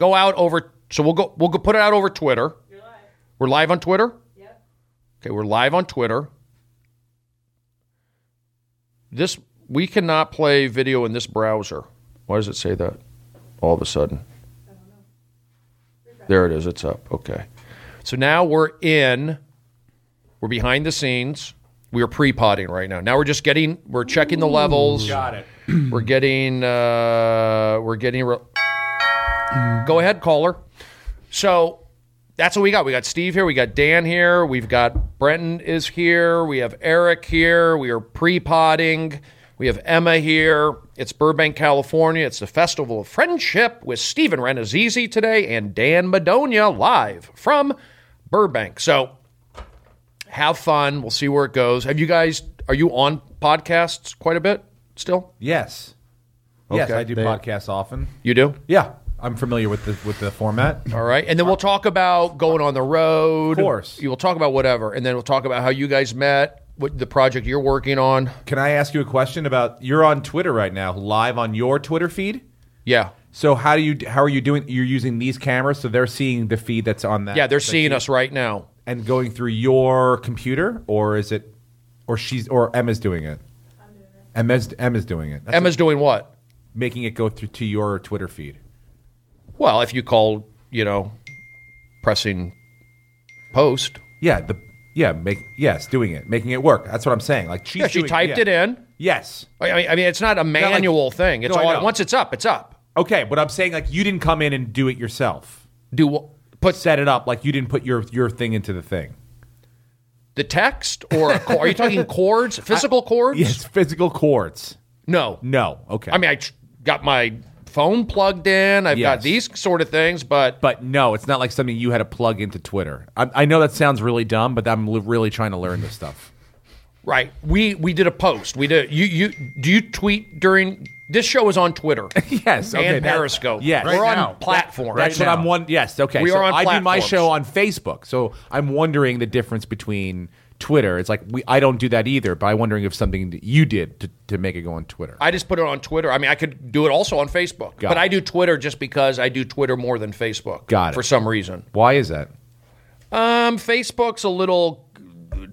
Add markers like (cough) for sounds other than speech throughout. Go out over. So we'll go. We'll go put it out over Twitter. We're live on Twitter. Yep. Okay, we're live on Twitter. This we cannot play video in this browser. Why does it say that? All of a sudden. There it is. It's up. Okay. So now we're in. We're behind the scenes. We are pre-potting right now. Now we're just getting. We're checking the levels. Got it. We're getting. Uh, we're getting. Re- Go ahead, caller. So that's what we got. We got Steve here. We got Dan here. We've got Brenton is here. We have Eric here. We are pre-potting. We have Emma here. It's Burbank, California. It's the Festival of Friendship with Stephen Renazizi today and Dan Madonia live from Burbank. So have fun. We'll see where it goes. Have you guys? Are you on podcasts quite a bit still? Yes. Yes, Okay. I do podcasts often. You do. Yeah, I'm familiar with the with the format. All right. And then we'll talk about going on the road. Of course. You will talk about whatever. And then we'll talk about how you guys met, what the project you're working on. Can I ask you a question about you're on Twitter right now, live on your Twitter feed? Yeah. So how do you how are you doing you're using these cameras so they're seeing the feed that's on that Yeah, they're that seeing feed us right now. and going through your computer or is it or she's or Emma's doing it? Emma's Emma's doing it. That's Emma's doing what? making it go through to your Twitter feed. Well, if you call, you know, pressing post. Yeah, the yeah, make yes, doing it, making it work. That's what I'm saying. Like she's Yeah, she doing- typed yeah. it in. Yes. I mean, I mean, it's not a manual thing. It's No, I all know. once it's up, it's up. Okay, but I'm saying like you didn't come in and do it yourself. Do wh- put Set it up like you didn't put your your thing into the thing. the text or a chord- are you (laughs) talking chords, physical chords? Yes, (laughs) physical chords. No. No. Okay. I mean, I tr- got my phone plugged in. I've got Yes. these sort of things, but but no, it's not like something you had to plug into Twitter. I, I know that sounds really dumb, but I'm li- really trying to learn this stuff. Right. We we did a post. We did you you do you tweet during this show is on (laughs) Twitter. (laughs) Yes, okay, and that- Periscope. yes. We're Right on now. platform. That's what I'm one. Yes. Okay. We so are on I do my platforms. show on Facebook, so I'm wondering the difference between Twitter. It's like we I don't do that either, but I'm wondering if something that you did to, to make it go on Twitter. I just put it on Twitter. I mean, I could do it also on Facebook, Got but it. I do Twitter just because I do Twitter more than Facebook. Got it. For some reason, Why is that? um, Facebook's a little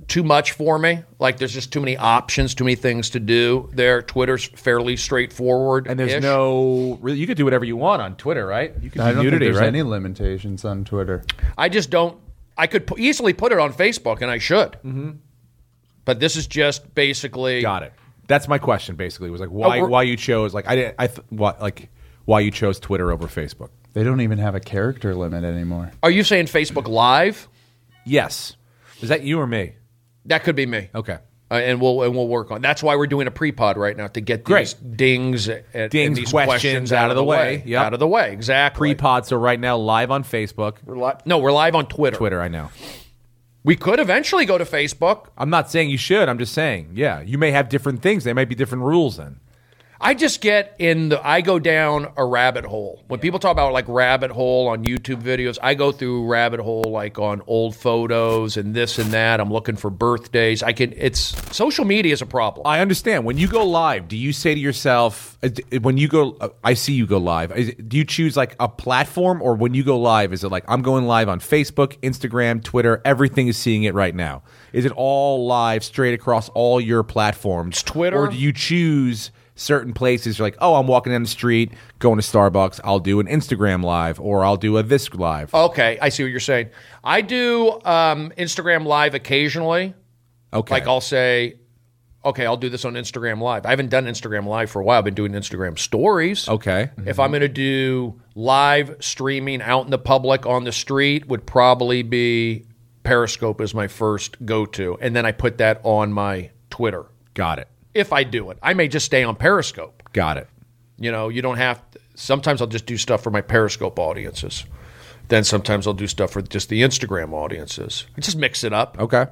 too much for me. Like, there's just too many options, too many things to do. There, Twitter's fairly straightforward. And there's no really, you could do whatever you want on Twitter, right? You could I do don't nudity, think there's right? any limitations on Twitter. I just don't. I could p- easily put it on Facebook, and I should. But this is just basically Mm-hmm. Got it. That's my question. Basically, was like why we're- why you chose like I didn't I th- why, like why you chose Twitter over Facebook? They don't even have a character limit anymore. Are you saying Facebook Live? Yes, is that you or me? That could be me. Okay, Uh, and we'll and we'll work on. That's why we're doing a pre-pod right now to get these Great. dings at, and Dings, these questions out of the way. Yep. Out of the way. Exactly. pre-pods are right now live on Facebook, We're li- no, we're live on Twitter. Twitter. I know. We could eventually go to Facebook. I'm not saying you should. I'm just saying, yeah, you may have different things. They might be different rules. Then I just get in the. I go down a rabbit hole. When people talk about like rabbit hole on YouTube videos, I go through rabbit hole like on old photos and this and that. I'm looking for birthdays. I can. It's social media is a problem. I understand. When you go live, do you say to yourself, uh, d- when you go, uh, I see you go live. Is it- do you choose like a platform, or when you go live, is it like I'm going live on Facebook, Instagram, Twitter? Everything is seeing it right now. Is it all live, straight across all your platforms? Twitter. or do you choose? Certain places, you're like, oh, I'm walking down the street, going to Starbucks. I'll do an Instagram live, or I'll do a this live. Okay, I see what you're saying. I do um, Instagram Live occasionally. okay, Like I'll say, okay, I'll do this on Instagram Live. I haven't done Instagram Live for a while. I've been doing Instagram Stories. okay, If I'm going to do live streaming out in the public on the street, would probably be Periscope is my first go to, and then I put that on my Twitter. got it, If I do it, I may just stay on Periscope. got it. You know, you don't have. sometimes I'll just do stuff for my Periscope audiences. Then sometimes I'll do stuff for just the Instagram audiences. I just mix it up. Okay,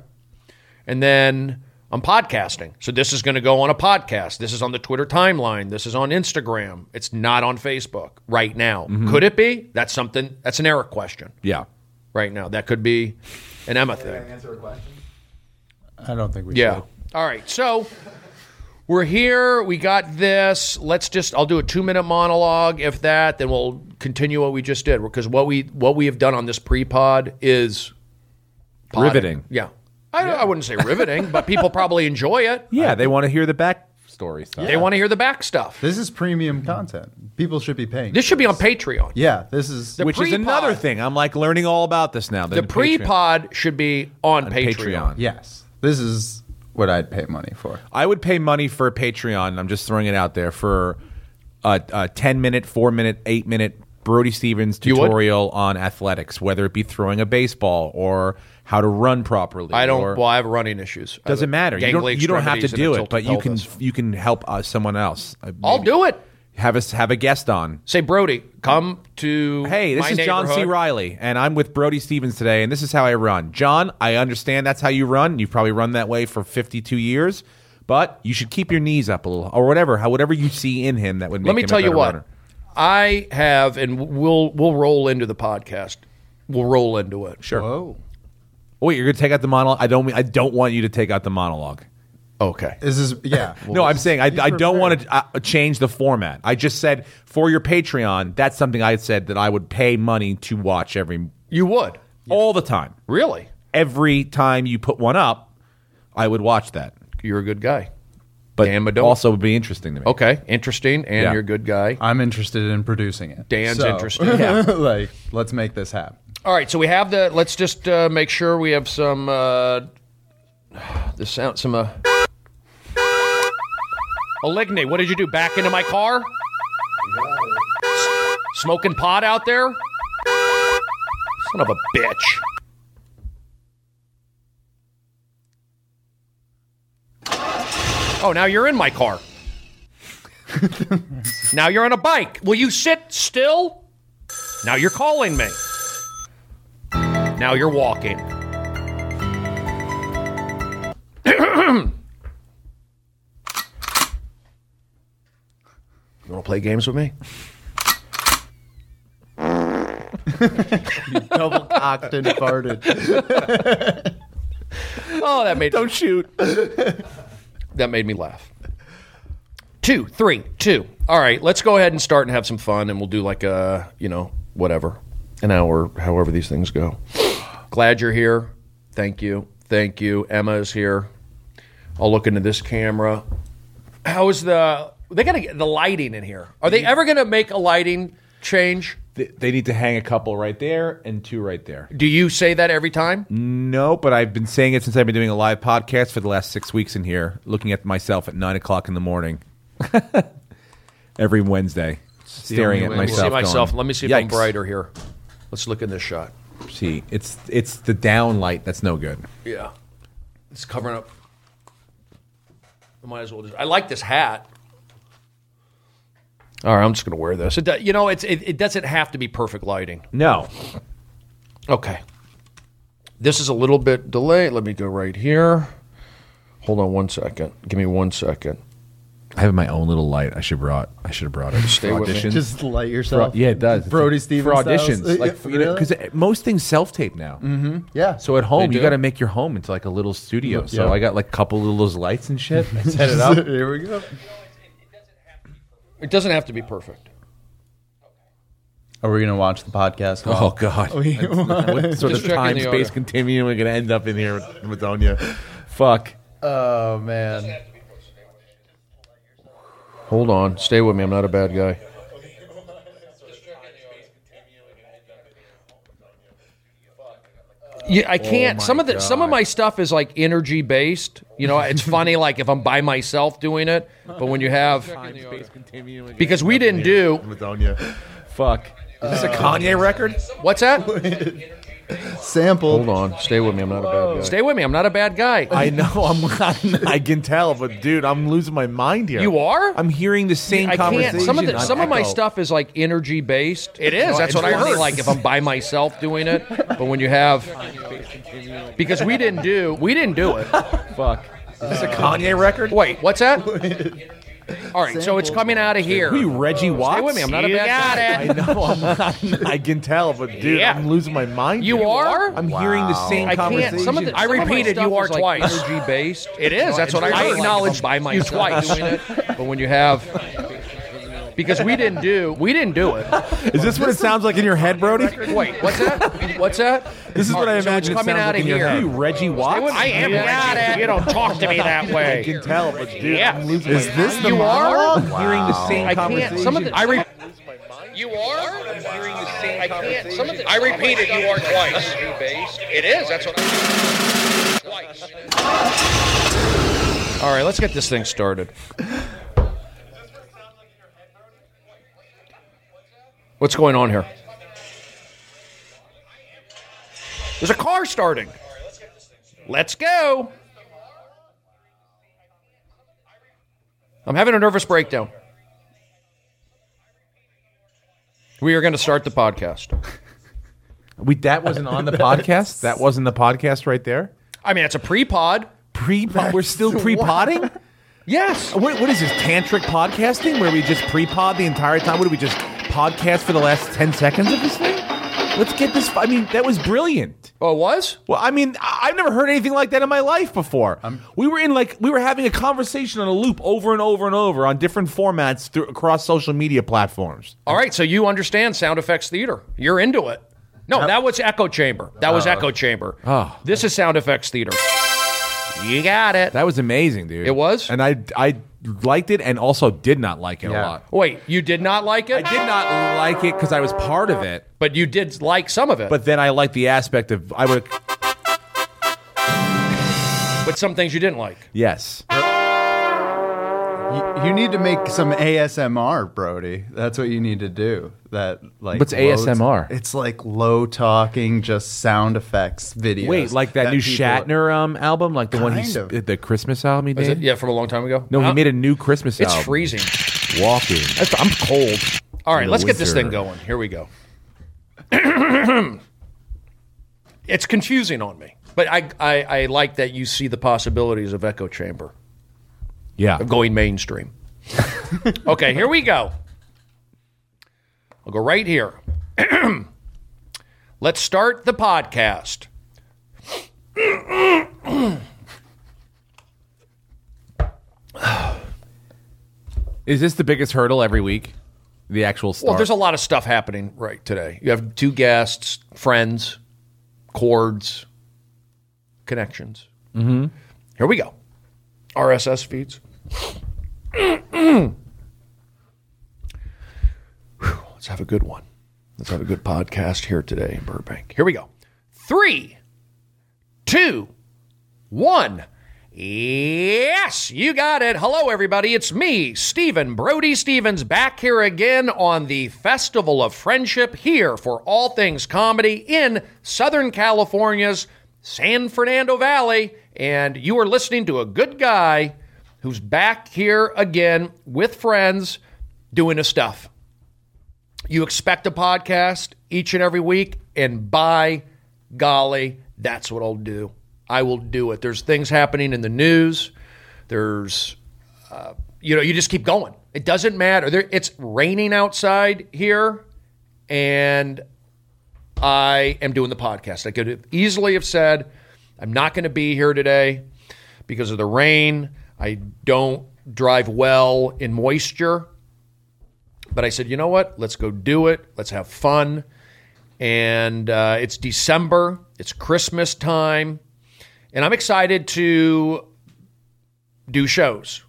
And then I'm podcasting. So this is going to go on a podcast. This is on the Twitter timeline. This is on Instagram. It's not on Facebook right now. Could it be? That's something, that's an Eric question yeah, right now. That could be an Emma thing. I don't think we Yeah. should. All right. So we're here. We got this. Let's just. I'll do a two minute monologue, if that. Then we'll continue what we just did because what we what we have done on this pre pod is podding. Riveting. Yeah. I, I wouldn't say riveting, but people probably enjoy it. Yeah, they want to hear the backstory stuff. They want to hear the back stuff. This is premium content. People should be paying. This should be on Patreon. yeah, this is. The Which is pre-pod. another thing. I'm like learning all about this now. The pre pod should be on, Patreon. Patreon. yes, this is what I'd pay money for. I would pay money for a Patreon. I'm just throwing it out there for a, a 10 minute, 4 minute, 8 minute Brody Stevens You would? tutorial on athletics, whether it be throwing a baseball or how to run properly. I don't. Or, well, I have running issues. I doesn't have matter. You gangly don't, you don't have to extremities and do a tilted it, but you can pelvis. you can help uh, someone else. Uh, I'll maybe do it. Have us have a guest on. Say, Brody, come to. Hey, this my is John C. neighborhood." Riley, and I'm with Brody Stevens today, and this is how I run. John, I understand that's how you run. You've probably run that way for 52 years, but you should keep your knees up a little, or whatever, how whatever you see in him that would make Let me him a tell you better what. runner. I have, and we'll we'll roll into the podcast. We'll roll into it. Sure. Whoa, Oh, wait, you're gonna take out the monologue. I don't. mean- I don't want you to take out the monologue. Okay. this is (laughs) yeah. no, I'm saying I, Be I don't prepared. want to uh, change the format. I just said for your Patreon, that's something I said that I would pay money to watch every You would all the time. really? Every time you put one up, I would watch that. You're a good guy. But Dan Madone. also would be interesting to me. Okay, interesting, and Yeah. you're a good guy. I'm interested in producing it. Dan's (laughs) interested. Yeah, like let's make this happen. All right, so we have the. Let's just uh, make sure we have some. Uh, the sound, some. Uh, Oligne, what did you do? Back into my car? S- Smoking pot out there? Son of a bitch. Oh, now you're in my car. now you're on a bike. Will you sit still? Now you're calling me. Now you're walking. you want to play games with me? Double cocked and farted. Oh, that made Don't shoot. (laughs) that made me laugh. Two, three, two. All right, let's go ahead and start and have some fun, and we'll do like a you know whatever an hour, however these things go. Glad you're here. Thank you, thank you. Emma is here. I'll look into this camera. How is the? They gotta get the lighting in here. Are they ever gonna make a lighting change? They, they need to hang a couple right there and two right there. Do you say that every time? No, but I've been saying it since I've been doing a live podcast for the last six weeks in here, looking at myself at nine o'clock in the (laughs) morning every Wednesday, staring only at way to myself. Let me see myself. going, Let me see if I'm "Yikes." brighter here. Let's look in this shot. See, it's it's the down light that's no good. Yeah. It's covering up. I might as well just. I like this hat. All right, I'm just going to wear this. It, do- you know, it's it, it doesn't have to be perfect lighting. No, Okay. This is a little bit delayed. Let me go right here. Hold on one second. Give me one second. I have my own little light. I should brought. I should have brought it. Stay with me. (laughs) Just light yourself. yeah, it does. Brody Stevens Uh, for styles. auditions, like Mm-hmm. for- you know, Really? because most things self tape now. yeah. So at home, They you do? got to make your home into like a little studio. So Yeah. I got like a couple of those lights and shit. I set (laughs) it up. here we go. It doesn't have to be perfect. Are we gonna watch the podcast? Oh god! We- what sort Just of checking time the space order. continuum we're gonna end up in here with Madonia? Fuck! oh man. Hold on. Stay with me. I'm not a bad guy. Yeah, I can't. Oh my some of the some of God. my stuff is like energy based. You know, it's funny like if I'm by myself doing it, but when you have Time space continuum. we're gonna because end we up in didn't here do- with Madonia. Fuck! Is this a Kanye record? what's (laughs) that? Sample. Oh, Hold on. Stay with me. I'm not a bad guy. Stay with me. I'm not a bad guy. I know. I'm. (laughs) I can tell, but dude, I'm losing my mind here. You are? I'm hearing the same I conversation. can't. Some of the, on some of my Echo. stuff is like energy based. It is. That's it's what I heard. worse. Like if I'm by myself doing it, but when you have because we didn't do we didn't do it. Fuck! Is this a Kanye (laughs) record? Wait, what's that? All right, so it's coming out of here. Who you, Reggie Watts? Stay with me. I'm not a You got bad guy. it. I know. I'm not, I can tell, but dude, Yeah. I'm losing my mind. You here. are? I'm I'm hearing the same I conversation. can't. Some of the, I some of my repeated, stuff you are is, like, twice. energy based. It is. That's what I I feel heard. like acknowledged by you myself twice. doing it. But when you have, because we didn't do, we didn't do it. Is this what it sounds like in your head, Brody? Wait, what's that? What's that? This is All what I right, so imagine it's it coming sounds out like in of your here. head. Who you, Reggie Watts? I am. Yeah. Got it. You don't talk to me that I way. can tell, but dude, Yeah. I'm losing Is my this mind. the You are? monologue? I'm hearing the same I can't. conversation. Some of the. I re- you are. I'm hearing the same I can't. Some of the, I repeated. You are twice. It is. That's what. I Twice. All right. Let's get this thing started. What's going on here? There's a car starting. Let's go. I'm having a nervous breakdown. We are going to start the podcast. We, that wasn't on (laughs) the podcast. That wasn't the podcast right there. I mean, it's a pre-pod. Pre, we're still pre-potting. Yes. What, what is this tantric podcasting where we just pre-pod the entire time? What do we just podcast for the last ten seconds of this thing? Let's get this. I mean, that was brilliant. Oh, it was? Well, I mean, I- I've never heard anything like that in my life before. we were in like we were having a conversation on a loop over and over and over on different formats through, across social media platforms. All right. So you understand sound effects theater. You're into it. No, that was echo chamber. That was echo chamber. Uh, Oh. This is sound effects theater. You got it. That was amazing, dude. It was? and I I liked it and also did not like it Yeah. a lot. Wait, you did not like it? I did not like it because I was part of it, But you did like some of it. But, but then I liked the aspect of I would but some things you didn't like. yes. You, you need to make some ASMR, Brody. That's what you need to do. That like What's ASMR? It's like low talking, just sound effects videos. Wait, like that, new people- Shatner um, album, like the one he Kind of. s- the Christmas album he Is did. it? Yeah, from a long time ago. No, Uh, he made a new Christmas It's album. freezing. Walking. That's, I'm cold. All right, let's get this thing Wizard. going. Here we go. (clears throat) it's confusing on me, but I, I I like that you see the possibilities of echo chamber Yeah. of going mainstream. (laughs) okay, here we go. I'll go right here. (clears throat) let's start the podcast. Is this the biggest hurdle every week? The actual start. Well, there's a lot of stuff happening right today. You have two guests, friends, chords, connections. Mm-hmm. Here we go. RSS feeds. Whew, Let's have a good one. Let's have a good podcast here today in Burbank. Here we go. Three, two, one. Yes, you got it. Hello, everybody. It's me, Stephen Brody Stevens, back here again on the Festival of Friendship here for all things comedy in Southern California's San Fernando Valley. And you are listening to a good guy who's back here again with friends doing his stuff. You expect a podcast each and every week, and by golly, that's what I'll do. I will do it. There's things happening in the news. There's, uh, you know, you just keep going. It doesn't matter. There, it's raining outside here, and I am doing the podcast. I could have easily have said, I'm not going to be here today because of the rain. I don't drive well in moisture. But I said, you know what? Let's go do it. Let's have fun. And uh, it's December, it's Christmas time. And I'm excited to do shows.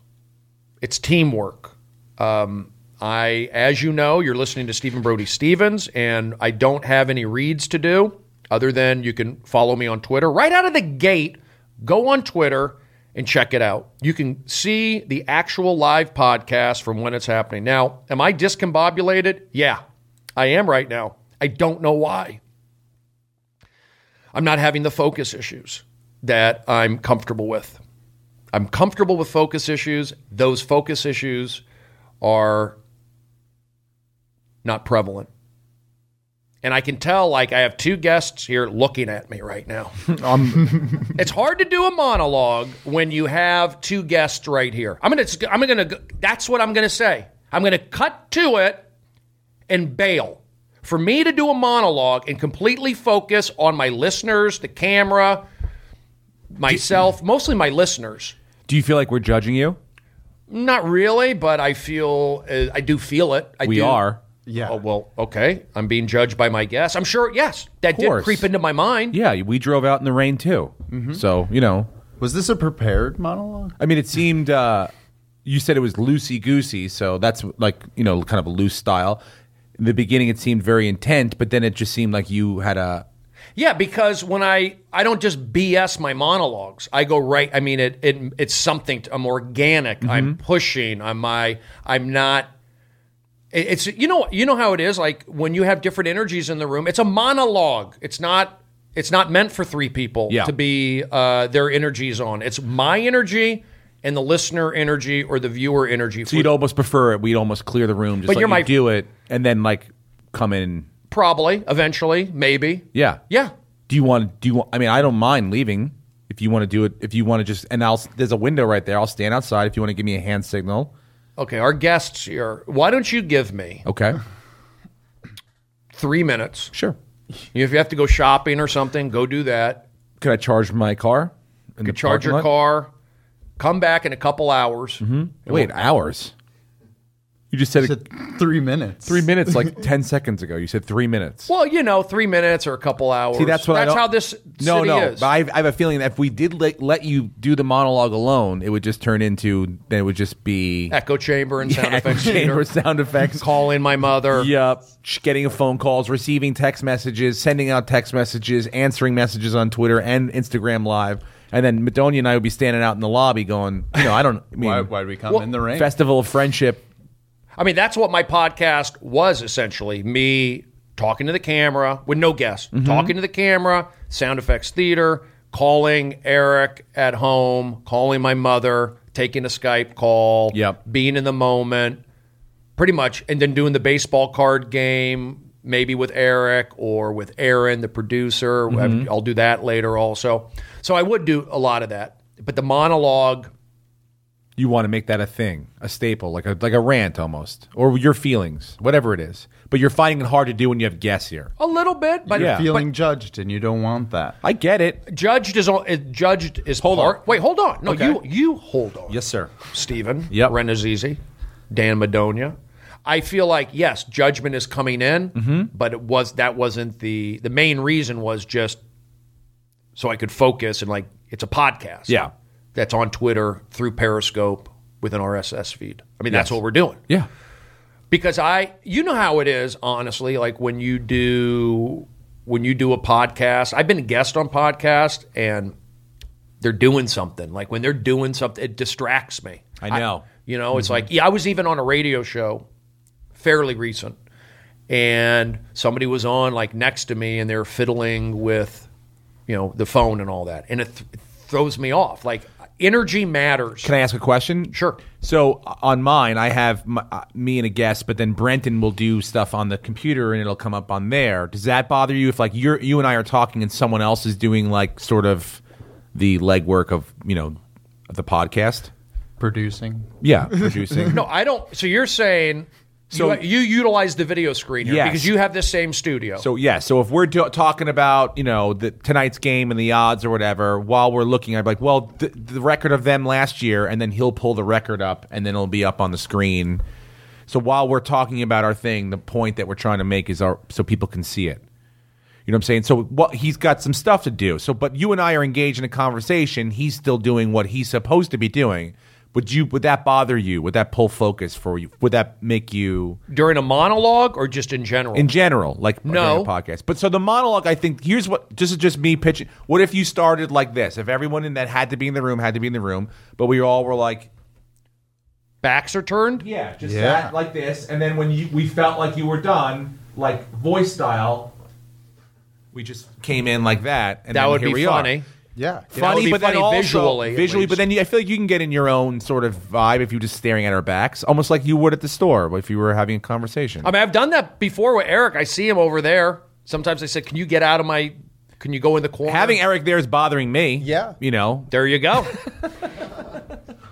It's teamwork. Um, I, as you know, you're listening to Stephen Brody Stevens, and I don't have any reads to do other than you can follow me on Twitter. Right out of the gate, go on Twitter and check it out. You can see the actual live podcast from when it's happening. Now, am I discombobulated? Yeah, I am right now. I don't know why. I'm not having the focus issues that I'm comfortable with. I'm comfortable with focus issues. Those focus issues are not prevalent. and I can tell like I have two guests here looking at me right now. it's hard to do a monologue when you have two guests right here. I'm gonna I'm gonna that's what I'm gonna say. I'm gonna cut to it and bail. For me to do a monologue and completely focus on my listeners, the camera, myself, mostly my listeners. Do you feel like we're judging you? Not really, but I feel uh, I do feel it. I We do. are. Yeah. Oh, well, okay. I'm being judged by my guests. I'm sure. Yes, that did course. creep into my mind. Yeah, we drove out in the rain too. Mm-hmm. So you know, Was this a prepared monologue? I mean, it seemed. Uh, you said it was loosey goosey, so that's like you know, kind of a loose style. In the beginning, it seemed very intent, but then it just seemed like you had a. Yeah, because when I I don't just BS my monologues. I go right. I mean, it, it it's something. to- I'm organic. I'm Mm-hmm. pushing. I'm my. I'm not. it- It's you know you know how it is. Like when you have different energies in the room, it's a monologue. It's not. It's not meant for three people Yeah. to be uh, their energies on. It's my energy and the listener energy or the viewer energy. So you'd almost prefer it. We'd almost clear the room, just But let you're you my- do it, and then like come in. probably eventually, maybe. Yeah, Yeah. Do you want? Do you want? I mean, I don't mind leaving if you want to do it. If you want to just, and I'll there's a window right there. I'll stand outside if you want to give me a hand signal. Okay, our guests here. Why don't you give me Okay, three minutes? sure. If you have to go shopping or something, go do that. Could I charge my car? In the Charge parking your lot? Mm-hmm. car. Come back in a couple hours. Wait, hours. You just said, Is it it three minutes? three minutes like (laughs) ten seconds ago. You said three minutes. Well, you know, three minutes or a couple hours. See, that's what I don't- how this city no, no. is. But I, I have a feeling that if we did let, let you do the monologue alone, it would just turn into then it would just be Echo chamber and (laughs) sound effects. chamber theater. sound effects. Call in my mother. Yep. Getting phone calls, receiving text messages, sending out text messages, answering messages on Twitter and Instagram Live. And then Madonia and I would be standing out in the lobby going, you know, I don't I mean, Why, why'd we come in the rain? Festival of Friendship. I mean, that's what my podcast was essentially me talking to the camera with no guests, talking to the camera, sound effects theater, calling Eric at home, calling my mother, taking a Skype call, Yep. being in the moment, pretty much, and then doing the baseball card game, maybe with Eric or with Aaron, the producer. I'll do that later also. So I would do a lot of that. But the monologue, You want to make that a thing, a staple, like a like a rant almost, or your feelings, whatever it is. But you're finding it hard to do when you have guests here. a little bit, but Yeah. Feeling judged, and you don't want that. I get it. Judged is on. uh, Judged is hold part. Wait, hold on. No, Okay. you you hold on. Yes, sir. Stephen. Yep. Renazizi, Dan Madonia. I feel like yes, judgment is coming in, Mm-hmm. but it was that wasn't the the main reason was just so I could focus and like it's a podcast. Yeah. that's on Twitter through Periscope with an RSS feed. I mean, that's what we're doing Yeah. because I you know how it is honestly like when you do when you do a podcast I've been a guest on podcast and they're doing something like when they're doing something it distracts me I know. Mm-hmm. you know it's like yeah I was even on a radio show fairly recent and somebody was on like next to me and they're fiddling with you know the phone and all that and it, th- it throws me off like energy matters Can I ask a question? Sure. So uh, on mine, I have my, uh, me and a guest, but then Brenton will do stuff on the computer, and it'll come up on there. Does that bother you if like you're you and I are talking, and someone else is doing like sort of the legwork of you know of the podcast? Producing. Yeah, (laughs) producing. No, I don't. So you're saying So- you, you utilize the video screen here Yes. because you have this same studio. So yeah, so if we're do- talking about you know the tonight's game and the odds or whatever, while we're looking, I'd be like, well, th- the record of them last year, and then he'll pull the record up, and then it'll be up on the screen. So while we're talking about our thing, the point that we're trying to make is our so people can see it. You know what I'm saying? So what he's got some stuff to do. So but you and I are engaged in a conversation. He's still doing what he's supposed to be doing. Would you? Would that bother you? Would that pull focus for you? Would that make you? during a monologue or just in general? in general, like No. during a podcast. But so the monologue, I think here's what this is just me pitching. What if you started like this? If everyone in that had to be in the room had to be in the room, but we all were like, Backs are turned. yeah, just Yeah. that like this, and then when you we felt like you were done, like voice style, we just came in like that, and that then would here be we funny. Are. Yeah. That would Funny, be but then funny also, visually, at visually, but least. then you, I feel like you can get in your own sort of vibe if you're just staring at our backs, almost like you would at the store if you were having a conversation. I mean, I've done that before with Eric. I see him over there. Sometimes I said, "Can you get out of my? Can you go in the corner?" Having Eric there is bothering me. Yeah. You know. there you (laughs) go.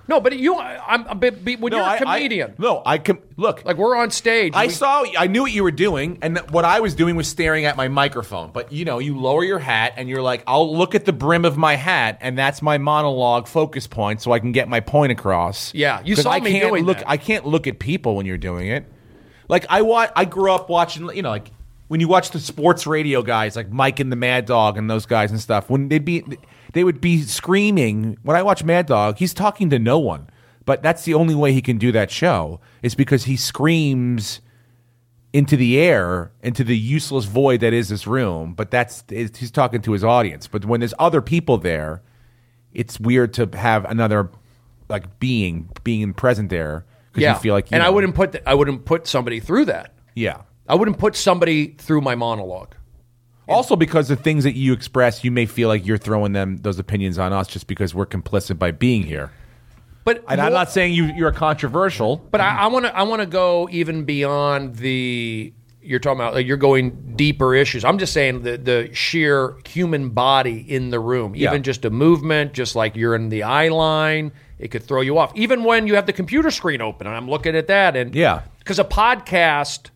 no, but you, I'm, I'm but- but when you're a I- I- comedian, no, I com- look. like we're on stage, I we- saw. I knew what you were doing, and th- what I was doing was staring at my microphone. But you know, you lower your hat, and you're like, "I'll look at the brim of my hat, and that's my monologue focus point, so I can get my point across." Yeah, you 'Cause saw I me can't doing look. that. I can't look at people when you're doing it. Like I wa- I grew up watching. You know, like when you watch the sports radio guys, like Mike and the Mad Dog, and those guys and stuff. When they'd be, they would be screaming. When I watch Mad Dog, he's talking to no one. But that's the only way he can do that show is because he screams into the air, into the useless void that is this room. But that's is- he's talking to his audience. But when there's other people there, it's weird to have another like being being present there because yeah, you feel like you and I know- wouldn't put, th- I wouldn't put somebody through that. yeah. I wouldn't put somebody through my monologue. Also, because the things that you express, you may feel like you're throwing them those opinions on us just because we're complicit by being here. But And I'm more- not saying you you're controversial. But I want to I want to go even beyond the you're talking about. Like you're going deeper issues. I'm just saying the the sheer human body in the room, even Yeah. just a movement, just like you're in the eye line, it could throw you off. Even when you have the computer screen open, and I'm looking at that, and Yeah. because a podcast.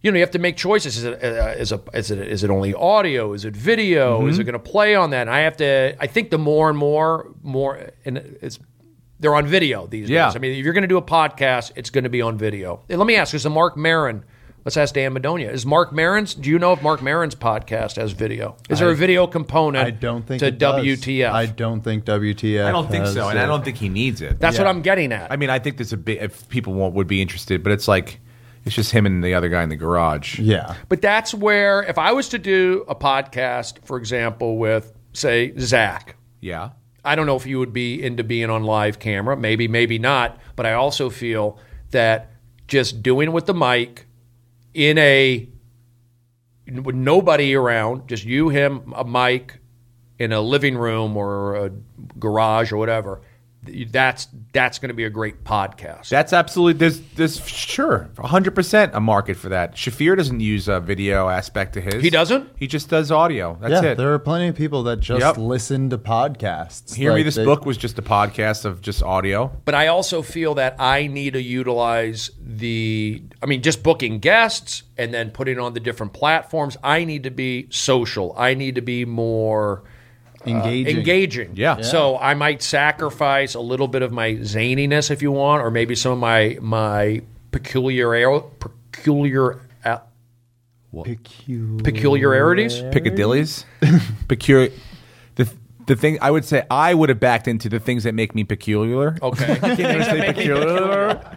You know, you have to make choices. Is it, uh, is, a, is, it, is it only audio? Is it video? Mm-hmm. Is it going to play on that? And I have to. I think the more and more, more, and it's they're on video these Yeah. days. I mean, if you're going to do a podcast, it's going to be on video. And let me ask: Is the Mark Marin? Let's ask Dan Madonia. Is Mark Marin's? Do you know if Mark Marin's podcast has video? Is there a video component? I don't think to it does. WTF. I don't think WTF. I don't think has so, and I it. don't think he needs it. That's yeah. what I'm getting at. I mean, I think there's a bit if people won't, would be interested, but it's like it's just him and the other guy in the garage. Yeah. But that's where, if I was to do a podcast, for example, with say Zach, yeah. I don't know if you would be into being on live camera. Maybe, maybe not. But I also feel that just doing with the mic in a with nobody around, just you, him, a mic in a living room or a garage or whatever. That's that's going to be a great podcast. That's absolutely there's there's sure 100 percent a market for that. Shafir doesn't use a video aspect to his. He doesn't? He just does audio. That's yeah, it. there are plenty of people that just Yep. listen to podcasts. Hear me. Like, This they- book was just a podcast of just audio. but I also feel that I need to utilize the I mean just booking guests and then putting on the different platforms. I need to be social. I need to be more uh, Engaging. engaging. Yeah. So I might sacrifice a little bit of my zaniness if you want or maybe some of my my peculiar peculiar uh, Pecu- peculiarities. Mm-hmm. (laughs) Piccadilly's peculiar. The, the thing I would say I would have backed into the things that make me peculiar. (laughs) Okay. I can't even say peculiar.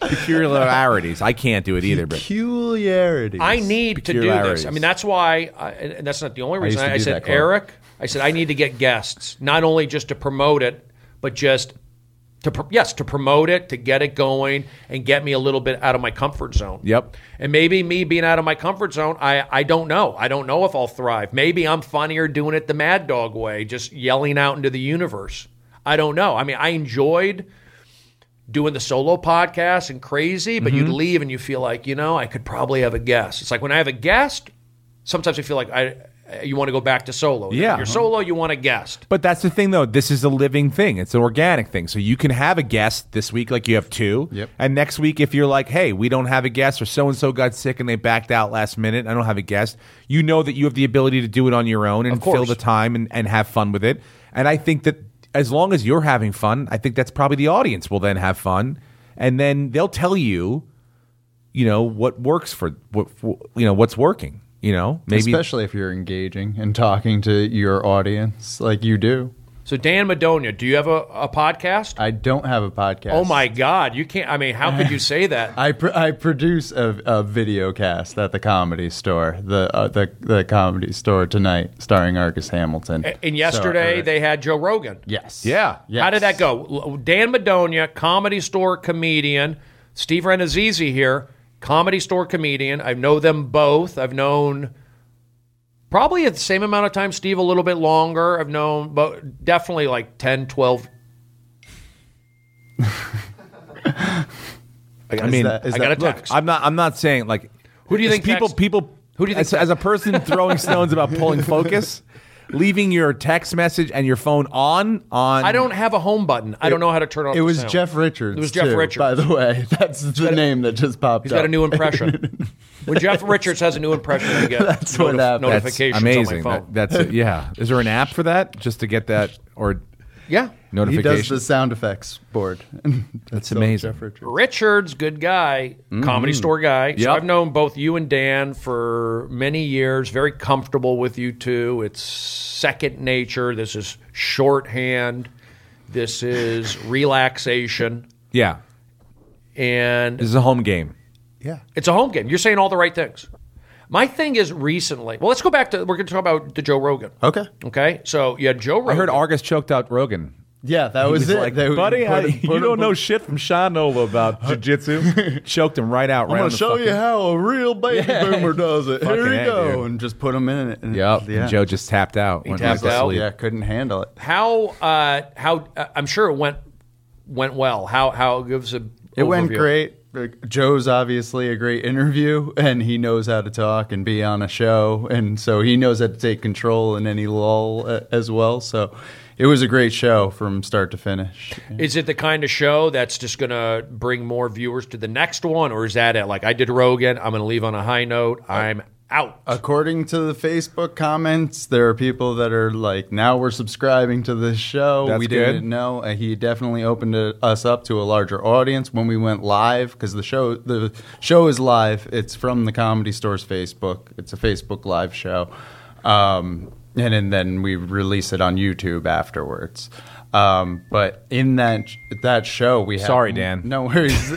Peculiarities. I can't do it either. But peculiarities. I need to do this. peculiarities. I mean, that's why, I, and and that's not the only reason. used to I, I do said, that, Clark. Eric, I said, I need to get guests, not only just to promote it, but just to, pr- yes, to promote it, to get it going, and get me a little bit out of my comfort zone. Yep. And maybe me being out of my comfort zone, I, I don't know. I don't know if I'll thrive. Maybe I'm funnier doing it the mad dog way, just yelling out into the universe. I don't know. I mean, I enjoyed doing the solo podcast and crazy, but you'd leave and you feel like, you know, I could probably have a guest. It's like when I have a guest, sometimes I feel like I you want to go back to solo. Yeah. You're solo, you want a guest. But that's the thing, though. This is a living thing. It's an organic thing. So you can have a guest this week, like you have two. Yep. And next week, if you're like, hey, we don't have a guest, or so and so got sick and they backed out last minute, I don't have a guest, you know that you have the ability to do it on your own and Of course. fill the time and, and have fun with it. And I think that as long as you're having fun, I think that's probably the audience will then have fun. And then they'll tell you, you know, what works for what, you know, what's working, you know, maybe. especially if you're engaging and talking to your audience like you do. So Dan Madonia, do you have a, a podcast? I don't have a podcast. Oh my God. You can't I mean, how could you say that? I, pr- I produce a, a video cast at the comedy store, the uh, the the comedy store tonight, starring Arcus Hamilton. And yesterday So, uh, they had Joe Rogan. yes, Yeah. Yes. How did that go? L- Dan Madonia, comedy store comedian. Steve Renazizi here, comedy store comedian. I know them both. I've known probably at the same amount of time, Steve a little bit longer. I've known but definitely like 10, 12. I mean, that- is I that- got a look, text. I'm not. I'm not saying like. Who do you it's think people text- people Who do you think? as, as a person (laughs) throwing stones about pulling focus, leaving your text message and your phone on on I don't have a home button. I don't know how to turn off. It the was sound. Jeff Richards. It was Jeff too, Richards. By the way, (laughs) that's the name that just popped He's up. got a new (laughs) impression. when Jeff Richards has a new impression, I get That's what happened. That's notifications amazing. on my phone. That- (laughs) that's it. yeah. Is there an app for that just to get that or yeah, He notification? does the sound effects board. (laughs) that's still amazing. Jeff Richards. Richards, good guy, comedy store guy. So Mm-hmm. Yep. I've known both you and Dan for many years. Very comfortable with you two. It's second nature. This is shorthand. This is relaxation, yeah. and This is a home game. Yeah. It's a home game. You're saying all the right things. My thing is recently. Well, let's go back to. We're going to talk about the Joe Rogan. Okay. Okay. So you had Joe Rogan. Oh. I heard Argus choked out Rogan. Yeah, that was, it. Like, They would buddy, put I- him- put you him- don't know shit from Shinola (laughs) about jujitsu. Choked him right out. I'm right gonna on the show you fucking- how a real baby boomer (laughs) does it. Fucking Here you A, go, dude. and just put him in it. And Yep. yeah. And Joe just tapped out. He tapped out. Yeah, couldn't handle it. how uh, how uh, I'm sure it went went well. How how it gives a It went overview. great. Like, Joe's obviously a great interview, and he knows how to talk and be on a show, and so he knows how to take control in any lull uh, as well. So it was a great show from start to finish. Is it the kind of show that's just going to bring more viewers to the next one, or is that it? Like I did Rogan, I'm going to leave on a high note. Oh. I'm out. Uh, According to the Facebook comments, there are people that are like, "Now we're subscribing to this show." That's we good. didn't know. And he definitely opened it, us up to a larger audience when we went live because the show the show is live. It's from the Comedy Store's Facebook. It's a Facebook live show, um, and, and then we release it on YouTube afterwards. Um, but in that that show, we had, Sorry, Dan. (laughs) No worries.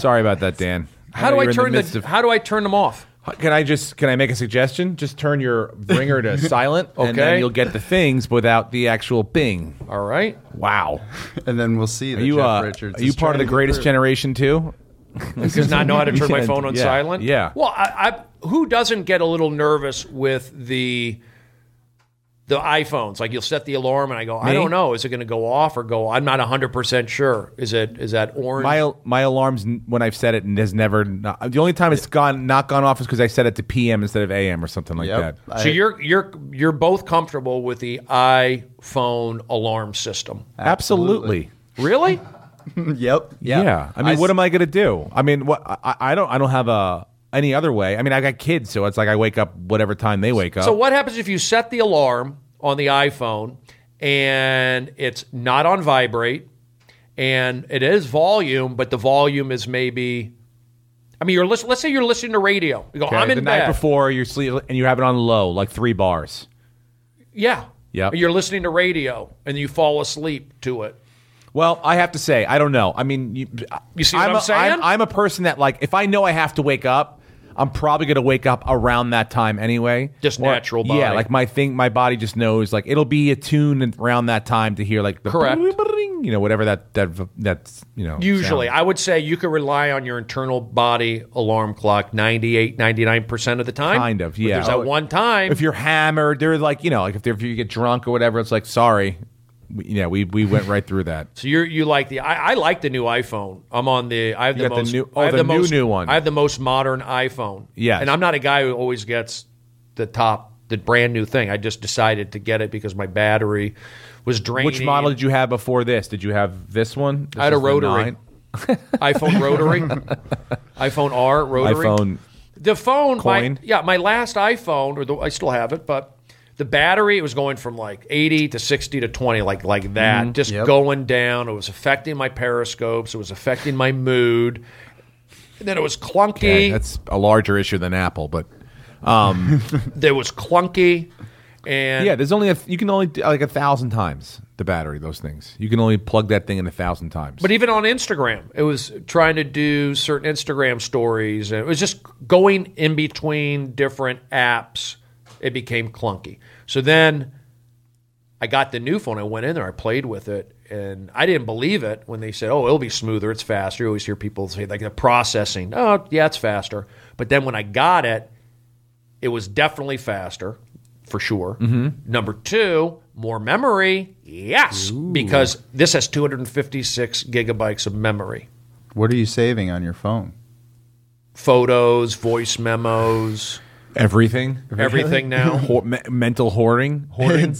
Sorry about that, Dan. How do know I you're in turn the, midst of- how do I turn them off? Can I just can I make a suggestion? Just turn your bringer (laughs) to silent, and Okay. then you'll get the things without the actual bing. All right. Wow, and then we'll see. are that you Jeff uh, Richards are you is part of the trying to greatest improve. generation too? does not know how to turn my Yeah, phone on yeah, silent. yeah. Well, I, I who doesn't get a little nervous with the the iPhones? Like you'll set the alarm and I go, I Me? don't know, is it going to go off or go? I'm not 100 percent sure. Is it is that orange? My my alarms n- when I've set it and has never. Not, the only time it's gone not gone off is because I set it to PM instead of AM or something like Yep. that. so you're you're you're both comfortable with the iPhone alarm system, Absolutely. really? Oh. Yep. Yeah. I mean, I what am I gonna do? I mean, what I, I don't I don't have a any other way. I mean, I got kids, so it's like I wake up whatever time they wake up. So what happens if you set the alarm on the iPhone and it's not on vibrate and it is volume, but the volume is maybe I mean you're listen, let's say you're listening to radio. You go, Okay, I'm in the bed. night before you're sleep and you have it on low, like three bars. Yeah. Yep. You're listening to radio and you fall asleep to it. Well, I have to say, I don't know. I mean, you, You see what I'm a, saying? I'm, I'm a person that like if I know I have to wake up, I'm probably going to wake up around that time anyway. Just natural Yeah, body. like my thing, my body just knows like it'll be attuned around that time to hear like the Correct. you know, whatever that that that's you know Usually, sound. I would say you could rely on your internal body alarm clock 98, 99% of the time. Kind of, But yeah. Oh, There's that one time. If you're hammered, they're like you know, like if, they're, if you get drunk or whatever, it's like sorry, we, yeah, we we went right through that. So you you like the I, I like the new iPhone. I'm on the I have the got the most new- oh, I have the new, most, new one. I have the most modern iPhone. Yes. and I'm not a guy who always gets the top the brand new thing. I just decided to get it because my battery was draining. Which model did you have before this? Did you have this one? This I had a is the rotary nine? iPhone (laughs) rotary iPhone R rotary iPhone. the phone Coin? My, yeah my last iPhone or the, I still have it but. The battery it was going from like 80 to 60 to 20 like like that Mm, just Yep. going down it was affecting my periscopes it was affecting my mood and then it was clunky Yeah, that's a larger issue than Apple, but there was clunky and yeah, there's only a, you can only do, like a thousand times the battery. Those things you can only plug that thing in a thousand times. but even on Instagram it was trying to do certain Instagram stories and it was just going in between different apps it became clunky so then I got the new phone I went in there I played with it and I didn't believe it when they said oh it'll be smoother it's faster you always hear people say like the processing oh yeah it's faster but then when I got it it was definitely faster for sure. Mm-hmm. Number two, more memory. Yes, because this has 256 gigabytes of memory What are you saving on your phone? photos, voice memos. Everything. Everything now. (laughs) Ho- me- mental hoarding. Hoarding.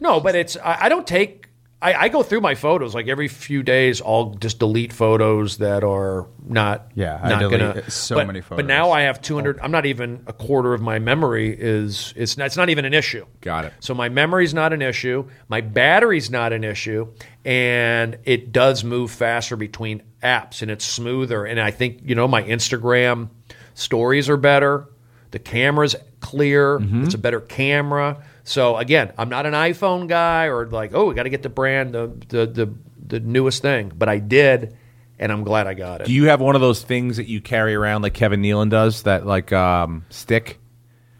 No, but it's I, I don't take. I, I go through my photos like every few days. I'll just delete photos that are not. Yeah, I not delete gonna, so but- many But photos. now I have 200. I'm not even a quarter of my memory is. It's not, it's not even an issue. Got it. So my memory's not an issue. My battery's not an issue, and it does move faster between apps, and it's smoother. And I think you know my Instagram stories are better. The camera's clear. Mm-hmm. It's a better camera. So again, I'm not an iPhone guy or like oh we got to get the brand the, the the the newest thing, but I did, and I'm glad I got it. (laughs) Do you have one of those things that you carry around like Kevin Nealon does? That like um, stick.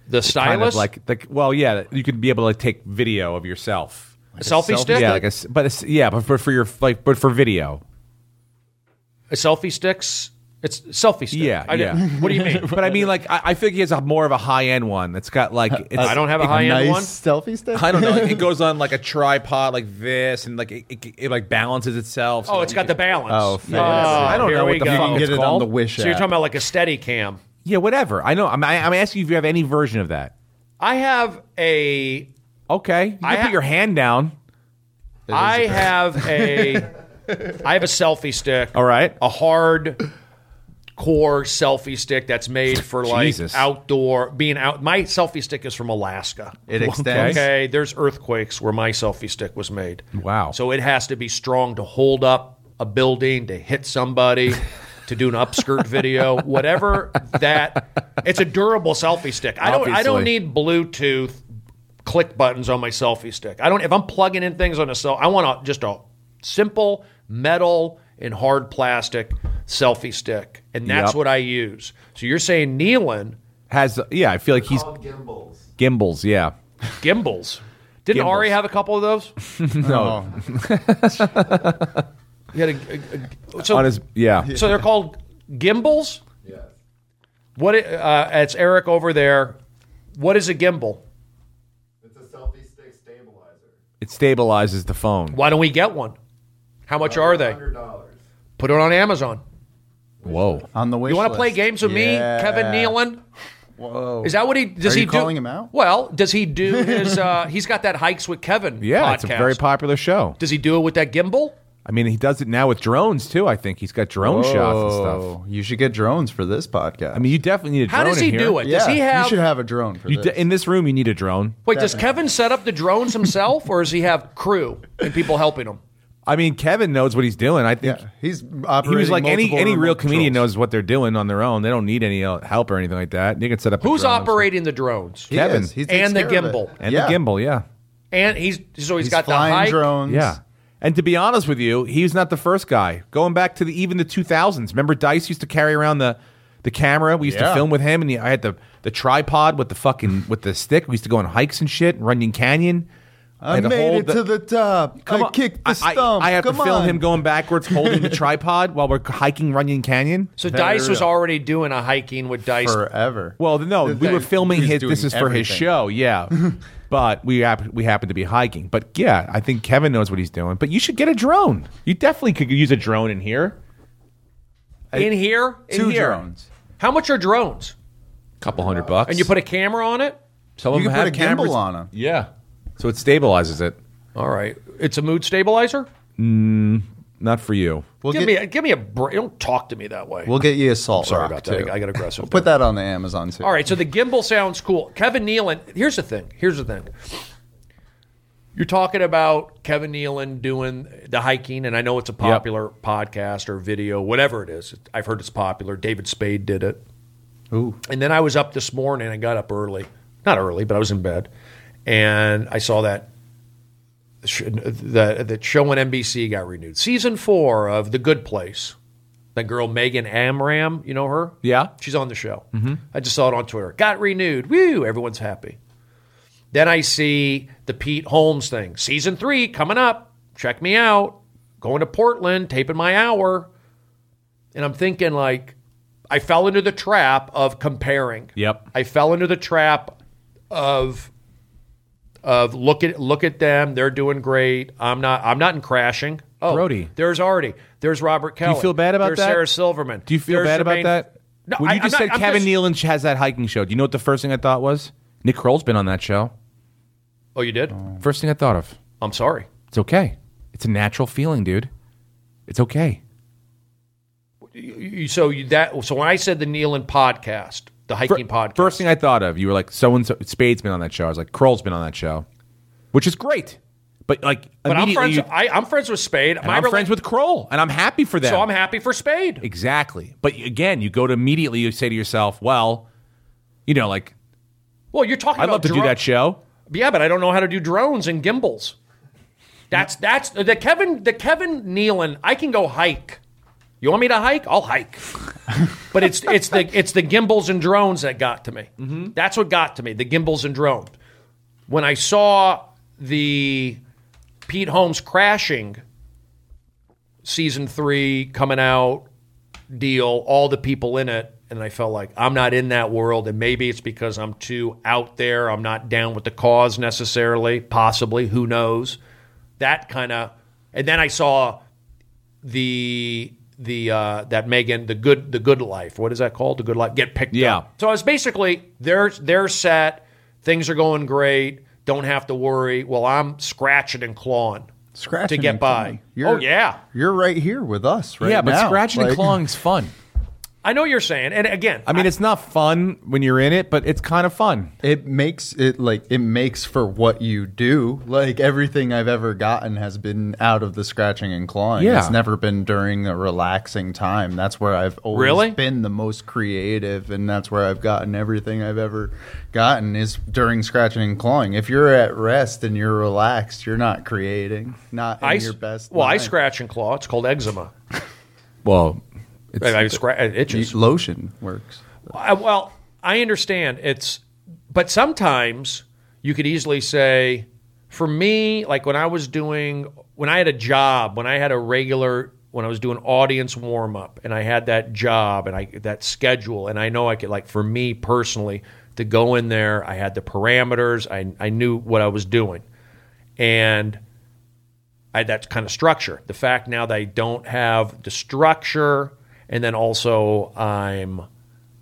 the Kind of stylus, like, like, well, yeah, you could be able to like, take video of yourself. a selfie stick. Yeah, like a s but it's, yeah, but for, for your like, but for video. a selfie sticks. It's selfie stick. Yeah, I didn't- yeah. What do you (laughs) mean? But I mean, like, I, I feel like he has a more of a high end one that's got like, it's, (laughs) I don't have a it- high end nice one. selfie stick. I don't know. It goes on like a tripod, like this, and like it, it, it like balances itself. so Oh, that it's you got the can- balance. Oh, Oh, fantastic. I don't here know what we the go. fuck you can it's get it called? on the Wish So you're app. talking about like a steady cam. Yeah, whatever. I know. I'm, I, I'm asking if you have any version of that. I have a Okay, you can I put ha- your hand down. I have a (laughs) I have a selfie stick. All right. A hard core selfie stick that's made for like Jesus. outdoor being out my selfie stick is from Alaska. (laughs) It extends. Okay, there's earthquakes where my selfie stick was made. Wow. So it has to be strong to hold up a building, to hit somebody, to do an upskirt (laughs) video, whatever that it's a durable selfie stick. I don't I don't Obviously. need Bluetooth click buttons on my selfie stick. I don't if I'm plugging in things on a cell I want a, just a simple metal and hard plastic selfie stick. And that's Yep. what I use. So you're saying Neelan Has yeah, I feel like he's gimbals. gimbals. Yeah, gimbals. Didn't Gimbals. Ari have a couple of those? no. He had a- a- a- so- on his yeah. So they're called gimbals. Yeah. What? i- Uh, it's Eric over there. What is a gimbal? It's a selfie stick stabilizer. It stabilizes the phone. Why don't we get one? How much are they? Hundred dollars. Put it on Amazon. Whoa. on the wish You want to list. play games with Yeah. me, Kevin Nealon? Whoa. Is that what he does? Are he you do, calling him out? Well, does he do his? Uh, he's got that hikes with Kevin. Yeah, it's a podcast. very popular show. Does he do it with that gimbal? I mean, he does it now with drones too. I think he's got drone shots and stuff. Whoa. You should get drones for this podcast. I mean, you definitely need a How drone. does in he here. do it? yeah, does he have? you should have a drone for You this. de- in this room, you need a drone. wait, does Kevin set up the drones himself, or does he have crew and people helping him? I mean, Kevin knows what he's doing. I think yeah, he's he operating. was like any multiple any real remote comedian controls. knows what they're doing on their own. They don't need any uh, help or anything like that. You can set up. a Who's drone. operating the drones? He is. Kevin. He takes And the care of it. gimbal. and Yeah. the gimbal. Yeah, And he's so he's He's got the flying hike. drones. yeah. And to be honest with you, he's not the first guy. Going back to the even the two thousands, remember Dice used to carry around the the camera. We used to Yeah. film with him, and he, I had the the tripod with the fucking with the stick. We used to go on hikes and shit, Runyon Canyon. I had to made hold it to the top. Come I on. kicked the I- I- stump. I, have Come to film on. him going backwards, holding the tripod while we're hiking Runyon Canyon. So Very Dice was real. already doing a hiking with Dice. forever. Well, no, Th- we were th- filming he's his. doing This is for his everything. show, yeah. (laughs) but we hap- we happen to be hiking. But yeah, I think Kevin knows what he's doing. But you should get a drone. You definitely could use a drone in here. in here, in Two here. drones. How much are drones? A couple hundred bucks, And you put a camera on it? some You of can them put a have gimbal cameras. on him. Yeah, so it stabilizes it. All right, it's a mood stabilizer. Not for you. We'll give get, me, a, give me a break. Don't talk to me that way. we'll get you a salt Sorry rock about too. that. I, I got aggressive. Put that on the Amazon too. All right, so the gimbal sounds cool. Kevin Nealon. Here's the thing. Here's the thing. You're talking about Kevin Nealon doing the hiking, and I know it's a popular podcast or video, whatever it is. I've heard it's popular. David Spade did it. Ooh. And then I was up this morning. I got up early, not early, but I was in bed, and I saw that sh- that that show on NBC got renewed, season four of The Good Place. That girl Megan Amram, you know her? Yeah. she's on the show. Mm-hmm. I just saw it on Twitter. Got renewed. Woo! Everyone's happy. Then I see the Pete Holmes thing, season three coming up. Check me out. Going to Portland, taping my hour, and I'm thinking like, I fell into the trap of comparing. Yep. I fell into the trap of of look at look at them. They're doing great. I'm not. I'm not in crashing. Oh, Brody. There's Artie. There's Robert Kelly. feel bad about there's that? Sarah Silverman. Do you feel There's bad about Jermaine- that? No, when I- you just I'm said not- I'm Kevin just- Nealon has that hiking show, do you know what the first thing I thought was? Nick Kroll's been on that show. Oh, you did? First thing I thought of. I'm sorry. It's okay. It's a natural feeling, dude. It's okay. You- you- So you, that so when I said the Nealon podcast, the hiking podcast, First thing I thought of, you were like, so and so Spade's been on that show. I was like, Kroll's been on that show, which is great. But like, but I'm friends. immediately you- I, I'm friends with Spade. and I'm rela- friends with Kroll, and I'm happy for them. so I'm happy for Spade. Exactly. But again, you go to immediately you say to yourself, well, you know, like Well, you're talking. I'd about love to do drone- that show. Yeah, but I don't know how to do drones and gimbals. That's that's the Kevin the Kevin Nealon. I can go hike. You want me to hike? I'll hike. but it's it's the it's the gimbals and drones that got to me. That's what got to me. The gimbals and drones. When I saw the Pete Holmes crashing season three coming out deal, all the people in it, and I felt like I'm not in that world, and maybe it's because I'm too out there. I'm not down with the cause necessarily, possibly. Who knows? That kind of. And then I saw the the uh, that Megan the good the good life. What is that called? The good life get picked Yeah. up. So it's basically they're they're set. Things are going great. Don't have to worry. Well, I'm scratching and clawing Scratching to get and by. clawing. You're- oh yeah, You're right here with us right yeah, but now. scratching and Like- clawing's fun. I know what you're saying. And again, I mean, it's not fun when you're in it, but it's kind of fun. it makes it like it makes for what you do. Like everything I've ever gotten has been out of the scratching and clawing. Yeah. It's never been during a relaxing time. That's where I've always Really? been the most creative and that's where I've gotten everything I've ever gotten is during scratching and clawing. If you're at rest and you're relaxed, you're not creating. Not in I, your best. Well, I line. scratch and claw. It's called eczema. Well, it's, And I scratch it You- itches. lotion works. I, well, I understand it's, but sometimes you could easily say, for me, like when I was doing, when I had a job, when I had a regular, when I was doing audience warm up, and I had that job and I that schedule, and I know I could like for me personally to go in there, I had the parameters, I I knew what I was doing, and. I had that kind of structure. The fact now that I don't have the structure, and then also I'm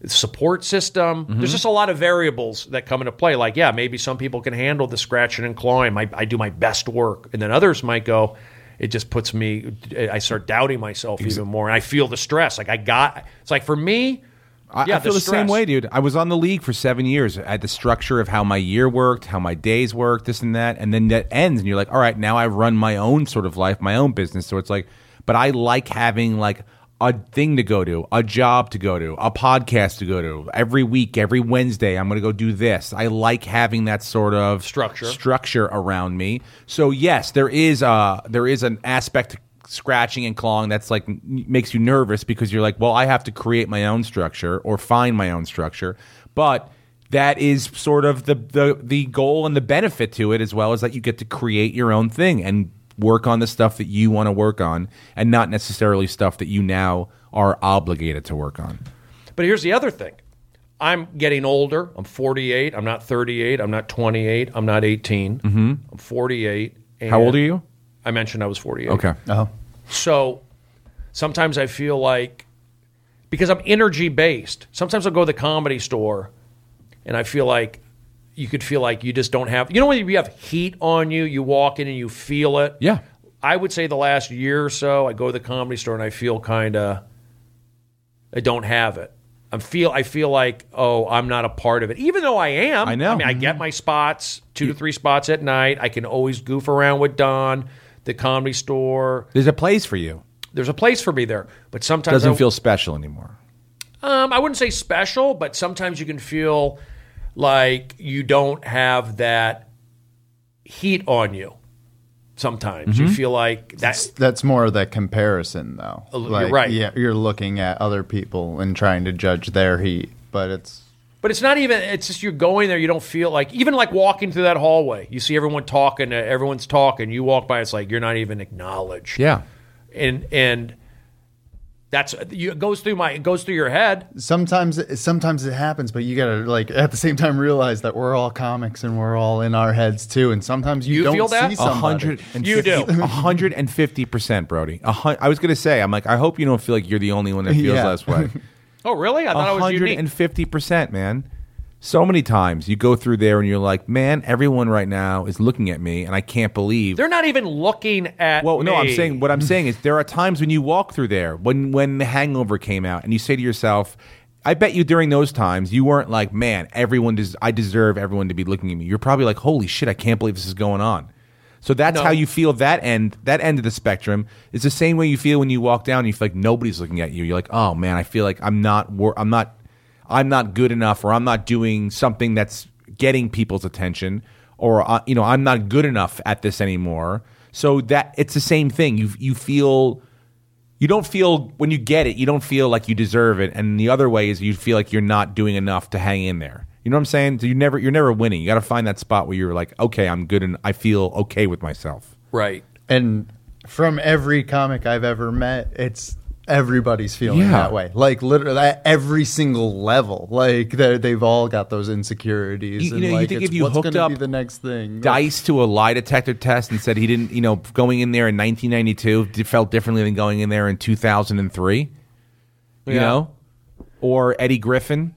support system. Mm-hmm. There's just a lot of variables that come into play. Like, yeah, maybe some people can handle the scratching and clawing. I, I do my best work, and then others might go. It just puts me. I start doubting myself even more, and I feel the stress. Like I got. It's like for me. I, I yeah, feel the, same stress. way, dude. I was on the league for seven years. I had the structure of how my year worked, how my days worked, this and that, and then that ends, and you're like, all right, now I run my own sort of life, my own business. So it's like, but I like having like a thing to go to, a job to go to, a podcast to go to every week, every Wednesday. I'm going to go do this. I like having that sort of Structure. structure around me. So yes, there is uh there is an aspect to scratching and clawing that's like n- makes you nervous because you're like, well, I have to create my own structure or find my own structure, but that is sort of the the the goal and the benefit to it as well is that you get to create your own thing and work on the stuff that you want to work on and not necessarily stuff that you now are obligated to work on. But here's the other thing. I'm getting older. I'm 48. I'm not 38. I'm not 28. I'm not 18. Mm-hmm. I'm 48. And How old are you? I mentioned I was 48. Okay. Oh. So sometimes I feel like because I'm energy based. Sometimes I'll go to the comedy store and I feel like you could feel like you just don't have you know when you have heat on you, you walk in and you feel it. Yeah. I would say the last year or so I go to the comedy store and I feel kinda I don't have it. I feel I feel like, oh, I'm not a part of it. Even though I am. I know. Mm-hmm. mean I get my spots, two to three spots at night. I can always goof around with Don, the comedy store There's a place for you. there's a place for me there. But sometimes Doesn't I, feel special anymore. Um, I wouldn't say special, but sometimes you can feel like you don't have that heat on you. Sometimes Mm-hmm. you feel like that. That's, that's more of that comparison, though. Oh, you're right. Yeah, you're looking at other people and trying to judge their heat, but it's But it's not even. It's just you're going there. You don't feel like even like walking through that hallway. You see everyone talking. uh, Everyone's talking. You walk by. It's like you're not even acknowledged. Yeah. And and that's you, it goes through my it goes through your head. sometimes sometimes it happens. But you gotta like at the same time realize that we're all comics and we're all in our heads too. And sometimes you, You don't feel that? see A somebody. hundred and You do. fifty- (laughs) a hundred and fifty percent, Brody. A hun- I was gonna say, I'm like, I hope you don't feel like you're the only one that (laughs) feels Yeah. this way. Oh, really? I thought I was unique. 150%, man. So many times you go through there and you're like, man, everyone right now is looking at me and I can't believe. They're not even looking at. well, no, I'm me. (laughs) saying what I'm saying is there are times when you walk through there when when The Hangover came out and you say to yourself, I bet you during those times you weren't like, man, everyone des- I deserve everyone to be looking at me. You're probably like, holy shit, I can't believe this is going on. So that's No. how you feel that end that end of the spectrum is the same way you feel when you walk down and you feel like nobody's looking at you. You're like, oh man, I feel like I'm not wor- I'm not I'm not good enough or I'm not doing something that's getting people's attention or uh, you know I'm not good enough at this anymore. So that it's the same thing. You you feel you don't feel when you get it, you don't feel like you deserve it. And the other way is you feel like you're not doing enough to hang in there. You know what I'm saying? So you never you're never winning. You got to find that spot where you're like, okay, I'm good and I feel okay with myself. Right. and from every comic I've ever met, it's everybody's feeling Yeah. that way. Like literally at every single level. Like they- they've all got those insecurities. You- you and know, you like, think it's if you what's hooked gonna up be the next thing. Dice to a lie detector test and said he didn't, you know, going in there in 1992 d- felt differently than going in there in 2003. You Yeah. know, or Eddie Griffin,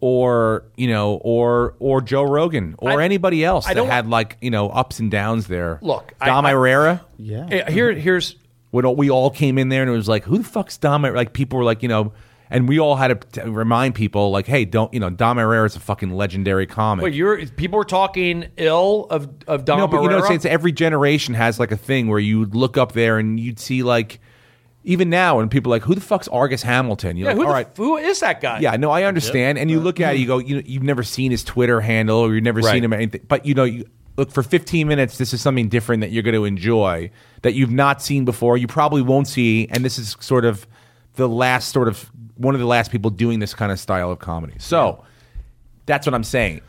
or you know, or or Joe Rogan, or I- anybody else I that don't- had like you know ups and downs there. Look, I- Dom I- Irera. Yeah. Eh, Here, here's. when all- we all came in there and it was like, who the fuck's Dom? Ir- Like people were like, you know, and we all had to t- remind people like, hey, don't you know, Dom Herrera is a fucking legendary comic. But you're people were talking ill of of Dom no, but you know, Herrera. what I'm saying? it's every generation has like a thing where you would look up there and you'd see like, even now, and people are like, who the fuck's Argus Hamilton? You're yeah, like, who, all the right. f- who is that guy? Yeah, no, I understand. And you look at it, you go, you know, you've never seen his Twitter handle, or you've never Right. seen him at anything. But you know, you look for 15 minutes. This is something different that you're going to enjoy that you've not seen before. You probably won't see, and this is sort of the last sort of one of the last people doing this kind of style of comedy. So that's what I'm saying.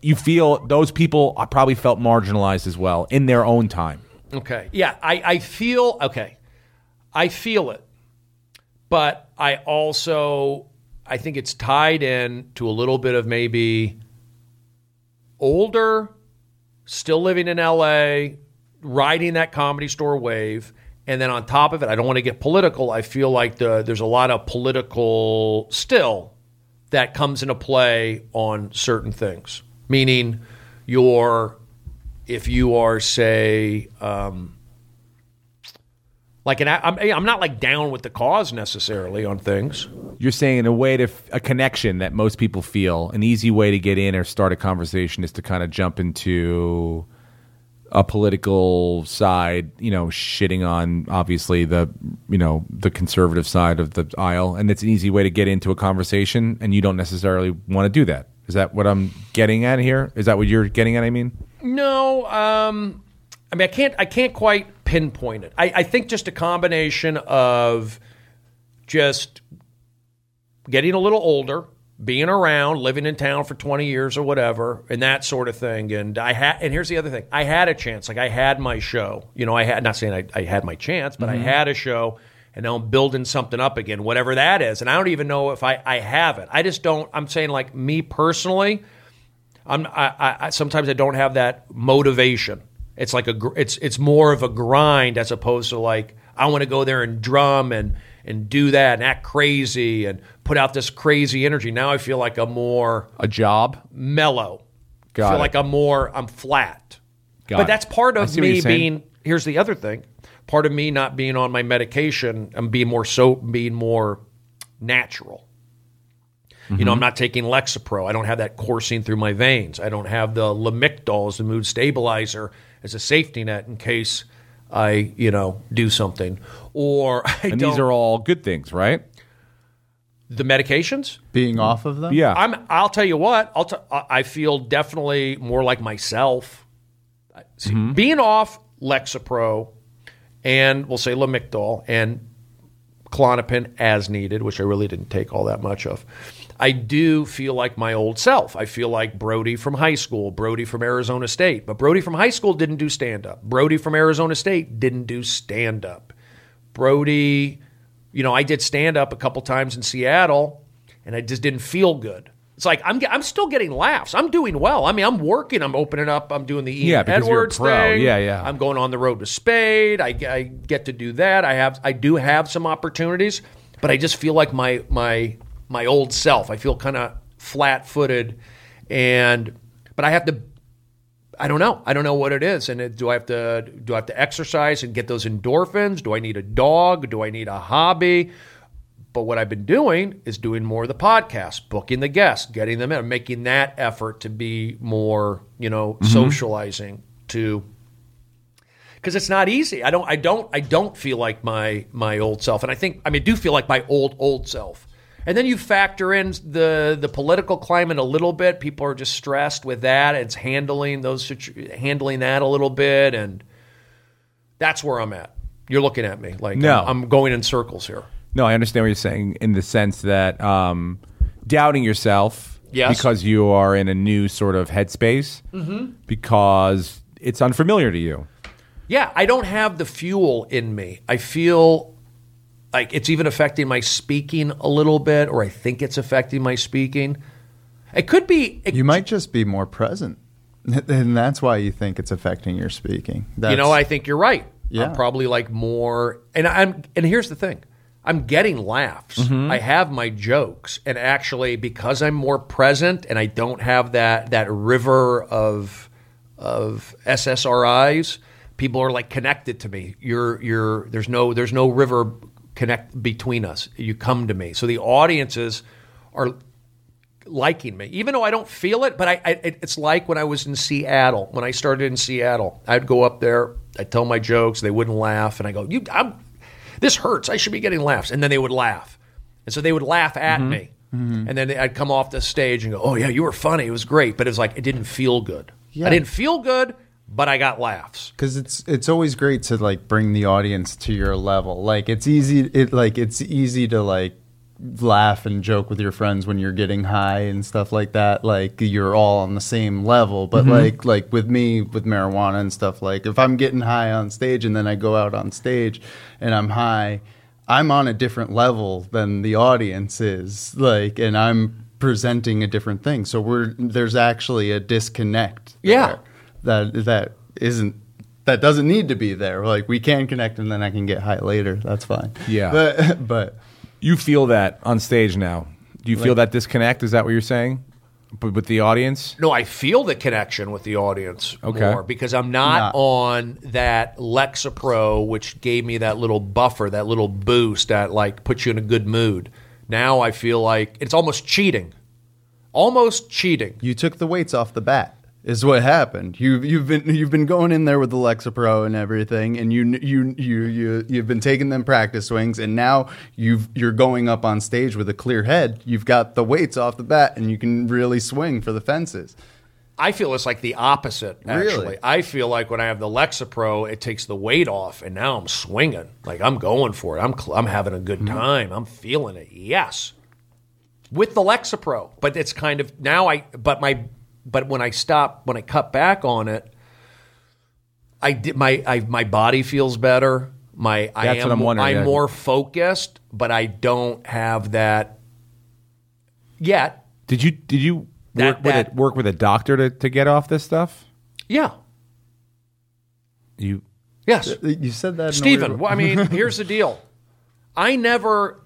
You feel those people are- probably felt marginalized as well in their own time. Okay. Yeah, I, I feel okay. I feel it. But I also I think it's tied in to a little bit of maybe older, still living in LA, riding that comedy store wave. And then on top of it, I don't want to get political. I feel like the there's a lot of political still that comes into play on certain things. Meaning your if you are say um, like an I- I'm, I'm not like down with the cause necessarily on things You're saying a way to f- a connection that most people feel, an easy way to get in or start a conversation is to kind of jump into a political side, you know, shitting on obviously the, you know, the conservative side of the aisle, and it's an easy way to get into a conversation and you don't necessarily want to do that. Is that what I'm getting at here? Is that what you're getting at, I mean? No, um, I mean, I can't. I can't quite pinpoint it. I, I think just a combination of just getting a little older, being around, living in town for twenty years or whatever, and that sort of thing. And I had. And here's the other thing. I had a chance. Like I had my show. You know, I had. Not saying I, I had my chance, but I had a show. And now I'm building something up again, whatever that is. And I don't even know if I, I have it. I just don't. I'm saying, like, me personally, I'm I, I, I sometimes I don't have that motivation. It's like a gr- it's it's more of a grind as opposed to like I want to go there and drum and and do that and act crazy and put out this crazy energy. Now I feel like a more A job? mellow. Got feel it. like I'm more I'm flat. Got but it. that's part I of see what me you're saying. being here's the other thing. Part of me not being on my medication and being more so being more natural. You Mm-hmm. know, I'm not taking Lexapro. I don't have that coursing through my veins. I don't have the Lamictal as the mood stabilizer as a safety net in case I, you know, do something. Or (laughs) I And don't. these are all good things, right? the medications. being off of them? Yeah. I'm. I'll tell you what. I'll. T- I I feel definitely more like myself. I- See, Being off Lexapro, and we'll say Lamictal and Clonopin as needed, which I really didn't take all that much of. I do feel like my old self. I feel like Brody from high school, Brody from Arizona State. But Brody from high school didn't do stand up. Brody from Arizona State didn't do stand up. Brody, you know, I did stand up a couple times in Seattle and I just didn't feel good. It's like I'm, I'm still getting laughs. I'm doing well. I mean, I'm working. I'm opening up. I'm doing the Ian Yeah, because you're a Edwards pro. thing. Yeah, yeah. I'm going on the road to Spade. I, I get to do that. I have I do have some opportunities, but I just feel like my my my old self. I feel kind of flat-footed, and but I have to. I don't know. I don't know what it is. And it, do I have to do I have to exercise and get those endorphins? Do I need a dog? Do I need a hobby? But what I've been doing is doing more of the podcast, booking the guests, getting them in, making that effort to be more, you know, socializing to because it's not easy. I don't I don't I don't feel like my my old self. And I think I mean I do feel like my old old self. And then you factor in the the political climate a little bit. People are just stressed with that. It's handling those situ- handling that a little bit and that's where I'm at. You're looking at me like No. I'm, I'm going in circles here. No, I understand what you're saying in the sense that um, doubting yourself Yes. Mm-hmm. because you are in a new sort of headspace because it's unfamiliar to you. Yeah, I don't have the fuel in me. I feel like it's even affecting my speaking a little bit, or I think it's affecting my speaking. It could be. It, You might just be more present, (laughs) and that's why you think it's affecting your speaking. That's, you know, I think you're right. Yeah. I'm probably like more, and I'm. And here's the thing: I'm getting laughs. Mm-hmm. I have my jokes, and actually, because I'm more present, and I don't have that that river of of SSRIs, people are like connected to me. You're you're there's no there's no river connect between us. You come to me, so the audiences are liking me, even though I don't feel it. But I, I it- it's like when I was in Seattle. When I started in Seattle, I'd go up there, I'd tell my jokes, they wouldn't laugh, and I go, "You, I'm, this hurts. I should be getting laughs," and then they would laugh, and so they would laugh at me, and then I'd come off the stage and go, "Oh yeah, you were funny. It was great," but it was like it didn't feel good. I Yeah. didn't feel good, but I got laughs. because it's it's always great to like bring the audience to your level. Like it's easy, it like it's easy to like laugh and joke with your friends when you're getting high and stuff like that. Like you're all on the same level. But like like with me with marijuana and stuff. Like if I'm getting high on stage and then I go out on stage and I'm high, I'm on a different level than the audience is. Like and I'm presenting a different thing. So we're there's actually a disconnect. Yeah. there that that isn't that doesn't need to be there. Like we can connect, and then I can get high later. That's fine. Yeah. but (laughs) but You feel that on stage now. Do you feel that disconnect? Is that what you're saying? But with the audience? No, I feel the connection with the audience Okay. more because I'm not, Not- on that Lexapro, which gave me that little buffer, that little boost that like puts you in a good mood. Now I feel like it's almost cheating, almost cheating. you took the weights off the bat. Is what happened. You've you've been you've been going in there with the Lexapro and everything, and you kn- you you you you've been taking them practice swings, and now you've you're going up on stage with a clear head. You've got the weights off the bat, and you can really swing for the fences. I feel it's like the opposite. Actually, Really? I feel like when I have the Lexapro, it takes the weight off, and now I'm swinging. Like I'm going for it. I'm cl- I'm having a Mm-hmm. good time. I'm feeling it. Yes, with the Lexapro, but it's kind of now I. But my but when I stop when I cut back on it, I did my I, my body feels better. My I That's am what I'm wondering, I'm yeah. more focused, but I don't have that yet. Did you did you That- work, with that- a, work with a doctor to, to get off this stuff? Yeah. You Yes. You said that, in a Steven, weird- well, I mean, here's the deal. I never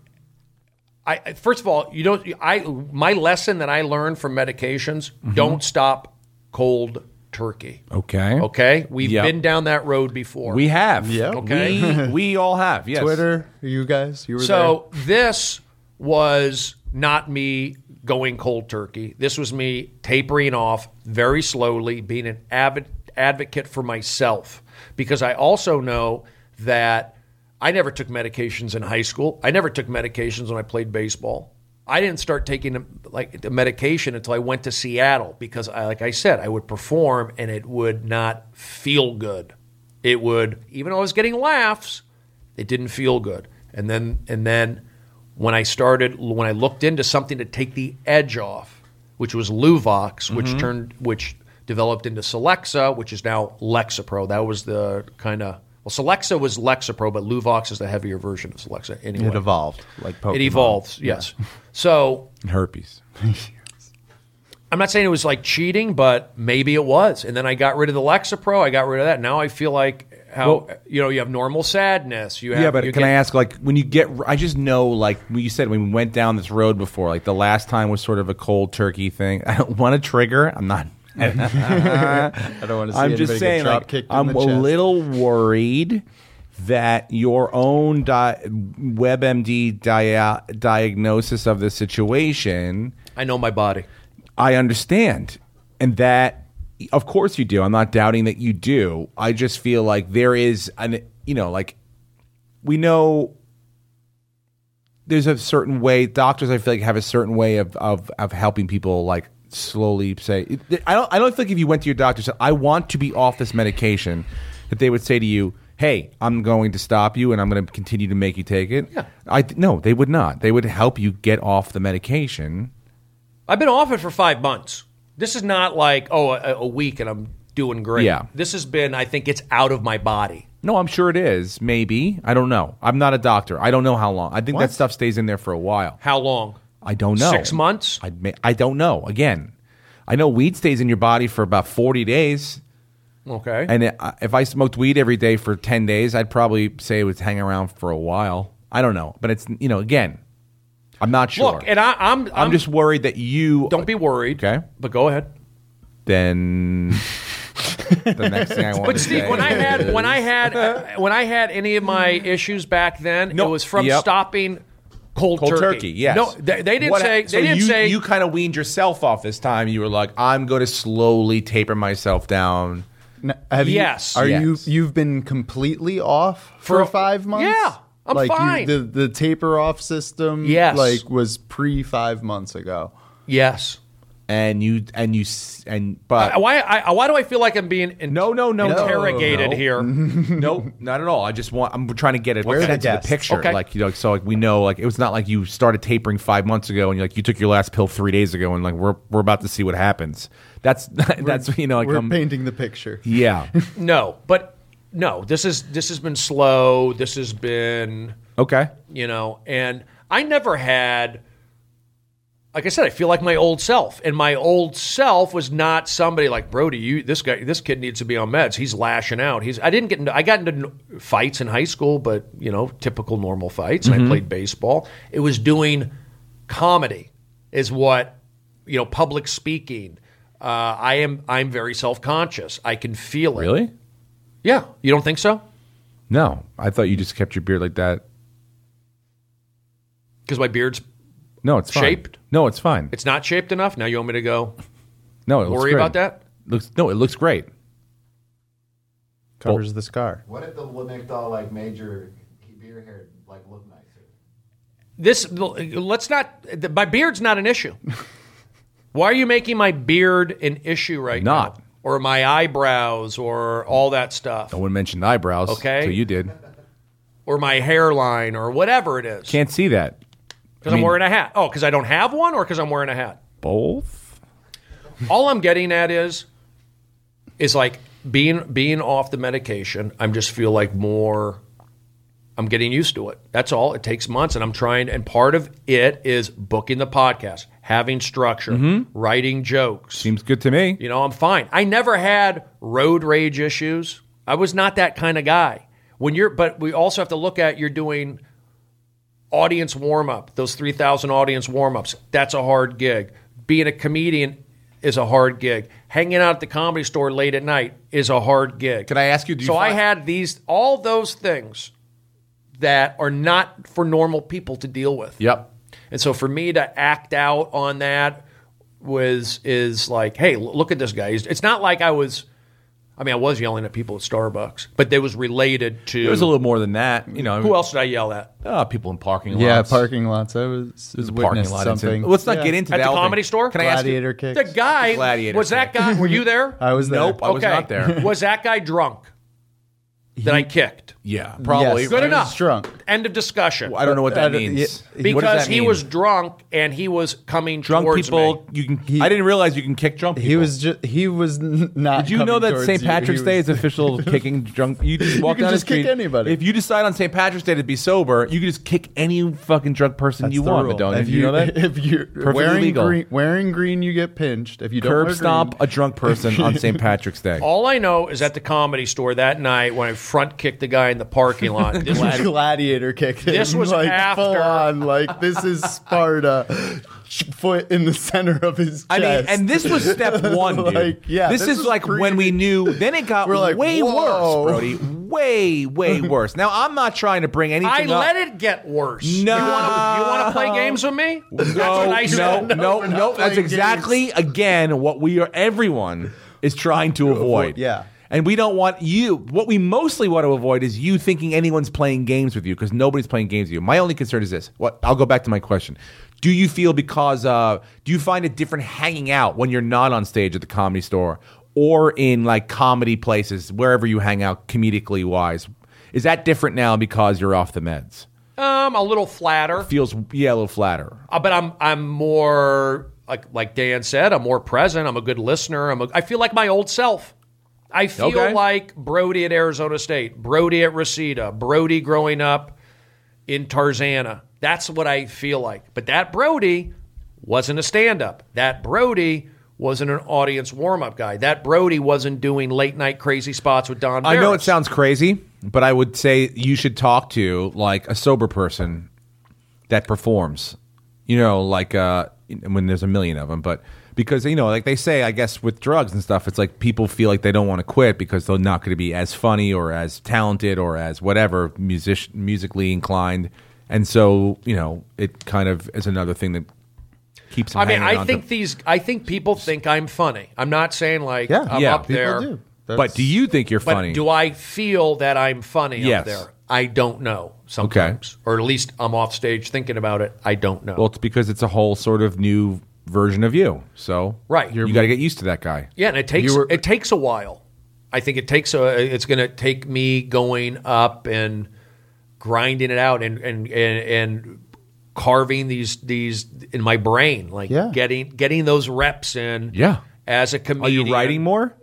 I I- first of all, you don't I my lesson that I learned from medications, don't stop cold turkey. okay? Okay? We've Yep. been down that road before. Oh. We have. Yeah. Okay. We, we all have. Yes. Twitter, you guys, you were So this was not me going cold turkey. This was me tapering off very slowly, being an avid advocate for myself because I also know that I never took medications in high school. I never took medications when I played baseball. I didn't start taking like the medication until I went to Seattle because I like I said I would perform and it would not feel good. It would even though I was getting laughs, it didn't feel good and then and then when i started when i looked into something to take the edge off which was luvox Mm-hmm. which turned which developed into celexa which is now lexapro that was the kind of well celexa was lexapro but luvox is the heavier version of celexa anyway there. it evolved like Pokemon. it evolves yes so And Herpes. I'm not saying it was like cheating, but maybe it was. And then I got rid of the Lexapro. I got rid of that. Now I feel like how Well- you know you have normal sadness. You have, Yeah, but you can get- I ask, like, when you get, I just know, like, when you said when we went down this road before, like, the last time was sort of a cold turkey thing. (laughs) I don't want to trigger. I'm (laughs) not. I don't want to see I'm anybody just saying, get drop like, kicked in I'm the a chest. little worried that your own di- WebMD dia- diagnosis of the situation, I know my body. I understand, and that, of course, you do. I'm not doubting that you do. I just feel like there is an, you know, like we know there's a certain way doctors I feel like have a certain way of of, of helping people like slowly say I don't I don't think if you went to your doctor and said I want to be off this medication that they would say to you hey I'm going to stop you and I'm going to continue to make you take it yeah I th- no they would not they would help you get off the medication I've been off it for five months. This is not like oh a, a week and I'm doing great. Yeah. this has been I think it's out of my body. no I'm sure it is maybe I don't know I'm not a doctor I don't know how long I think What? that stuff stays in there for a while How long? I don't know. Six months? I may, I don't know. Again, I know weed stays in your body for about forty days, Okay. and it, I- if I smoked weed every day for ten days, I'd probably say it was hanging around for a while. I don't know, but it's you know again, I'm not sure. Look, and I, I'm, I'm I'm, just worried that you don't be worried. Okay. but go ahead. (laughs) Then the next thing I want But to Steve, say when I had is- (laughs) when I had uh, when I had any of my issues back then, No, it was from yep. stopping cold, Cold Oh, turkey, yes. No, they, they didn't What- say. so they didn't you, say. you kind of weaned yourself off this time. You were like, I'm going to slowly taper myself down. N- have you- Yes. are you Yes. you've been completely off For- for, five months? Yeah, I'm like fine. You, the the taper off system. Yes. like was pre five months ago. yes. and you and you s- and but Why? I, why do I feel like I'm being in- no no no no, interrogated no. here? (laughs) no not at all i just want i'm trying to get it Where's okay. the into the guest? picture Okay. like you know so like we know like it was not like you started tapering five months ago and you like you took your last pill three days ago and like we're we're about to see what happens that's (laughs) that's you know like We're I'm- painting the picture. (laughs) yeah no, but no. This is this has been slow. This has been okay you know, and I never had. Like I said, I feel like my old self, and my old self was not somebody like Brody. You, this guy, this kid needs to be on meds. He's lashing out. He's. I didn't get. Into, I got into n- fights in high school, but you know, typical normal fights. And I played baseball. It was doing comedy, is what you know, public speaking. Uh, I am. I'm very self conscious. I can feel it. really Yeah. You don't think so? no i thought you just kept your beard like that Because my beard's. no it's fine. Shaped? no it's fine It's not shaped enough. Now you want me to go? no it looks worry great. about that? looks no it looks great Covers the scar. What if the LaMcDowell like made your beer hair like look nicer? this let's not my beard's not an (laughs) issue why are you making my beard an issue right Not. now or my eyebrows or all that stuff no one mentioned eyebrows Okay. so you did or my hairline or whatever it is can't see that because i'm wearing a hat oh because i don't have one or because i'm wearing a hat both all i'm getting at is is like being being off the medication i'm just feel like more i'm getting used to it that's all it takes months and i'm trying and part of it is booking the podcast having structure writing jokes seems good to me You know, I'm fine. I never had road rage issues. I was not that kind of guy. When you're, but we also have to look at you're doing audience warm up. Those 3,000 audience warm ups. That's a hard gig. Being a comedian is a hard gig. Hanging out at the comedy store late at night is a hard gig. Can I ask you, do you so I find- had these all those things that are not for normal people to deal with. yep And so for me to act out on that was is like, hey, l- look at this guy. He's- It's not like I was. I mean, I was yelling at people at Starbucks, but they was related to. It was a little more than that, you know. Who else did I yell at? Uh, people in parking lots. Yeah, parking lots. I was, There's a parking witnessed lot. something. Something. Let's not Yeah. get into At that the whole thing. comedy store? Can I ask you? Gladiator kicks. The guy The gladiator was that guy. Were you there? I was there. Nope, I was Okay. not there. (laughs) was that guy drunk that I kicked? yeah, probably. Yes. Good He was enough. drunk. End of discussion. I don't know what that Uh, means. yeah, What because does that he mean? was drunk and he was coming drunk. towards People, me. you can. I didn't realize you can kick drunk. People. He was just. He was n- not. Did you know coming that towards St. you. He Patrick's Day was- is official (laughs) kicking drunk? You just walk can down just the street. kick anybody. If you decide on St. Patrick's Day to be sober, you can just kick any fucking drunk person That's you the want. rule. Madonna. If Did you, know that? (laughs) If you're Perfectly wearing legal. green, wearing green, you get pinched. If you don't wear Curb green- (laughs) stomp a drunk person on St. Patrick's Day. All I know is at the comedy store that night when I front kicked the guy in the parking (laughs) lot. This was (laughs) gladiator kick. This was like after- full on. Like this is Sparta, foot in the center of his chest. I mean, and this was (laughs) step one, dude. Like, yeah, this, this is was like when we pre- knew. Then (laughs) it got We're like, way whoa. worse, Brody. Way, (laughs) way worse. Now I'm not trying to bring anything. I up. let it get worse. No. You wanna- you want to play games with me? That's No, what I said. no, no, no, That's playing exactly again what we are. Everyone is trying to avoid. yeah. and we don't want you. What we mostly want to avoid is you thinking anyone's playing games with you because nobody's playing games with you. My only concern is this. What I'll go back to my question. Do you feel because uh, do you find it different hanging out when you're not on stage at the comedy store or in like comedy places wherever you hang out comedically wise? Is that different now because you're off the meds? Um, a little flatter, Feels yeah, a little flatter. uh, but I'm I'm more like like Dan said. I'm more present. I'm a good listener. I'm a, I feel like my old self. I feel Okay. like Brody at Arizona State, Brody at Reseda, Brody growing up in Tarzana. That's what I feel like. But that Brody wasn't a stand up. That Brody wasn't an audience warm up guy. That Brody wasn't doing late night crazy spots with Don. I know it Barris. sounds crazy, but I would say you should talk to like a sober person that performs. You know, like uh, when there's a million of them, but because you know, like they say, I guess with drugs and stuff, it's like people feel like they don't want to quit because they're not going to be as funny or as talented or as whatever music musically inclined, and so you know, it kind of is another thing that keeps. Them I mean, hanging I on think to, these. I think people think I'm funny. I'm not saying like Yeah, I'm yeah, up people there, do. but do you think you're but funny? do I feel that I'm funny Yes. up there? I don't know sometimes, or at least I'm off stage thinking about it. I don't know. Well, it's because it's a whole sort of new version of you. So Right. you got to get used to that guy. yeah, and it takes it takes a while. I think it takes a. It's going to take me going up and grinding it out and and and. and carving these these in my brain like Yeah. getting getting those reps in Yeah. as a Are comedian you writing more?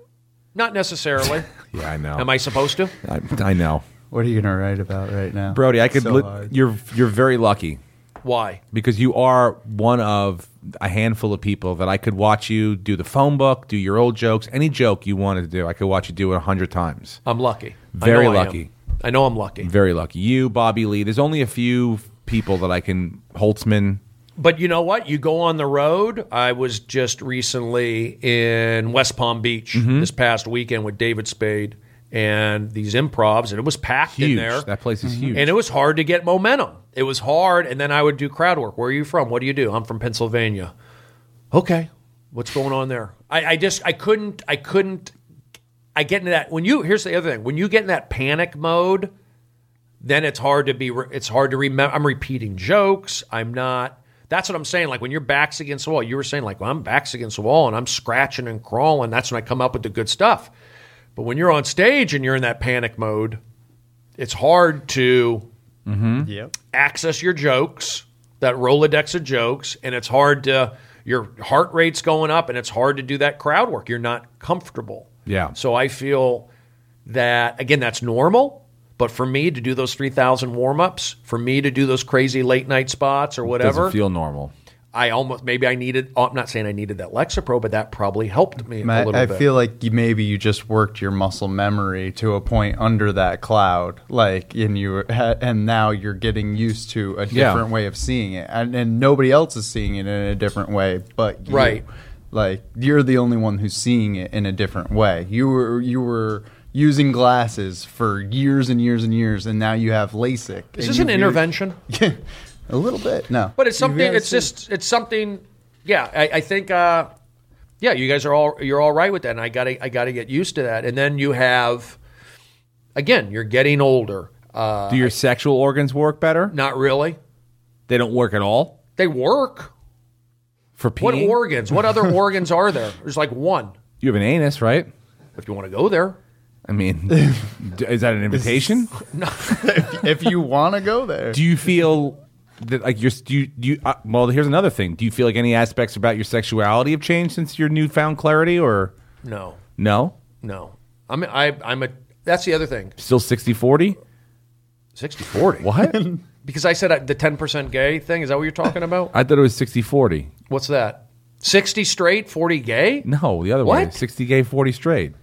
not (laughs) necessarily Yeah, I know. am i supposed to I, I know, what are you gonna write about right now, Brody. I could. So li- hard. you're you're very lucky Why? because you are one of a handful of people that I could watch you do the phone book, do your old jokes, any joke you wanted to do. I could watch you do it a hundred times. I'm lucky. Very I know I am. lucky. I know I'm lucky. Very lucky. You, Bobby Lee. There's only a few people that I can. Holtzman. But you know what? You go on the road. I was just recently in West Palm Beach Mm-hmm. this past weekend with David Spade and these improvs, and it was packed in Huge. there. Mm-hmm. That place is huge. And it was hard to get momentum. It was hard, and then I would do crowd work. Where are you from? What do you do? I'm from Pennsylvania. Okay, what's going on there? I, I just I couldn't I couldn't I get into that when you here's the other thing when you get in that panic mode, then it's hard to be re- it's hard to remember. I'm repeating jokes. I'm not. That's what I'm saying. Like when your back's against the wall, you were saying like, well, I'm back's against the wall and I'm scratching and crawling. That's when I come up with the good stuff. But when you're on stage and you're in that panic mode, it's hard to Hmm? Yep. access your jokes, that Rolodex of jokes, and it's hard to your heart rate's going up and it's hard to do that crowd work. You're not comfortable. Yeah. So I feel that again, that's normal. But for me to do those three thousand warm ups, for me to do those crazy late night spots or whatever, Doesn't feel normal. I almost maybe I needed. oh, I'm not saying I needed that Lexapro, but that probably helped me a Matt, little I bit. feel like you, maybe you just worked your muscle memory to a point under that cloud, like, and you were- ha- and now you're getting used to a Yeah. different way of seeing it, and, and nobody else is seeing it in a different way, but you. Right. Like you're the only one who's seeing it in a different way. You were you were using glasses for years and years and years, and now you have LASIK. is and this you an re- intervention? A little bit, no. But it's You something. gotta It's see- just. It's something. Yeah, I, I think. Uh, yeah, you guys are all you're all right with that, and I gotta I gotta get used to that. And then you have, again, you're getting older. Uh, Do your sexual organs work better? not really. They don't work at all They work. for peeing. What organs? What (laughs) other organs are there? There's like one. You have an anus, right? If you want to go there, I (laughs) mean, d- is that an invitation? (laughs) if you want to go there. Do you feel that like you're do you, do you uh, well? Here's another thing. Do you feel like any aspects about your sexuality have changed since your newfound clarity, or no, no? no. I'm I, I'm a. That's the other thing. Still 60-40? 60-40. What? Because I said I, the ten percent gay thing. Is that what you're talking about? (laughs) I thought it was 60-40. What's that? Sixty straight, forty gay. No, the other way. What? Sixty gay, forty straight.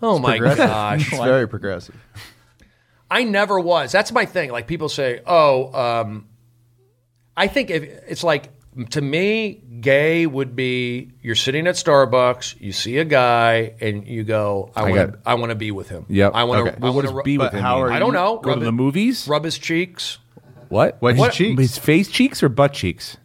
Oh my progressive. (laughs) gosh. It's very progressive. I never was. That's my thing. Like people say, oh, um, I think if, it's like to me, gay would be you're sitting at Starbucks, you see a guy, and you go, I want got to, it. I want to be with him. Yep. I want to, Okay. I Well, want what to does be with but him how mean? are I don't you- know. Go to the movies? rub his cheeks, What? What, his What- cheeks? His face cheeks or butt cheeks?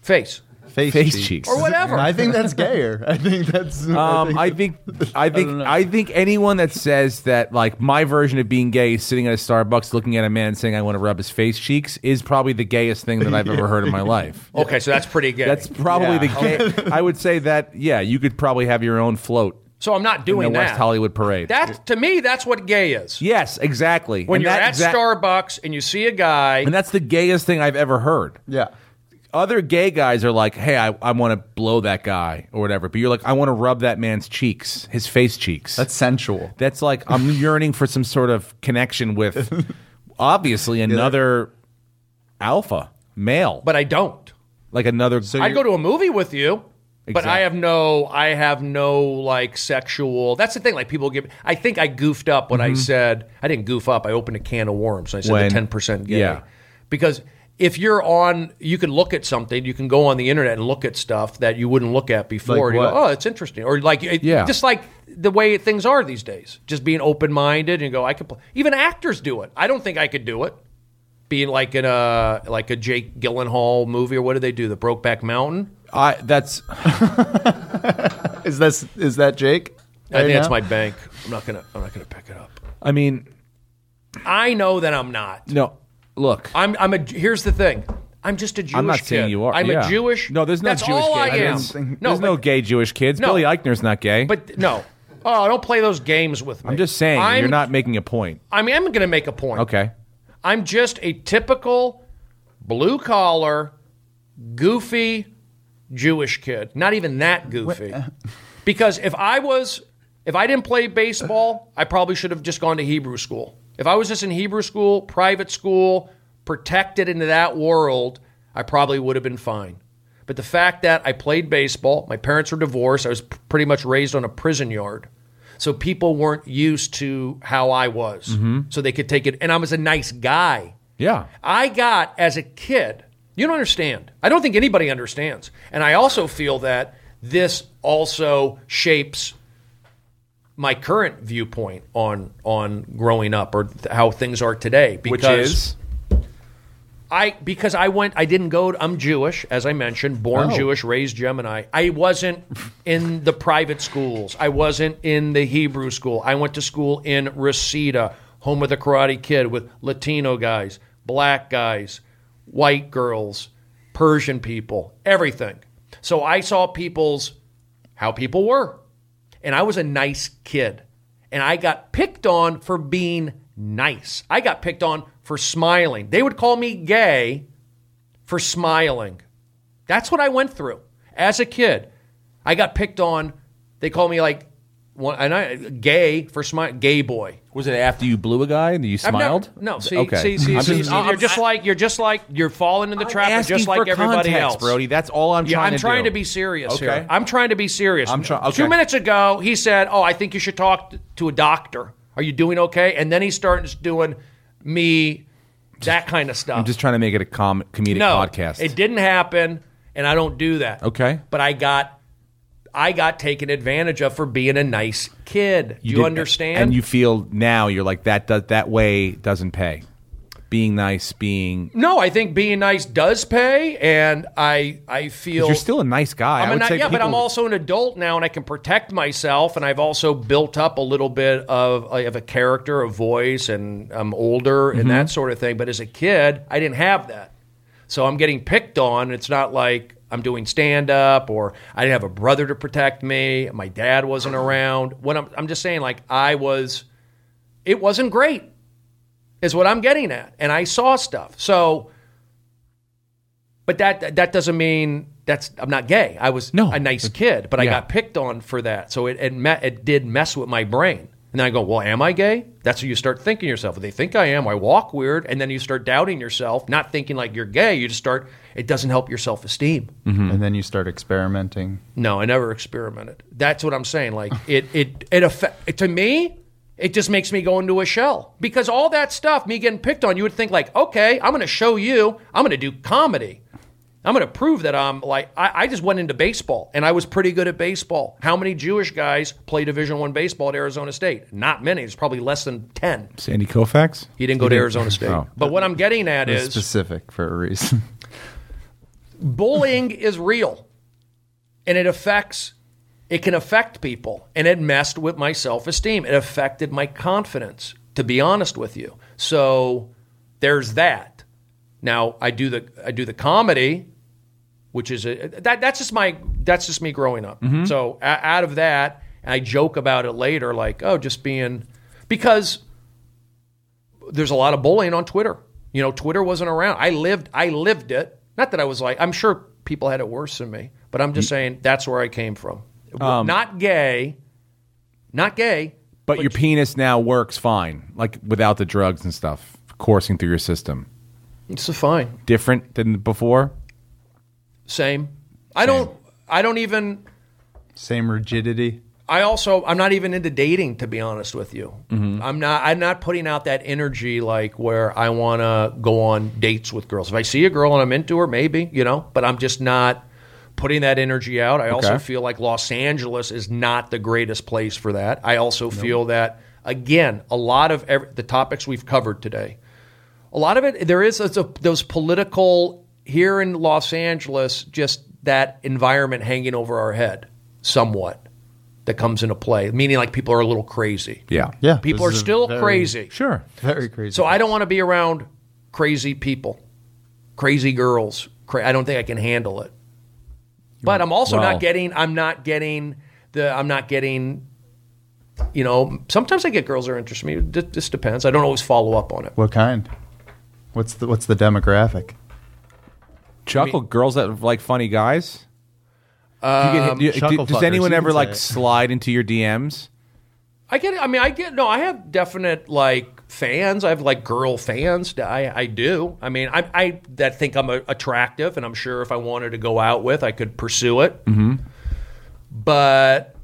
face. Face, Face cheeks. cheeks. Or whatever. (laughs) I think that's gayer. I think that's. Um, I think I don't think know. I, think anyone that says that like my version of being gay is sitting at a Starbucks looking at a man and saying I want to rub his face cheeks is probably the gayest thing that I've ever heard in my life. Okay, so that's pretty gay. That's probably Yeah. the gay. I would say that yeah, you could probably have your own float so I'm not in doing the that. West Hollywood Parade. That to me, that's what gay is. yes, exactly. When And you're that- at that- Starbucks and you see a guy, and that's the gayest thing I've ever heard. yeah. Other gay guys are like, hey, I, I want to blow that guy or whatever, but you're like, I want to rub that man's cheeks, his face cheeks. That's sensual. That's (laughs) like I'm yearning for some sort of connection with obviously another alpha male, but I don't. like another. I'd go to a movie with you. But I Exactly. have no, I have no like sexual. That's the thing. Like people give. I think I goofed up when I said I didn't goof up. I opened a can of worms. And I said the When- ten percent gay. yeah. Because if you're on, you can look at something. You can go on the internet and look at stuff that you wouldn't look at before. Like you go, what? oh, it's interesting. Or like, it, Yeah. just like the way things are these days. Just being open minded and go, I could. Play. Even actors do it. I don't think I could do it. Being like in a like a Jake Gyllenhaal movie or what did they do? The Brokeback Mountain. I that's Is this is that I Jake? think Right that's now? my bank. I'm not gonna. I'm not gonna pick it up. I mean I know that I'm not. no look I'm. I'm a. Here's the thing. I'm just a Jewish. I'm not kid. saying you are. I'm yeah. a Jewish. No, there's no that's Jewish all kids. I am. There's- no, there's but, no gay Jewish kids. No. Billy Eichner's not gay. But no. (laughs) Oh, don't play those games with me. I'm just saying I'm, you're not making a point. I mean, I'm gonna make a point. Okay. I'm just a typical blue collar, goofy Jewish kid. Not even that goofy. Because if I was, if I didn't play baseball, I probably should have just gone to Hebrew school. If I was just in Hebrew school, private school, protected into that world, I probably would have been fine. But the fact that I played baseball, my parents were divorced, I was p- pretty much raised on a prison yard. So people weren't used to how I was. So they could take it. And I was a nice guy. Yeah. I got as a kid, you don't understand. I don't think anybody understands. And I also feel that this also shapes my current viewpoint on on growing up or th- how things are today Which because is I because I went I didn't go I'm Jewish as I mentioned born Jewish raised Gemini I wasn't in the private schools I wasn't in the Hebrew school I went to school in Reseda home of the karate kid with Latino guys black guys white girls Persian people everything so I saw people's how people were and I was a nice kid. And I got picked on for being nice. I got picked on for smiling. They would call me gay for smiling. That's what I went through as a kid. I got picked on. They call me like, one, and I gay for smile, gay boy. was it after you blew a guy and you I've never- smiled? no, see, okay. see, see, I'm see, just- see, you're just like you're just like you're falling in the trap, of asking just for like everybody context, else, Brody. That's all I'm Yeah, trying I'm to trying do. to be serious Okay. here. I'm trying to be serious. I'm try- okay. Two minutes ago, he said, "Oh, I think you should talk to a doctor. Are you doing okay?" And then he starts doing me that kind of stuff. I'm just trying to make it a com- comedic no, podcast. it didn't happen, and I don't do that. Okay. but I got. I got taken advantage of for being a nice kid. Do you, did- understand? And you feel now you're like that. Does, that way doesn't pay. Being nice, being 'cause no, I think being nice does pay, and I I feel you're still a nice guy. I'm I a would ni- say yeah, but people- I'm also an adult now, and I can protect myself, and I've also built up a little bit of I have a character, a voice, and I'm older and Mm-hmm. that sort of thing. But as a kid, I didn't have that, so I'm getting picked on. It's not like I'm doing stand up or I didn't have a brother to protect me. My dad wasn't around. When I'm, I'm just saying, like I was, it wasn't great, is what I'm getting at, and I saw stuff. So but that that doesn't mean that's I'm not gay. I was No. a nice kid, but I Yeah. got picked on for that. So it it, me, it did mess with my brain. And then I go, well, am I gay? That's what you start thinking yourself. They think I am. I walk weird, and then you start doubting yourself, not thinking like you're gay. You just start. It doesn't help your self esteem. And then you start experimenting. No, I never experimented. That's what I'm saying. Like it, it, it affect to me. It just makes me go into a shell because all that stuff, me getting picked on, you would think like, okay, I'm going to show you, I'm going to do comedy. I'm going to prove that I'm like I, I just went into baseball and I was pretty good at baseball. How many Jewish guys play Division One baseball at Arizona State? Not many. It's probably less than ten. Sandy Koufax? He didn't go to Arizona State. Oh. But what I'm getting at It's is specific for a reason. (laughs) bullying is real and it affects it can affect people and it messed with my self-esteem it affected my confidence to be honest with you so there's that now i do the i do the comedy which is a, that that's just my that's just me growing up so a, out of that i joke about it later like oh just being because there's a lot of bullying on Twitter. You know, Twitter wasn't around. I lived I lived it. Not that I was like I'm sure people had it worse than me, but I'm just saying that's where I came from. not gay. Not gay. But your penis now works fine, like without the drugs and stuff coursing through your system. It's a fine. Different than before? Same. I don't I don't even Same rigidity. I also I'm not even into dating to be honest with you. I'm not I'm not putting out that energy like where I want to go on dates with girls. If I see a girl and I'm into her, maybe you know, but I'm just not putting that energy out. I also feel like Los Angeles is not the greatest place for that. I also feel that again, a lot of every, the topics we've covered today, a lot of it there is it's a, those political here in Los Angeles just that environment hanging over our head somewhat that comes into play meaning like people are a little crazy Yeah. Yeah, people are this is a still very- crazy Sure. Very crazy. so i don't want to be around crazy people crazy girls cra- i don't think i can handle it but i'm also Well- not getting i'm not getting the i'm not getting you know sometimes i get girls that are interested in me it just- just depends i don't always follow up on it what kind? What's the what's the demographic? Chuckle girls that like funny guys? Do you Um, get hit- do you- chuckle do- does fuckers, you anyone can ever say like it. slide into your DMs? I get. I mean, I get. No, I have definite like fans. I have like girl fans. I I do. I mean, I I that think I'm a, attractive, and I'm sure if I wanted to go out with, I could pursue it. Mm-hmm. But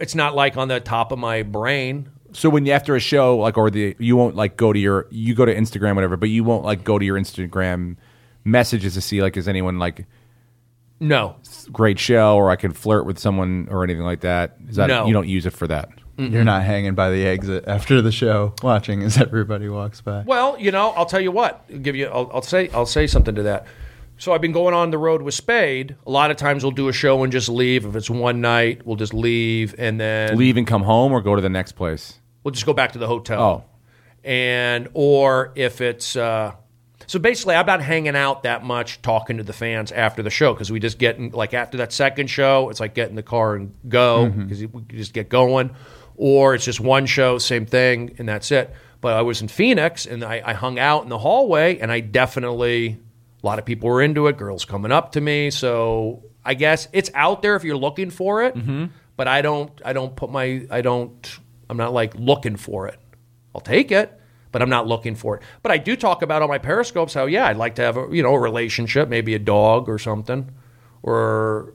it's not like on the top of my brain. So when you after a show like or the you won't like go to your you go to Instagram whatever, but you won't like go to your Instagram messages to see like is anyone like No, great show or I can flirt with someone or anything like that. Is that No. you don't use it for that? You're not hanging by the exit after the show, watching as everybody walks by. Well, you know, I'll tell you what. I'll give you. I'll, I'll say. I'll say something to that. So I've been going on the road with Spade. A lot of times we'll do a show and just leave. If it's one night, we'll just leave and then Leave and come home or go to the next place. we'll just go back to the hotel. Oh. and or if it's uh, so basically, I'm not hanging out that much, talking to the fans after the show because we just get in, like after that second show, it's like get in the car and go because we can just get going, or it's just one show, same thing, and that's it. But I was in Phoenix and I, I hung out in the hallway, and I definitely a lot of people were into it. Girls coming up to me, so I guess it's out there if you're looking for it. But I don't, I don't put my, I don't, I'm not like looking for it. I'll take it, but I'm not looking for it. But I do talk about on my periscopes how yeah, I'd like to have a you know a relationship, maybe a dog or something, or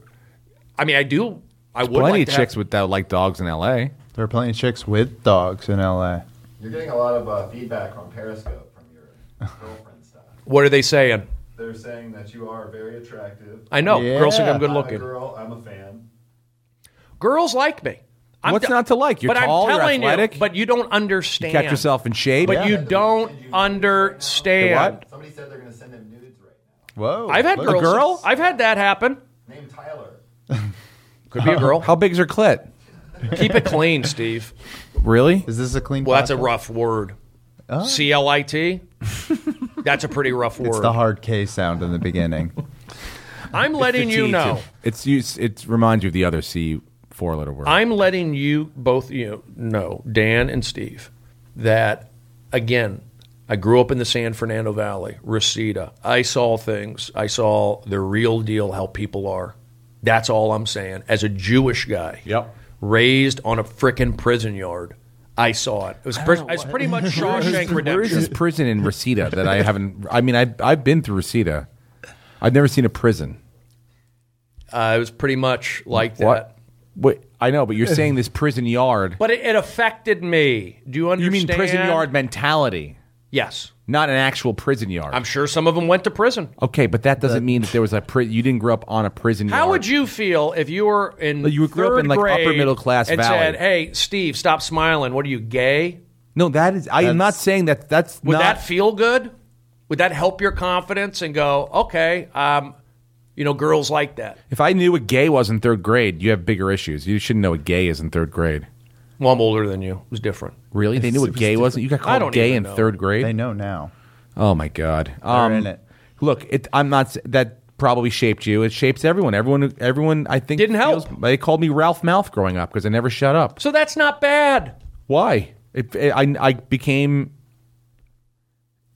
I mean I do. I would Plenty like of to chicks have, with that like dogs in LA. There are plenty of chicks with dogs in L.A. You're getting a lot of uh, feedback on Periscope from your girlfriend stuff. What are they saying? They're saying that you are very attractive. I know girls think Yeah. I'm good I'm a looking. girl. I'm a fan. Girls like me. I'm What's not to like? You're but tall, I'm you're telling athletic. you, but you don't understand. Catch yourself in shade. But Yeah. you Did don't did you- understand. what? Somebody said they're going to send him nudes right now. Whoa! I've had look. girls. girl? I've had that happen. Name Tyler. Could be a (laughs) girl. How big's her clit? Keep it clean, Steve. Really? Is this a clean? Well, that's a podcast? rough word. C L I T. That's a pretty rough word. It's the hard K sound in (laughs) the beginning. I'm letting you know. It's you it reminds you of the other C four letter word. I'm letting you both you know, Dan and Steve, that again, I grew up in the San Fernando Valley, Reseda. I saw things. I saw the real deal how people are. That's all I'm saying. As a Jewish guy, Yep. raised on a frickin' prison yard, I saw it. It was, pres- it's pretty much Shawshank Where is (laughs) this Redemption. prison in Reseda that I haven't? I mean, I've, I've been through Reseda. I've never seen a prison. Uh, it was pretty much like that. What? Wait, I know, but you're saying this prison yard. But it, it affected me. Do you You understand? mean prison yard mentality, Yes. not an actual prison yard. I'm sure some of them went to prison. okay, but that doesn't mean that there was a pri- you didn't grow up on a prison yard. How would you feel if you were in Like, you grew up third in, like, upper grade middle class and valley. said, "Hey, Steve, stop smiling. What are you gay?" No, that is. I am not saying that. That's Would not. that feel good? Would that help your confidence and go, "Okay, um, you know, girls like that." if I knew what gay was in third grade, you have bigger issues. You shouldn't know what gay is in third grade. Well, I'm older than you. It was different. Really, they knew what gay was. You got I called don't gay even in know. third grade. They know now. Oh my god, um, in it. Look, it, I'm not. s- That probably shaped you. It shapes everyone. Everyone. Everyone. I think Didn't help. They called me Ralph Mouth growing up because I never shut up. So that's not bad. Why? It, it- I I became.